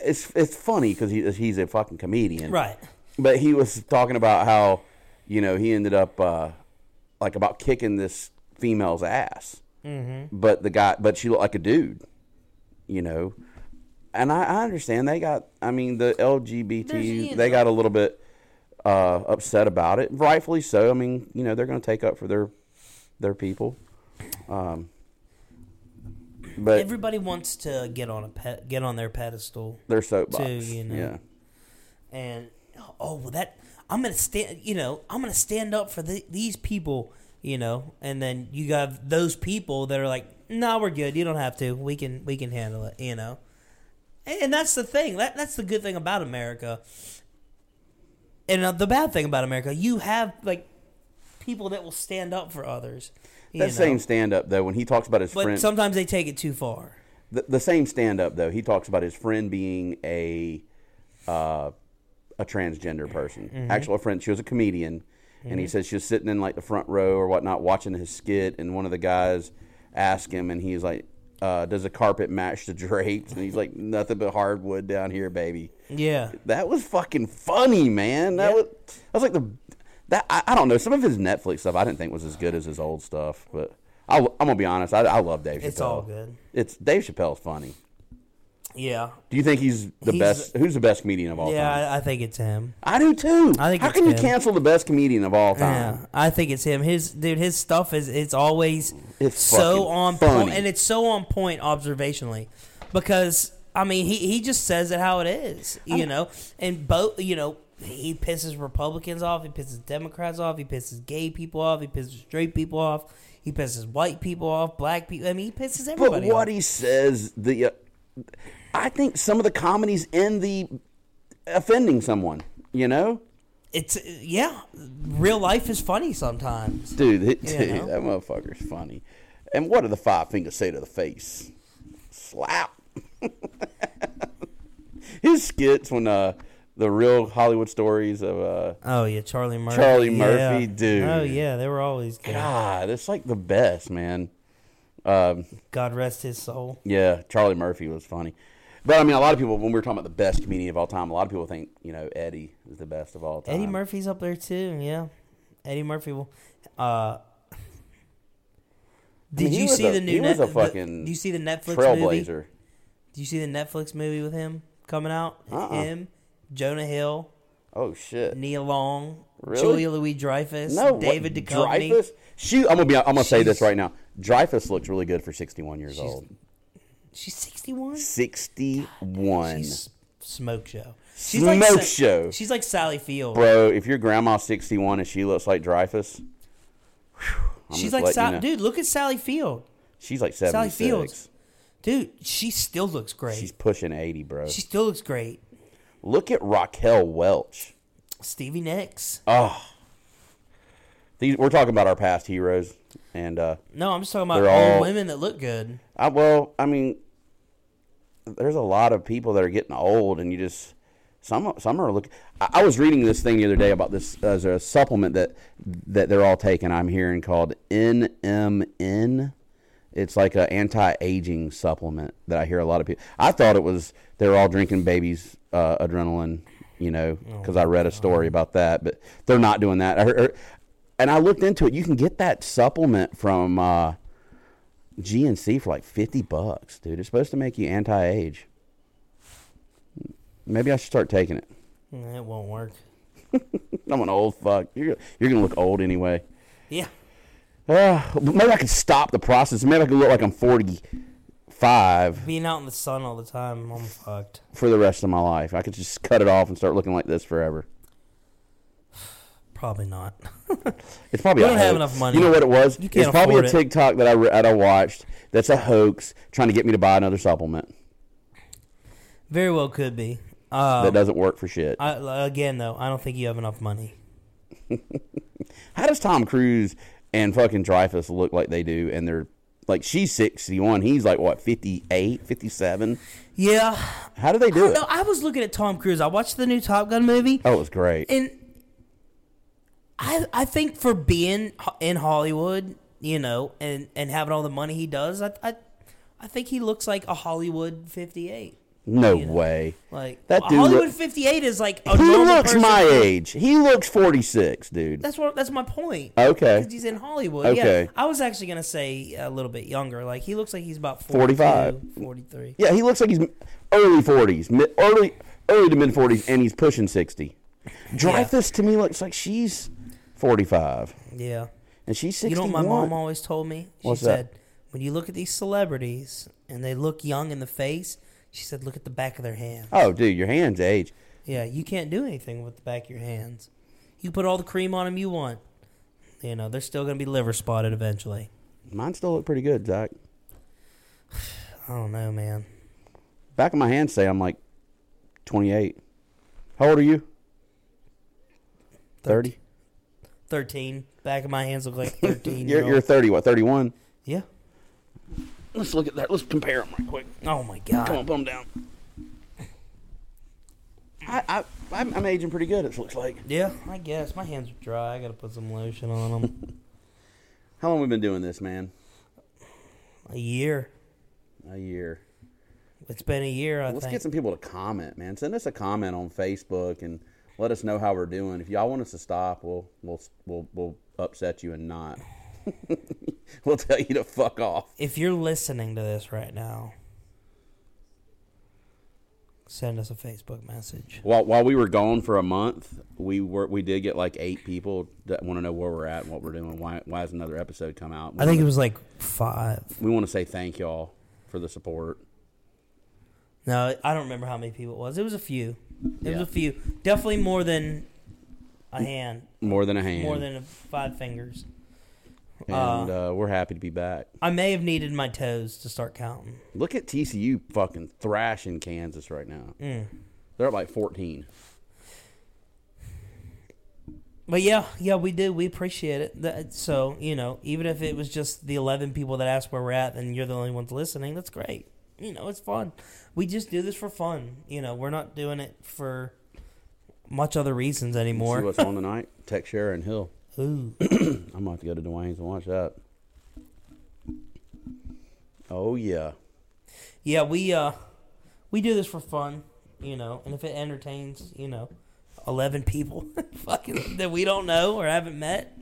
Speaker 2: It's it's funny because he, he's a fucking comedian,
Speaker 1: Right.
Speaker 2: But he was talking about how, you know, he ended up uh, like about kicking this female's ass. Mm-hmm. But the guy, but she looked like a dude, you know. And I, I understand they got. I mean, the
Speaker 1: There's, you
Speaker 2: LGBT they
Speaker 1: know-
Speaker 2: got a little bit uh, upset about it, rightfully so. I mean, you know, they're going to take up for their their people. Um, but
Speaker 1: Everybody wants to get on a pe- get on their pedestal,
Speaker 2: they're soapbox,
Speaker 1: too, you know.
Speaker 2: yeah.
Speaker 1: and oh well, that I'm gonna stand. You know, I'm gonna stand up for the, these people. You know, and then you got those people that are like, "No, nah, we're good. You don't have to. We can we can handle it." You know, and, and that's the thing. That that's the good thing about America. And uh, the bad thing about America, you have like people that will stand up for others. you
Speaker 2: That
Speaker 1: know?
Speaker 2: same stand up though, when he talks about his
Speaker 1: But
Speaker 2: friend,
Speaker 1: sometimes they take it too far.
Speaker 2: the, the same stand up though, he talks about his friend being a uh, a transgender person. Actual friend, she was a comedian, and he says she was sitting in like the front row or whatnot, watching his skit, and one of the guys asked him, and he's like, uh, "Does the carpet match the drapes?" And he's like, "Nothing but hardwood down here, baby."
Speaker 1: Yeah.
Speaker 2: That was fucking funny, man. That
Speaker 1: Yeah.
Speaker 2: was that was like the that I, I don't know. Some of his Netflix stuff I didn't think was as good as his old stuff, but I, am gonna be honest. I, I love Dave Chappelle.
Speaker 1: It's all good.
Speaker 2: It's Dave Chappelle's funny.
Speaker 1: Yeah,
Speaker 2: Do you think he's the
Speaker 1: He's-
Speaker 2: best? Who's the best comedian of all
Speaker 1: yeah,
Speaker 2: time?
Speaker 1: I, I think it's him.
Speaker 2: I do too.
Speaker 1: I think
Speaker 2: How
Speaker 1: it's
Speaker 2: can you
Speaker 1: him.
Speaker 2: cancel the best comedian of all time?
Speaker 1: Yeah, I think it's him. His dude, his stuff is it's always
Speaker 2: It's fucking
Speaker 1: so on
Speaker 2: funny.
Speaker 1: point, and it's so on point observationally, because I mean he he just says it how it is, you know. And both, you know, he pisses Republicans off, he pisses Democrats off, he pisses gay people off, he pisses straight people off, he pisses white people off, black people. I mean, he pisses
Speaker 2: But
Speaker 1: everybody.
Speaker 2: what
Speaker 1: off.
Speaker 2: he says, the uh, I think some of the comedies end the offending someone. You know,
Speaker 1: It's yeah, real life is funny sometimes.
Speaker 2: dude, it, dude,
Speaker 1: know?
Speaker 2: that motherfucker's funny. And what do the five fingers say to the face? Slap. His skits when uh, the real Hollywood stories of uh,
Speaker 1: Oh yeah, Charlie Murphy.
Speaker 2: Charlie
Speaker 1: yeah.
Speaker 2: Murphy, dude.
Speaker 1: Oh yeah, they were always good.
Speaker 2: God, it's like the best, man. Um,
Speaker 1: God rest his soul.
Speaker 2: yeah, Charlie Murphy was funny. But I mean, a lot of people, when we were talking about the best comedian of all time, a lot of people think, you know, Eddie is the best of all time.
Speaker 1: Eddie Murphy's up there too. Yeah, Eddie Murphy. will- Uh, did
Speaker 2: he
Speaker 1: you
Speaker 2: was
Speaker 1: see
Speaker 2: a-
Speaker 1: the new?
Speaker 2: he was
Speaker 1: Net-
Speaker 2: a
Speaker 1: the-
Speaker 2: fucking
Speaker 1: do you see the Netflix movie?
Speaker 2: Trailblazer.
Speaker 1: Do you see the Netflix movie with him coming out?
Speaker 2: Uh-uh.
Speaker 1: Him, Jonah Hill,
Speaker 2: Oh, shit.
Speaker 1: Nia Long,
Speaker 2: Really?
Speaker 1: Julia Louis Dreyfus,
Speaker 2: No,
Speaker 1: David
Speaker 2: what,
Speaker 1: Duchovny.
Speaker 2: Dreyfus? She, I'm gonna be. I'm gonna say this
Speaker 1: She's-
Speaker 2: right now. Dreyfus looks really good for 61 years
Speaker 1: She's-
Speaker 2: old.
Speaker 1: She's sixty-one.
Speaker 2: 61,
Speaker 1: She's smoke show.
Speaker 2: Smoke
Speaker 1: Sa-
Speaker 2: show.
Speaker 1: She's like Sally Field.
Speaker 2: bro. If your grandma's 61 and she looks like Dreyfus, whew, I'm
Speaker 1: she's
Speaker 2: just
Speaker 1: like
Speaker 2: letting
Speaker 1: Sally.
Speaker 2: you know.
Speaker 1: Dude, look at Sally Field.
Speaker 2: She's like
Speaker 1: Sally
Speaker 2: 76.
Speaker 1: Fields. Dude, she still looks great.
Speaker 2: She's pushing 80, bro.
Speaker 1: she still looks great.
Speaker 2: Look at Raquel Welch.
Speaker 1: Stevie Nicks.
Speaker 2: Oh, these we're talking about our past heroes, and uh,
Speaker 1: No, I'm just talking about
Speaker 2: They're
Speaker 1: old
Speaker 2: all-
Speaker 1: women that look good.
Speaker 2: I well, I mean, there's a lot of people that are getting old, and you just some some are looking. I, I was reading this thing the other day about this as a supplement that that they're all taking. I'm hearing called NMN. It's like a anti-aging supplement that I hear a lot of people. I thought it was they were all drinking babies uh, adrenaline, you know, because I read a story about that, but they're not doing that. I heard, and I looked into it. You can get that supplement from uh, GNC for like 50 bucks, dude. It's supposed to make you anti-age. Maybe I should start taking it.
Speaker 1: Mm, It won't work.
Speaker 2: I'm an old fuck. You're, you're going to look old anyway.
Speaker 1: Yeah.
Speaker 2: Uh, maybe I could stop the process. Maybe I could look like I'm 45
Speaker 1: Being out in the sun all the time, I'm fucked.
Speaker 2: for the rest of my life. I could just cut it off and start looking like this forever.
Speaker 1: Probably not.
Speaker 2: It's probably
Speaker 1: We
Speaker 2: a
Speaker 1: don't have
Speaker 2: hoax.
Speaker 1: enough money.
Speaker 2: You know what it was?
Speaker 1: You can't
Speaker 2: it's probably
Speaker 1: afford
Speaker 2: a
Speaker 1: it.
Speaker 2: TikTok that I, re- that I watched that's a hoax trying to get me to buy another supplement
Speaker 1: Very well could be.
Speaker 2: that
Speaker 1: Uh,
Speaker 2: doesn't work for shit.
Speaker 1: I, again, though, I don't think you have enough money.
Speaker 2: How does Tom Cruise and fucking Dreyfus look like they do? And they're like, she's 61. He's like, what, 58, 57?
Speaker 1: Yeah.
Speaker 2: How do they do it?
Speaker 1: No, I was looking at Tom Cruise. I watched the new Top Gun movie,
Speaker 2: Oh, it was great.
Speaker 1: and I I think for being ho- in Hollywood, you know, and and having all the money he does, I I, I think he looks like a Hollywood 58.
Speaker 2: No way.
Speaker 1: Like
Speaker 2: That dude
Speaker 1: Hollywood
Speaker 2: look-
Speaker 1: 58 is like a
Speaker 2: He
Speaker 1: normal
Speaker 2: looks
Speaker 1: person.
Speaker 2: my age. He looks 46, dude.
Speaker 1: That's what. That's my point.
Speaker 2: Okay.
Speaker 1: 'Cause he's in Hollywood.
Speaker 2: Okay.
Speaker 1: Yeah. I was actually gonna say a little bit younger. Like he looks like he's about
Speaker 2: 45.
Speaker 1: 45, 43.
Speaker 2: Yeah, he looks like he's early 40s, mid, early early to mid 40s, and he's pushing 60. Dreyfus to me looks like she's 45,
Speaker 1: Yeah.
Speaker 2: and she's
Speaker 1: You
Speaker 2: 61.
Speaker 1: know what my mom always told me? She
Speaker 2: What's
Speaker 1: said,
Speaker 2: that?
Speaker 1: when you look at these celebrities and they look young in the face, she said, look at the back of their hand.
Speaker 2: oh, dude, your hands age.
Speaker 1: Yeah, you can't do anything with the back of your hands. You put all the cream on them you want. You know, they're still going to be liver spotted eventually.
Speaker 2: Mine still look pretty good, Zach.
Speaker 1: I don't know, man.
Speaker 2: Back of my hands say I'm like 28. How old are you? 30.
Speaker 1: 13. Back of my hands look like 13.
Speaker 2: You're, you're 30, what, 31?
Speaker 1: yeah.
Speaker 2: Let's look at that. Let's compare them right quick.
Speaker 1: Oh, my God.
Speaker 2: Come on, bum down. I, I, I'm, I'm aging pretty good, it looks like.
Speaker 1: Yeah, I guess. My hands are dry. I got to put some lotion on them.
Speaker 2: How long we been doing this, man?
Speaker 1: a year.
Speaker 2: A year.
Speaker 1: It's been a year, I
Speaker 2: Let's
Speaker 1: think.
Speaker 2: get some people to comment, man. Send us a comment on Facebook and let us know how we're doing. If y'all want us to stop, we'll we'll we'll, we'll upset you and not. we'll tell you to fuck off.
Speaker 1: if you're listening to this right now, Send us a Facebook message.
Speaker 2: While while we were gone for a month, we were we did get like eight people that want to know where we're at and what we're doing. Why why has another episode come out? We
Speaker 1: I think
Speaker 2: wanna-
Speaker 1: it was like five.
Speaker 2: we want to say thank y'all for the support.
Speaker 1: No, I don't remember how many people it was. It was a few. It
Speaker 2: Yeah.
Speaker 1: was a few. Definitely more than a hand.
Speaker 2: More than a hand.
Speaker 1: More than five fingers.
Speaker 2: and uh, we're happy to be back.
Speaker 1: I may have needed my toes to start counting.
Speaker 2: Look at TCU fucking thrashing Kansas right now.
Speaker 1: Mm.
Speaker 2: They're up like fourteen.
Speaker 1: But yeah, yeah, we do. We appreciate it. That, so, you know, even if it was just the 11 people that asked where we're at and you're the only ones listening, that's great. You know, it's fun. We just do this for fun. You know, we're not doing it for much other reasons
Speaker 2: See
Speaker 1: anymore.
Speaker 2: what's on tonight? Tech Share and Hill.
Speaker 1: Ooh.
Speaker 2: I'm about to go to Dwayne's and watch that. Oh yeah.
Speaker 1: Yeah, we uh we do this for fun, you know, and if it entertains, you know, 11 people fucking that we don't know or haven't met,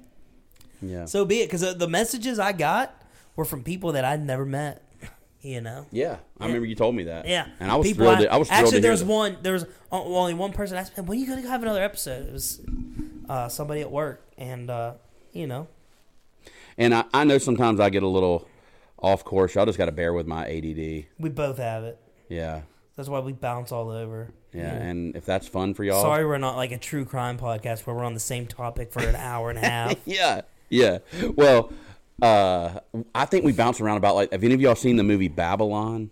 Speaker 2: Yeah.
Speaker 1: so be it cuz the messages I got were from people that I'd never met, you know.
Speaker 2: yeah. I remember you told me that.
Speaker 1: Yeah,
Speaker 2: And I was
Speaker 1: People
Speaker 2: thrilled. to- I, was thrilled
Speaker 1: actually
Speaker 2: to
Speaker 1: there
Speaker 2: hear
Speaker 1: was
Speaker 2: that.
Speaker 1: one. There was o- only one person asked me, "When are you going to have another episode?" It was uh, somebody at work, and uh, you know,
Speaker 2: And I, I know sometimes I get a little off course. Y'all just got to bear with my ADD.
Speaker 1: we both have it.
Speaker 2: Yeah.
Speaker 1: That's why we bounce all over.
Speaker 2: Yeah. And if that's fun for y'all.
Speaker 1: Sorry, we're not like a true crime podcast where we're on the same topic for an hour and a half.
Speaker 2: Yeah. Yeah. Well, uh, I think we bounce around about like, have any of y'all seen the movie Babylon?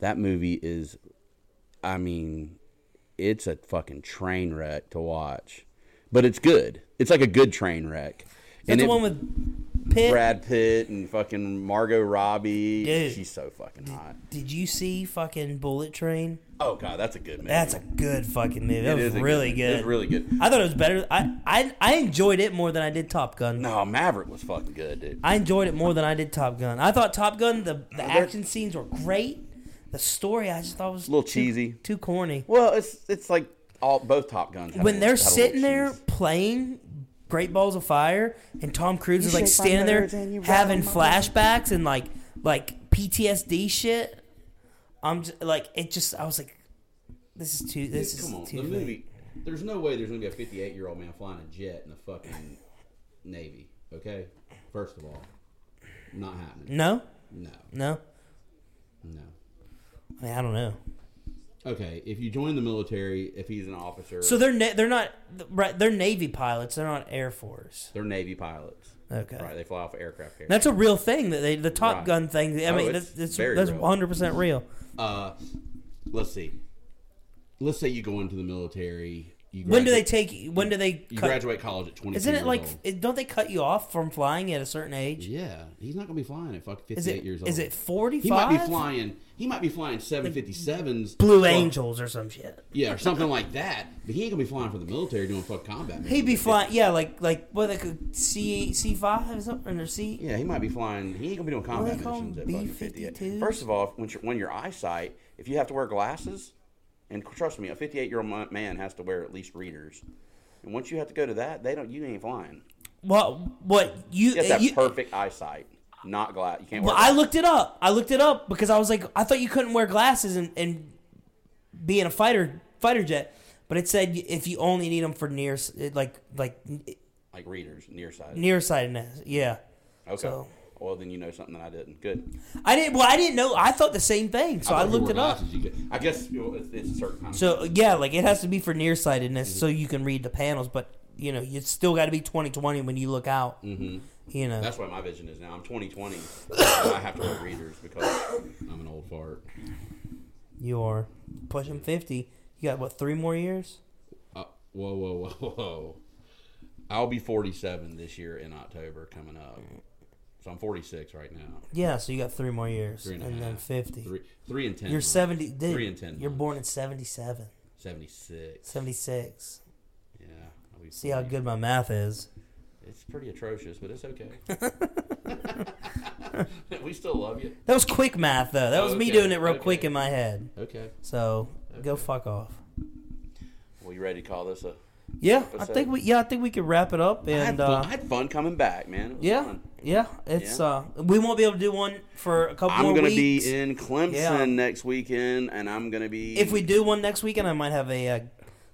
Speaker 2: That movie is, I mean, it's a fucking train wreck to watch, but it's good. It's like a good train wreck.
Speaker 1: That's the
Speaker 2: it-
Speaker 1: one with Pitt.
Speaker 2: Brad Pitt and fucking Margot Robbie.
Speaker 1: Dude.
Speaker 2: She's so fucking hot.
Speaker 1: Did you see fucking Bullet Train?
Speaker 2: Oh god, that's a good movie.
Speaker 1: That's a good fucking movie. That
Speaker 2: It
Speaker 1: was
Speaker 2: is a
Speaker 1: really
Speaker 2: movie.
Speaker 1: good.
Speaker 2: It's really good.
Speaker 1: I thought it was better. I, I I enjoyed it more than I did Top Gun.
Speaker 2: No, Maverick was fucking good, dude.
Speaker 1: I enjoyed it more than I did Top Gun. I thought Top Gun the, the
Speaker 2: they're-
Speaker 1: action scenes were great. The story I just thought was
Speaker 2: A little
Speaker 1: too-
Speaker 2: cheesy.
Speaker 1: too corny.
Speaker 2: Well, it's it's like all both Top Guns. had a
Speaker 1: When
Speaker 2: little-
Speaker 1: they're
Speaker 2: had a little
Speaker 1: sitting there
Speaker 2: cheese.
Speaker 1: playing Great Balls of Fire, and Tom Cruise
Speaker 2: You
Speaker 1: is like
Speaker 2: shake
Speaker 1: standing
Speaker 2: my
Speaker 1: there
Speaker 2: nerves and you rattle
Speaker 1: having
Speaker 2: my-
Speaker 1: flashbacks and like like PTSD shit. I'm just, like it just I was like, this is too this is
Speaker 2: Come on,
Speaker 1: too.
Speaker 2: the
Speaker 1: late.
Speaker 2: movie. There's no way there's gonna be a 58 year old man flying a jet in the fucking Navy. Okay, first of all, not happening.
Speaker 1: No,
Speaker 2: No,
Speaker 1: no.
Speaker 2: no.
Speaker 1: I mean I don't know.
Speaker 2: Okay, if you join the military, if he's an officer,
Speaker 1: So they're na- they're not right. They're Navy pilots. They're not Air Force.
Speaker 2: they're Navy pilots.
Speaker 1: Okay.
Speaker 2: Right, they fly off aircraft carriers.
Speaker 1: Oh, That's a real thing that they the Top
Speaker 2: Right.
Speaker 1: Gun thing. I
Speaker 2: Oh,
Speaker 1: mean,
Speaker 2: it's
Speaker 1: that's
Speaker 2: very
Speaker 1: that's
Speaker 2: real.
Speaker 1: one hundred percent real.
Speaker 2: uh, let's see. Let's say you go into the military. You
Speaker 1: When do they
Speaker 2: graduate-
Speaker 1: take? When do they
Speaker 2: You
Speaker 1: cut?
Speaker 2: graduate college at 22.
Speaker 1: Isn't it
Speaker 2: years
Speaker 1: like?
Speaker 2: old.
Speaker 1: it- Don't they cut you off from flying at a certain age?
Speaker 2: Yeah, he's not gonna be flying at fucking 58
Speaker 1: Is it?
Speaker 2: years old.
Speaker 1: Is it forty
Speaker 2: He might be
Speaker 1: five?
Speaker 2: flying. He might be flying 757s.
Speaker 1: Blue
Speaker 2: Well,
Speaker 1: Angels or some shit.
Speaker 2: Yeah, or something like that. But he ain't gonna be flying for the military doing fuck combat. missions.
Speaker 1: He'd be flying. Yeah, like like what they could C C five or something or C.
Speaker 2: Yeah, he might be flying. He ain't gonna be doing
Speaker 1: What do
Speaker 2: combat
Speaker 1: they call 'em,
Speaker 2: missions at fucking 58.
Speaker 1: B-52s?
Speaker 2: First of all, when your, when your eyesight, if you have to wear glasses, and trust me, a 58 year old man has to wear at least readers. And once you have to go to that, they don't. You ain't flying.
Speaker 1: Well, what you?
Speaker 2: You have to have
Speaker 1: Uh, you-
Speaker 2: perfect eyesight, not glass. You can't.
Speaker 1: well,
Speaker 2: Wear
Speaker 1: I
Speaker 2: glasses.
Speaker 1: looked it up. I looked it up because I was like, I thought you couldn't wear glasses and and be in a fighter fighter jet. But it said if you only need them for near, like like
Speaker 2: like readers, nearsighted.
Speaker 1: nearsightedness. Yeah,
Speaker 2: okay.
Speaker 1: so-
Speaker 2: Well, then you know something that I didn't. Good.
Speaker 1: I didn't. Well, I didn't know. I thought the same thing, so I,
Speaker 2: If you
Speaker 1: looked
Speaker 2: wore
Speaker 1: it up.
Speaker 2: glasses, you get- I guess you know, it's, it's a certain time.
Speaker 1: So yeah, like it has to be for nearsightedness, so
Speaker 2: Mm-hmm.
Speaker 1: you can read the panels. But you know, you still got to be twenty twenty when you look out. Mm-hmm. You know,
Speaker 2: That's why my vision is now. I'm 2020. I have to wear readers because I'm an old fart.
Speaker 1: you are pushing fifty. You got what three more years?
Speaker 2: Uh, whoa, whoa, whoa, whoa. I'll be 47 this year in October coming up. So I'm 46 right now.
Speaker 1: Yeah, so you got three more years,
Speaker 2: Three
Speaker 1: and,
Speaker 2: and a
Speaker 1: then
Speaker 2: half.
Speaker 1: fifty.
Speaker 2: Three, three and 10.
Speaker 1: You're
Speaker 2: months.
Speaker 1: 70. Dude,
Speaker 2: Three and ten
Speaker 1: You're
Speaker 2: months.
Speaker 1: born in 77,
Speaker 2: 76.
Speaker 1: 76.
Speaker 2: Yeah. I'll be
Speaker 1: See how
Speaker 2: 40.
Speaker 1: good my math is.
Speaker 2: It's pretty atrocious, but it's okay. we still love you.
Speaker 1: That was quick math, though. That was me
Speaker 2: Okay,
Speaker 1: doing it real quick
Speaker 2: okay.
Speaker 1: in my head.
Speaker 2: Okay.
Speaker 1: So go fuck off.
Speaker 2: Well, you ready to call this a.
Speaker 1: Yeah, I
Speaker 2: Episode.
Speaker 1: think we. Yeah, I think we could wrap it up.
Speaker 2: I had,
Speaker 1: And
Speaker 2: fun,
Speaker 1: uh,
Speaker 2: I had fun coming back, man. It was
Speaker 1: yeah,
Speaker 2: fun.
Speaker 1: Yeah, it's uh we won't be able to do one for a couple
Speaker 2: I'm
Speaker 1: more
Speaker 2: gonna
Speaker 1: weeks.
Speaker 2: be in Clemson
Speaker 1: Yeah.
Speaker 2: next weekend, and I'm gonna be.
Speaker 1: if we do one next weekend, I might have a uh,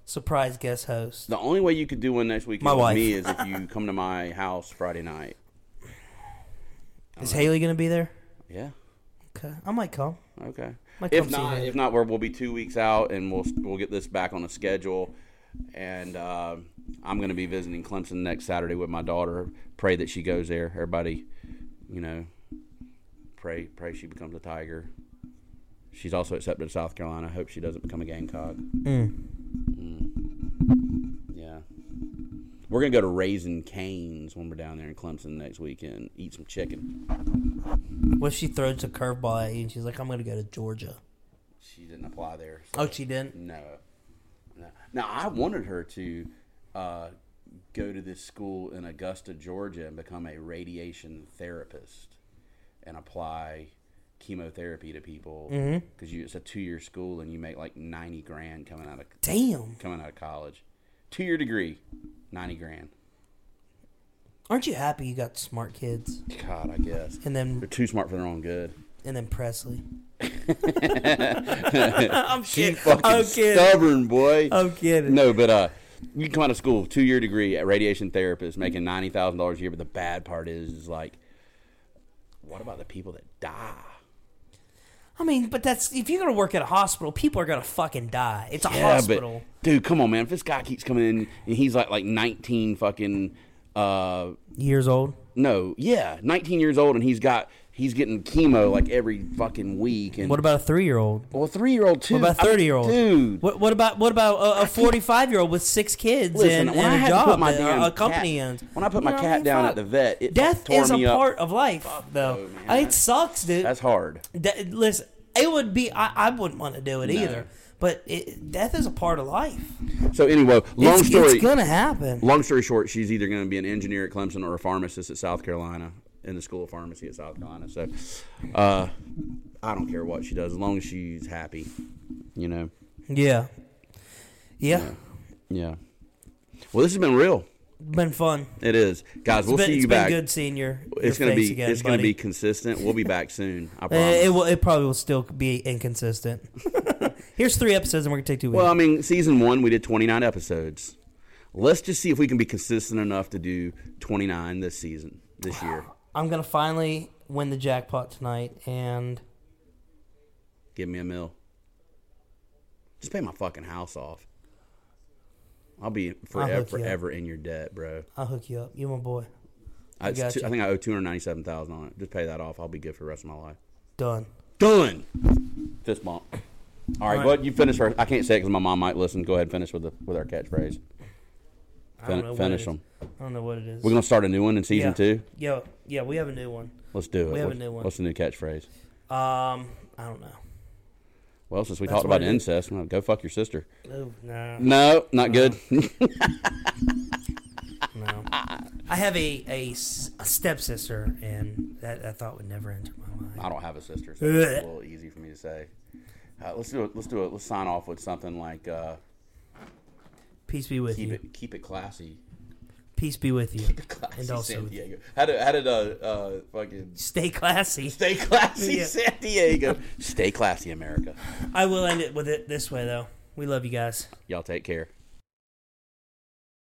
Speaker 1: surprise guest host.
Speaker 2: the only way you could do one next weekend
Speaker 1: My
Speaker 2: with
Speaker 1: wife.
Speaker 2: me is if you come to my house Friday night.
Speaker 1: Is Haley going to be there?
Speaker 2: Yeah.
Speaker 1: Okay, I might come.
Speaker 2: Okay.
Speaker 1: Might come
Speaker 2: If
Speaker 1: see
Speaker 2: not,
Speaker 1: her.
Speaker 2: if not, we're, we'll be two weeks out, and we'll we'll get this back on a schedule. And uh, I'm going to be visiting Clemson next Saturday with my daughter. Pray that she goes there. Everybody, you know, pray pray she becomes a Tiger. She's also accepted to South Carolina. Hope she doesn't become a Gamecock. Mm. Yeah. We're gonna go to Raisin Canes when we're down there in Clemson next weekend. Eat some chicken.
Speaker 1: What if she throws a curveball at you and she's like, "I'm going to go to Georgia"?
Speaker 2: She didn't apply there. so-
Speaker 1: Oh, she didn't.
Speaker 2: No, no. Now I wanted her to uh, go to this school in Augusta, Georgia, and become a radiation therapist and apply chemotherapy to people because you it's a two year school and you make like ninety grand coming out of
Speaker 1: Damn,
Speaker 2: coming out of college, two year degree, ninety grand.
Speaker 1: aren't you happy you got smart kids?
Speaker 2: God, I guess
Speaker 1: And
Speaker 2: they're
Speaker 1: then
Speaker 2: too smart for their own good.
Speaker 1: and then Presley. I'm
Speaker 2: You
Speaker 1: kidding.
Speaker 2: fucking
Speaker 1: I'm kidding.
Speaker 2: stubborn boy.
Speaker 1: I'm kidding.
Speaker 2: No, but uh, you can come out of school, two year degree at radiation therapist, making ninety thousand dollars a year. But the bad part is, is like, what about the people that die?
Speaker 1: I mean, but that's if you're going to work at a hospital, people are going to fucking die. It's a hospital.
Speaker 2: but dude, come on, man. If this guy keeps coming in and he's like like nineteen fucking uh
Speaker 1: Years old.
Speaker 2: no yeah nineteen years old and he's got he's getting chemo like every fucking week and
Speaker 1: What about a three year old?
Speaker 2: well three year old too
Speaker 1: What about
Speaker 2: I mean,
Speaker 1: thirty year old?
Speaker 2: dude
Speaker 1: What, what about what about a- a forty five year old with six kids
Speaker 2: listen
Speaker 1: and,
Speaker 2: when I
Speaker 1: and a
Speaker 2: had to put
Speaker 1: job
Speaker 2: my
Speaker 1: and
Speaker 2: damn
Speaker 1: a company
Speaker 2: cat,
Speaker 1: owns?
Speaker 2: when I put my
Speaker 1: You know what I
Speaker 2: cat
Speaker 1: mean?
Speaker 2: down
Speaker 1: Fuck.
Speaker 2: at the vet it
Speaker 1: death
Speaker 2: tore
Speaker 1: is
Speaker 2: me
Speaker 1: a
Speaker 2: up. oh,
Speaker 1: part of life, though.
Speaker 2: man,
Speaker 1: it
Speaker 2: that's-
Speaker 1: sucks, dude.
Speaker 2: that's hard
Speaker 1: De- listen, it would be I, I wouldn't want to do it either. But it, death is a part of life.
Speaker 2: So anyway, long
Speaker 1: it's,
Speaker 2: story.
Speaker 1: it's gonna happen.
Speaker 2: long story short, she's either going to be an engineer at Clemson or a pharmacist at South Carolina in the School of Pharmacy at South Carolina. So, uh, I don't care what she does, as long as she's happy. You know.
Speaker 1: Yeah. yeah,
Speaker 2: Yeah. Well, this has been real.
Speaker 1: been fun.
Speaker 2: It is, guys. we'll
Speaker 1: But
Speaker 2: see
Speaker 1: it's
Speaker 2: you
Speaker 1: been
Speaker 2: back.
Speaker 1: good seeing your, your
Speaker 2: it's gonna
Speaker 1: face
Speaker 2: be.
Speaker 1: again,
Speaker 2: it's
Speaker 1: buddy.
Speaker 2: gonna be consistent. We'll be back soon. I
Speaker 1: Uh,
Speaker 2: promise.
Speaker 1: it, will, it probably will still be inconsistent. Here's three episodes, and we're gonna take two weeks.
Speaker 2: well, I mean, season one we did twenty nine episodes. Let's just see if we can be consistent enough to do twenty nine this season, this year.
Speaker 1: I'm gonna finally win the jackpot tonight, and
Speaker 2: Give me a mill. Just pay my fucking house off. I'll be forever,
Speaker 1: hook you up.
Speaker 2: forever in your debt, bro.
Speaker 1: I'll hook you up. You my boy.
Speaker 2: I, it's
Speaker 1: gotcha.
Speaker 2: two- I think I owe two hundred ninety-seven thousand on it. Just pay that off. I'll be good for the rest of my life.
Speaker 1: Done.
Speaker 2: Done. Fist bump. All right,
Speaker 1: right.
Speaker 2: go ahead. You finish first. I can't say it because my mom might listen. Go ahead and finish with the with our catchphrase.
Speaker 1: I don't
Speaker 2: Fin-
Speaker 1: know what
Speaker 2: finish
Speaker 1: it is.
Speaker 2: them.
Speaker 1: I don't know what it is.
Speaker 2: We're gonna start a new one in season
Speaker 1: yeah.
Speaker 2: two.
Speaker 1: Yeah, yeah, we have a new one.
Speaker 2: Let's do it.
Speaker 1: We have a
Speaker 2: What's-
Speaker 1: new one.
Speaker 2: What's the new catchphrase?
Speaker 1: Um, I don't know.
Speaker 2: Well, since we
Speaker 1: That's
Speaker 2: talked
Speaker 1: what
Speaker 2: about
Speaker 1: it is.
Speaker 2: incest, well, go fuck your sister. Uh,
Speaker 1: Ooh, no,
Speaker 2: No, not good.
Speaker 1: no. I have a, a, s- a stepsister, and that, that thought would never enter my mind.
Speaker 2: I don't have a sister, so it's a little easy for me to say. Uh, let's do it. Let's do it. Let's sign off with something like uh,
Speaker 1: Peace be with
Speaker 2: keep
Speaker 1: you.
Speaker 2: it keep it classy.
Speaker 1: Peace be with you.
Speaker 2: Classy
Speaker 1: And also
Speaker 2: San
Speaker 1: with-
Speaker 2: Diego. How did how did uh, uh fucking
Speaker 1: Stay classy.
Speaker 2: stay classy
Speaker 1: Yeah.
Speaker 2: San Diego? stay classy, America.
Speaker 1: I will end it with it this way, though. We love you guys.
Speaker 2: Y'all take care.